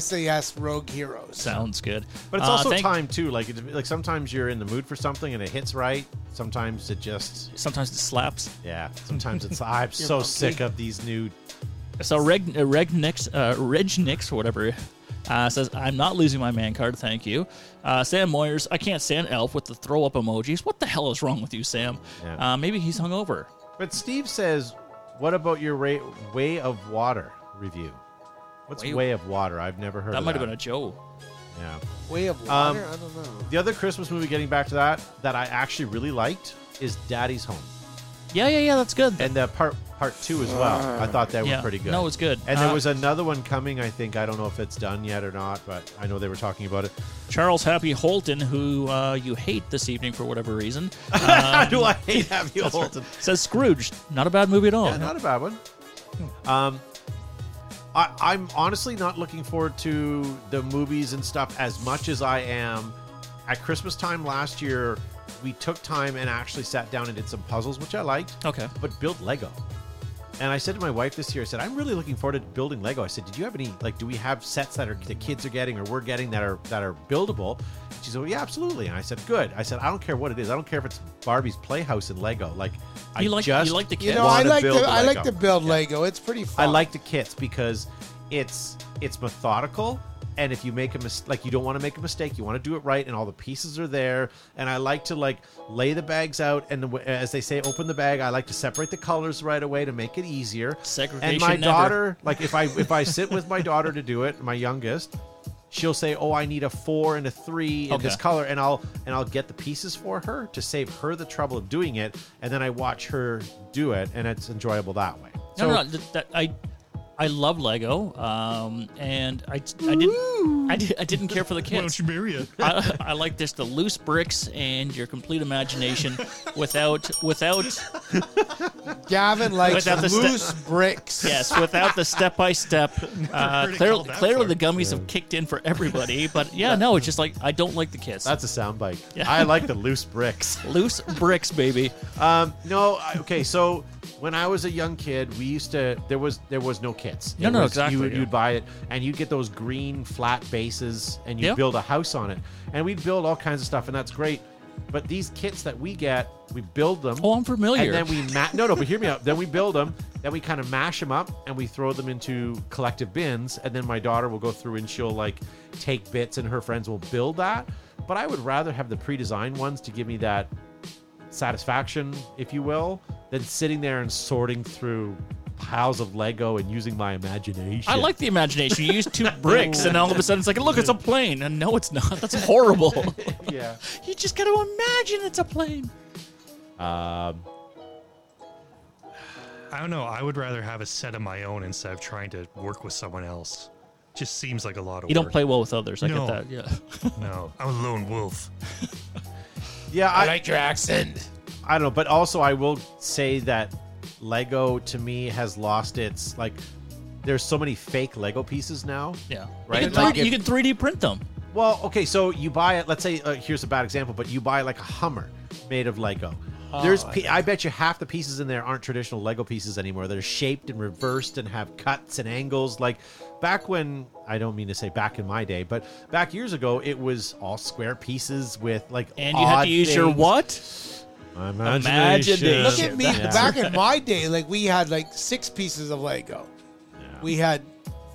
[SPEAKER 6] [laughs]
[SPEAKER 5] SAS Rogue Heroes.
[SPEAKER 6] Sounds good.
[SPEAKER 1] But it's
[SPEAKER 6] Uh,
[SPEAKER 1] also
[SPEAKER 6] thank-
[SPEAKER 1] time too. Like it, like sometimes you're in the mood for something and it hits right. Sometimes it just
[SPEAKER 6] Sometimes it slaps.
[SPEAKER 1] yeah. Sometimes
[SPEAKER 6] [laughs]
[SPEAKER 1] it's I'm so
[SPEAKER 5] monkey.
[SPEAKER 1] sick of these new.
[SPEAKER 6] So Reg uh, Reg Nix uh, Reg Nix or whatever uh, says I'm not losing my man card. Thank you, uh, Sam Moyers. I can't stand Elf with the throw up emojis. What the hell is wrong with you, Sam?
[SPEAKER 1] Yeah.
[SPEAKER 6] Uh, maybe he's hungover.
[SPEAKER 1] But Steve says, "What about your ra- way of water review? What's way,
[SPEAKER 6] Way-
[SPEAKER 1] of water? I've never heard.
[SPEAKER 6] That
[SPEAKER 1] of
[SPEAKER 6] might have been a Joe.
[SPEAKER 1] yeah.
[SPEAKER 5] Way of
[SPEAKER 1] Um,
[SPEAKER 5] Water. I don't know.
[SPEAKER 1] The other Christmas movie, getting back to that, that I actually really liked is Daddy's Home,
[SPEAKER 6] Yeah, yeah, yeah. That's good.
[SPEAKER 1] and the part part two as well. I thought that
[SPEAKER 6] yeah.
[SPEAKER 1] was pretty good.
[SPEAKER 6] No, it's good.
[SPEAKER 1] And
[SPEAKER 6] Uh,
[SPEAKER 1] there was another one coming. I think I don't know if it's done yet or not, but I know they were talking about it. [laughs]
[SPEAKER 6] Charles Happy Holton, who uh, you hate this evening for whatever reason,
[SPEAKER 1] [laughs]
[SPEAKER 6] uh,
[SPEAKER 1] How
[SPEAKER 6] Um,
[SPEAKER 1] do I hate
[SPEAKER 6] [laughs]
[SPEAKER 1] Happy Holton?
[SPEAKER 6] says Scrooge. Not a bad movie at all.
[SPEAKER 1] Yeah, not a bad one. Um, I, I'm honestly not looking forward to the movies and stuff as much as I am. At Christmas time last year, we took time and actually sat down and did some puzzles, which I liked,
[SPEAKER 6] okay.
[SPEAKER 1] but built Lego. And I said to my wife this year, I said, I'm really looking forward to building Lego. I said, Did you have any like do we have sets that are the kids are getting or we're getting that are that are buildable? She said, Well, yeah, absolutely. And I said, Good. I said, I don't care what it is. I don't care if it's Barbie's playhouse in Lego. Like I
[SPEAKER 6] You like- you
[SPEAKER 1] just
[SPEAKER 6] like the
[SPEAKER 5] You
[SPEAKER 6] I
[SPEAKER 5] know, I
[SPEAKER 1] wanna
[SPEAKER 5] like to
[SPEAKER 1] build
[SPEAKER 5] I like
[SPEAKER 1] Lego.
[SPEAKER 5] to build
[SPEAKER 1] Yeah.
[SPEAKER 5] Lego. It's pretty
[SPEAKER 1] I
[SPEAKER 5] fun.
[SPEAKER 1] like the kits because it's it's methodical, and if you make a mis- like you don't want to make a mistake, you want to do it right, and all the pieces are there. And I like to like lay the bags out, and the, w- as they say, open the bag. I like to separate the colors right away to make it easier.
[SPEAKER 6] Segregation
[SPEAKER 1] And my
[SPEAKER 6] never.
[SPEAKER 1] daughter, like if I if I sit with my daughter to do it, my youngest. she'll say, "Oh, I need a four and a three in this
[SPEAKER 6] Okay.
[SPEAKER 1] color," and I'll and I'll get the pieces for her to save her the trouble of doing it, and then I watch her do it, and it's enjoyable that way.
[SPEAKER 6] No, no, no, th- that, I, I love Lego, um, and I, I didn't, I, did, I didn't care
[SPEAKER 1] [laughs]
[SPEAKER 6] for the
[SPEAKER 7] Why
[SPEAKER 6] kids.
[SPEAKER 7] don't you marry it?
[SPEAKER 6] I, I like just the loose bricks and your complete imagination, without, without,
[SPEAKER 5] Gavin likes
[SPEAKER 6] Without the ste-
[SPEAKER 5] loose bricks.
[SPEAKER 6] yes, without the step by
[SPEAKER 7] [laughs]
[SPEAKER 6] step.
[SPEAKER 7] heard it
[SPEAKER 6] Clearly,
[SPEAKER 7] called that
[SPEAKER 6] clearly
[SPEAKER 7] before.
[SPEAKER 6] the gummies have kicked in for
[SPEAKER 7] [laughs]
[SPEAKER 6] everybody, but yeah, no, it's just like I don't like the kids.
[SPEAKER 1] That's a soundbite.
[SPEAKER 6] Yeah.
[SPEAKER 1] I
[SPEAKER 6] [laughs]
[SPEAKER 1] like the loose bricks.
[SPEAKER 6] loose bricks, baby.
[SPEAKER 1] Um, no, I- okay. So when I was a young kid, we used to there was there was no kits.
[SPEAKER 6] No,
[SPEAKER 1] It
[SPEAKER 6] no,
[SPEAKER 1] was-
[SPEAKER 6] exactly,
[SPEAKER 1] You, would
[SPEAKER 6] yeah.
[SPEAKER 1] you'd buy it, and you'd get those green flat bases, and you
[SPEAKER 6] Yeah.
[SPEAKER 1] would build a house on it, and we'd build all kinds of stuff, and that's great. But these kits that we get, we build them.
[SPEAKER 6] Oh, I'm familiar.
[SPEAKER 1] And then we ma- no no, but hear me out. Then we build them, then we kind of mash them up, and we throw them into collective bins. And then my daughter will go through and she'll like take bits, and her friends will build that. But I would rather have the pre-designed ones to give me that satisfaction, if you will, than sitting there and sorting through piles of Lego and using my imagination.
[SPEAKER 6] I like the imagination. You use [laughs] two bricks, and all of a sudden it's like, look, it's a plane. And no, it's not. That's horrible.
[SPEAKER 1] [laughs] yeah.
[SPEAKER 6] [laughs] you just got to imagine it's a plane.
[SPEAKER 1] Um,
[SPEAKER 7] I don't know. I would rather have a set of my own instead of trying to work with someone else. Just seems like a lot of
[SPEAKER 6] You don't
[SPEAKER 7] work.
[SPEAKER 6] play well with others. I
[SPEAKER 7] No.
[SPEAKER 6] get that. Yeah.
[SPEAKER 7] No, I'm a lone wolf. [laughs]
[SPEAKER 1] yeah, I,
[SPEAKER 12] like your accent.
[SPEAKER 1] I don't know, but also I will say that Lego to me has lost its like. There's so many fake Lego pieces now.
[SPEAKER 6] Yeah.
[SPEAKER 1] Right?
[SPEAKER 6] You can,
[SPEAKER 1] Like
[SPEAKER 6] 3D, you can 3D print them.
[SPEAKER 1] Well, okay, so you buy it. Let's say uh, here's a bad example, but you buy like a Hummer made of Lego. There's,
[SPEAKER 6] Oh,
[SPEAKER 1] pe- I bet you half the pieces in there aren't traditional Lego pieces anymore. They're shaped and reversed and have cuts and angles. Like back when, I don't mean to say back in my day, but back years ago, it was all square pieces with like
[SPEAKER 6] And you have
[SPEAKER 1] odd
[SPEAKER 6] to use your
[SPEAKER 1] things.
[SPEAKER 6] what?
[SPEAKER 1] Imagination.
[SPEAKER 6] Imagination.
[SPEAKER 5] Look at me.
[SPEAKER 1] Yeah.
[SPEAKER 5] Back in my day, like we had like six pieces of Lego. We had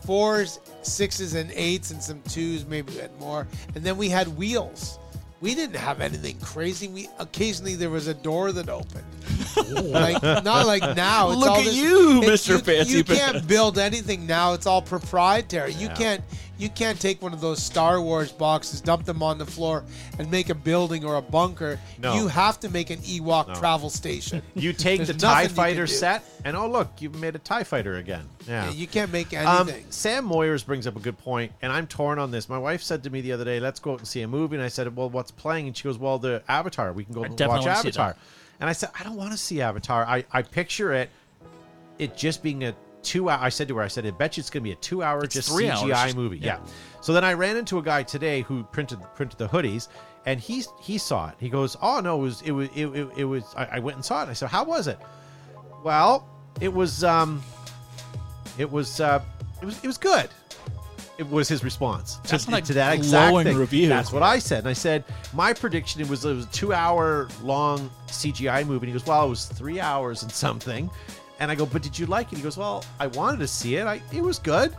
[SPEAKER 5] fours, sixes, and eights, and some twos. Maybe we had more. And then we had wheels. We didn't have anything crazy. We occasionally there was a door
[SPEAKER 1] [laughs]
[SPEAKER 5] that opened. like not like now. It's
[SPEAKER 6] Look
[SPEAKER 5] all
[SPEAKER 6] at
[SPEAKER 5] this-
[SPEAKER 6] you,
[SPEAKER 5] it's-
[SPEAKER 6] Mr.
[SPEAKER 5] You,
[SPEAKER 6] Fancy
[SPEAKER 5] you
[SPEAKER 6] Pants.
[SPEAKER 5] can't build anything now. It's all proprietary. You
[SPEAKER 1] Yeah.
[SPEAKER 5] can't. You can't take one of those Star Wars boxes, dump them on the floor, and make a building or a bunker.
[SPEAKER 1] No.
[SPEAKER 5] You have to make an Ewok
[SPEAKER 1] No.
[SPEAKER 5] travel station.
[SPEAKER 1] You take
[SPEAKER 5] There's
[SPEAKER 1] the
[SPEAKER 5] nothing
[SPEAKER 1] Tie
[SPEAKER 5] you can
[SPEAKER 1] Fighter
[SPEAKER 5] do.
[SPEAKER 1] set, and oh look, you've made a Tie Fighter again. Yeah,
[SPEAKER 5] Yeah, you can't make
[SPEAKER 1] Um,
[SPEAKER 5] anything.
[SPEAKER 1] Sam Moyers brings up a good point, and I'm torn on this. My wife said to me the other day, "Let's go out and see a movie." And I said, "Well, what's playing?" And she goes, "Well, the Avatar. We can go
[SPEAKER 6] I
[SPEAKER 1] and
[SPEAKER 6] definitely
[SPEAKER 1] watch
[SPEAKER 6] wanna see that.
[SPEAKER 1] Avatar." And I said, "I don't want to see Avatar. I, I picture it, it just being a two hour." I said to her, "I said, I bet you it's going to be a two hour
[SPEAKER 6] It's
[SPEAKER 1] just
[SPEAKER 6] three hours,
[SPEAKER 1] CGI
[SPEAKER 6] just-
[SPEAKER 1] movie."
[SPEAKER 6] yeah.
[SPEAKER 1] Yeah. So then I ran into a guy today who printed printed the hoodies, and he he saw it. He goes, "Oh no, it was it was it, it, it was." I, I went and saw it. And I said, "How was it?" Well, it was um, it was uh, it was it was good. It was his response to,
[SPEAKER 6] That's not a
[SPEAKER 1] to that exact
[SPEAKER 6] glowing
[SPEAKER 1] thing.
[SPEAKER 6] review.
[SPEAKER 1] That's what I said. And I said my prediction it was it was a two hour long CGI movie. And he goes, well, it was three hours and something. And I go, but did you like it? He goes, well, I wanted to see it. I it was good.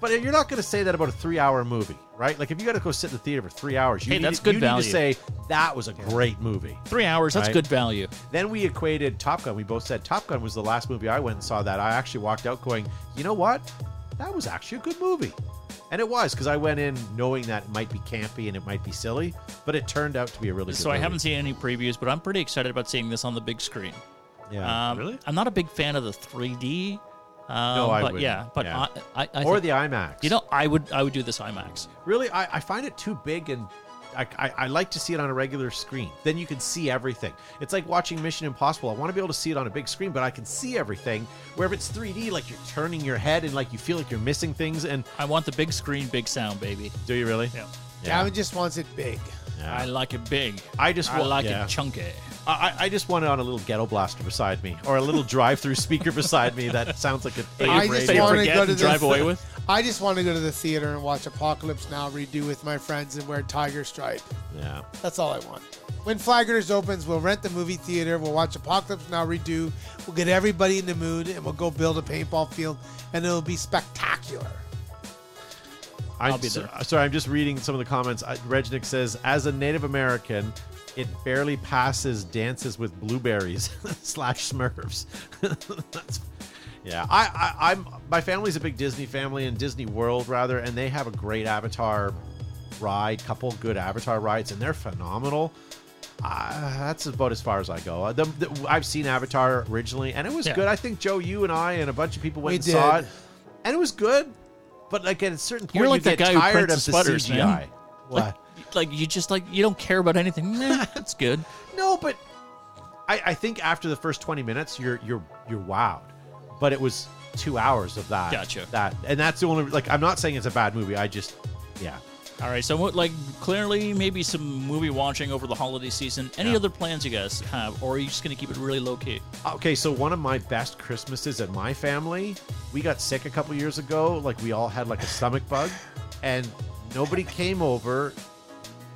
[SPEAKER 1] But you're not going to say that about a three hour movie, right? Like if you got to go sit in the theater for three hours, you
[SPEAKER 6] Hey,
[SPEAKER 1] need,
[SPEAKER 6] that's
[SPEAKER 1] to-
[SPEAKER 6] good
[SPEAKER 1] you need to
[SPEAKER 6] value.
[SPEAKER 1] say that was a great movie.
[SPEAKER 6] Three hours. That's
[SPEAKER 1] Right.
[SPEAKER 6] good value.
[SPEAKER 1] Then we equated Top Gun. We both said Top Gun was the last movie I went and saw that. I actually walked out going, you know what? That was actually a good movie. And it was because I went in knowing that it might be campy and it might be silly, but it turned out to be a really good
[SPEAKER 6] So I
[SPEAKER 1] movie.
[SPEAKER 6] haven't seen any previews, but I'm pretty excited about seeing this on the big screen.
[SPEAKER 1] Yeah.
[SPEAKER 6] Um, I'm not a big fan of the 3D. Um,
[SPEAKER 1] No, I
[SPEAKER 6] but
[SPEAKER 1] wouldn't.
[SPEAKER 6] yeah, but
[SPEAKER 1] Yeah.
[SPEAKER 6] I, I, I
[SPEAKER 1] or
[SPEAKER 6] think-
[SPEAKER 1] the IMAX.
[SPEAKER 6] you know, I would, I would do this IMAX.
[SPEAKER 1] really, I, I find it too big and. I, I, I like to see it on a regular screen. Then you can see everything. It's like watching Mission Impossible. I want to be able to see it on a big screen, but I can see everything. Where if it's 3D, like you're turning your head and like you feel like you're missing things. And
[SPEAKER 6] I want the big screen, big sound, baby.
[SPEAKER 1] do you really?
[SPEAKER 6] Yeah.
[SPEAKER 5] Gavin just wants it big.
[SPEAKER 1] Yeah.
[SPEAKER 6] I like it big.
[SPEAKER 1] I just
[SPEAKER 6] I
[SPEAKER 1] want-
[SPEAKER 6] like
[SPEAKER 1] yeah.
[SPEAKER 6] it chunky.
[SPEAKER 1] I, I just want it on a little ghetto blaster beside me, or a little drive-through speaker [laughs] beside me that sounds like an
[SPEAKER 5] I
[SPEAKER 1] AM
[SPEAKER 5] just
[SPEAKER 1] radio.
[SPEAKER 5] wanna
[SPEAKER 6] forget
[SPEAKER 5] go to
[SPEAKER 6] and
[SPEAKER 5] the
[SPEAKER 6] drive
[SPEAKER 5] [laughs]
[SPEAKER 6] away with?
[SPEAKER 5] I just want to go to the theater and watch Apocalypse Now redo with my friends and wear tiger stripe.
[SPEAKER 1] Yeah,
[SPEAKER 5] That's all I want. When Flaggers opens, we'll rent the movie theater. We'll watch Apocalypse Now redo. We'll get everybody in the mood and we'll go build a paintball field, and it'll be spectacular.
[SPEAKER 1] I'm
[SPEAKER 6] I'll be
[SPEAKER 1] so- uh,
[SPEAKER 6] there.
[SPEAKER 1] sorry, I'm just reading some of the comments. I, Regnick says, as a Native American, it barely [laughs] passes dances with blueberries slash Smurfs. [laughs] That's, Yeah, I, I, I'm my family's a big Disney family and Disney World rather, and they have a great Avatar ride, couple good Avatar rides, and they're phenomenal. Uh, that's about as far as I go. Uh, the, the- I've seen Avatar originally, and it was
[SPEAKER 6] Yeah.
[SPEAKER 1] good. I think Joe, you and I, and a bunch of people went
[SPEAKER 5] We
[SPEAKER 1] and saw
[SPEAKER 5] did.
[SPEAKER 1] it, and it was good. But like at a certain point,
[SPEAKER 6] You're like
[SPEAKER 1] you
[SPEAKER 6] that
[SPEAKER 1] get
[SPEAKER 6] guy who
[SPEAKER 1] tired
[SPEAKER 6] prints
[SPEAKER 1] of the
[SPEAKER 6] sputters,
[SPEAKER 1] CGI.
[SPEAKER 6] man.
[SPEAKER 1] What?
[SPEAKER 6] Like, like you just like you don't care about anything. Meh, That's good.
[SPEAKER 1] No, but I, I think after the first twenty minutes, you're you're you're wowed. But it was two hours of that.
[SPEAKER 6] Gotcha.
[SPEAKER 1] That and that's the only like I'm not saying it's a bad movie. I just yeah.
[SPEAKER 6] All right, so what- like clearly maybe some movie watching over the holiday season. Any other plans you guys have, or are you just gonna keep it really low key?
[SPEAKER 1] Okay, so one of my best Christmases at my family, we got sick a couple years ago. Like we all had like a stomach bug, and nobody came over.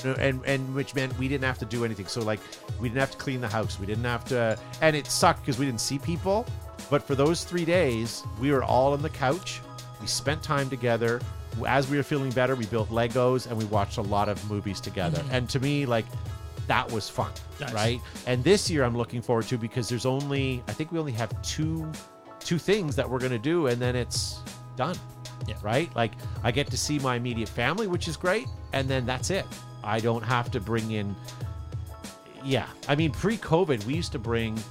[SPEAKER 1] No, And and which meant we didn't have to do anything. So like we didn't have to clean the house. We didn't have to, and it sucked because we didn't see people. But for those three days, we were all on the couch. We spent time together. As we were feeling better, we built Legos and we watched a lot of movies together.
[SPEAKER 6] Mhm.
[SPEAKER 1] And to me, like that was fun,
[SPEAKER 6] Nice.
[SPEAKER 1] right? And this year I'm looking forward to because there's only I think we only have two two things that we're gonna do and then it's done.
[SPEAKER 6] Yeah.
[SPEAKER 1] Right? Like I get to see my immediate family, which is great, and then that's it. I don't have to bring in yeah. I mean pre-COVID we used to bring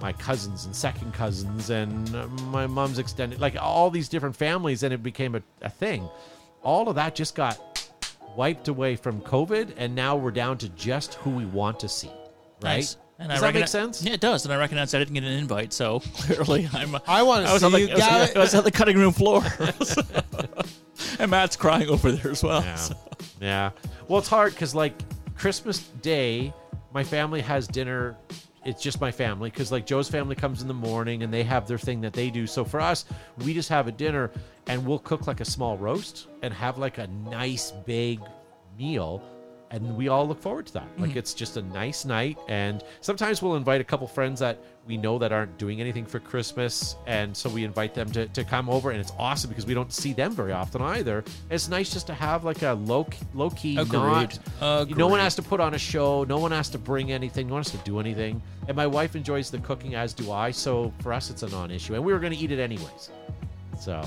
[SPEAKER 1] my cousins and second cousins and uh, my mom's extended like all these different families and it became a, a thing. All of that just got wiped away from COVID, and now we're down to just who we want to see. Right?
[SPEAKER 6] Nice. And
[SPEAKER 1] Does
[SPEAKER 6] I
[SPEAKER 1] that make
[SPEAKER 6] recogni-
[SPEAKER 1] sense?
[SPEAKER 6] Yeah, it does. And I recognize I didn't get an invite, so [laughs] clearly I'm. uh,
[SPEAKER 5] I wanna
[SPEAKER 6] I was on
[SPEAKER 5] see you,
[SPEAKER 6] the- I was, on
[SPEAKER 5] Gavin.
[SPEAKER 6] the- I was on the cutting room floor, [laughs] and Matt's crying over there as well.
[SPEAKER 1] Yeah.
[SPEAKER 6] [laughs] so.
[SPEAKER 1] yeah. Well, it's hard because like Christmas Day, my family has dinner. It's just my family because like Joe's family comes in the morning and they have their thing that they do. So for us, we just have a dinner and we'll cook like a small roast and have like a nice big meal. And we all look forward to that. Like it's just a nice night. And sometimes we'll invite a couple friends that we know that aren't doing anything for Christmas. And so we invite them to, to come over. And it's awesome because we don't see them very often either. It's nice just to have like a low, low key, not.
[SPEAKER 6] Agreed.
[SPEAKER 1] No one
[SPEAKER 6] Agreed.
[SPEAKER 1] has to put on a show. No one has to bring anything. No one has to do anything. And my wife enjoys the cooking, as do I. So for us, it's a non issue. And we were going to eat it anyways. So.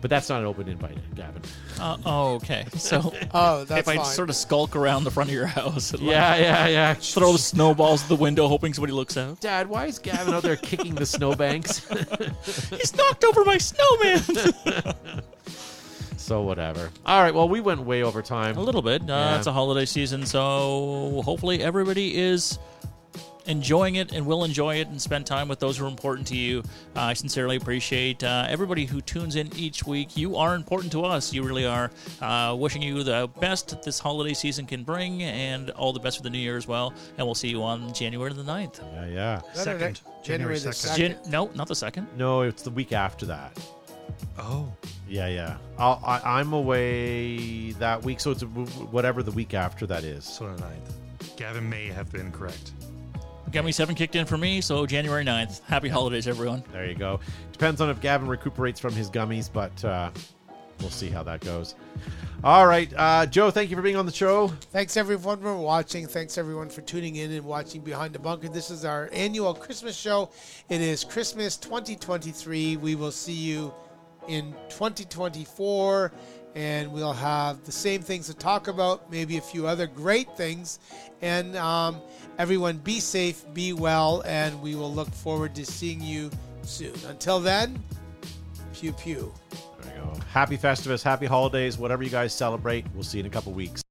[SPEAKER 1] But that's not an open invite, Gavin.
[SPEAKER 6] Uh, oh, okay. So,
[SPEAKER 5] Oh, that's
[SPEAKER 6] if I
[SPEAKER 5] fine.
[SPEAKER 6] sort of skulk around the front of your house, and
[SPEAKER 1] Yeah,
[SPEAKER 6] like,
[SPEAKER 1] yeah, [laughs] yeah.
[SPEAKER 6] throw snowballs at the window, hoping somebody looks out.
[SPEAKER 1] Dad, why is Gavin out there kicking the snowbanks?
[SPEAKER 6] He's knocked over my [laughs] snowman.
[SPEAKER 1] so whatever. All right. Well, we went way over time.
[SPEAKER 6] a little bit. Uh,
[SPEAKER 1] Yeah.
[SPEAKER 6] It's a holiday season, so hopefully everybody is enjoying it and will enjoy it and spend time with those who are important to you. Uh, I sincerely appreciate uh, everybody who tunes in each week. You are important to us. You really are. Uh, wishing you the best this holiday season can bring and all the best for the new year as well. And we'll see you on January the 9th.
[SPEAKER 1] Yeah, yeah.
[SPEAKER 7] Second.
[SPEAKER 5] January
[SPEAKER 7] January
[SPEAKER 5] the
[SPEAKER 7] 2nd.
[SPEAKER 6] Jan- no, not the 2nd.
[SPEAKER 1] No, it's the week after that.
[SPEAKER 7] Oh.
[SPEAKER 1] Yeah, yeah. I'll, I, I'm away that week, so it's w- w- whatever the week after that is.
[SPEAKER 7] So the 9th. Gavin may have been correct.
[SPEAKER 6] Gummy 7 kicked in for me, so January 9th. Happy holidays, everyone.
[SPEAKER 1] There you go. Depends on if Gavin recuperates from his gummies, but uh, we'll see how that goes. All right, uh, Joe. Thank you for being on the show.
[SPEAKER 5] Thanks everyone for watching. Thanks everyone for tuning in and watching Behind the Bunker. This is our annual Christmas show. It is Christmas 2023. We will see you in 2024 and we'll have the same things to talk about, maybe a few other great things. And um, everyone be safe, be well, and we will look forward to seeing you soon. Until then, pew pew.
[SPEAKER 1] There you go. Happy Festivus, happy holidays, whatever you guys celebrate. We'll see you in a couple weeks.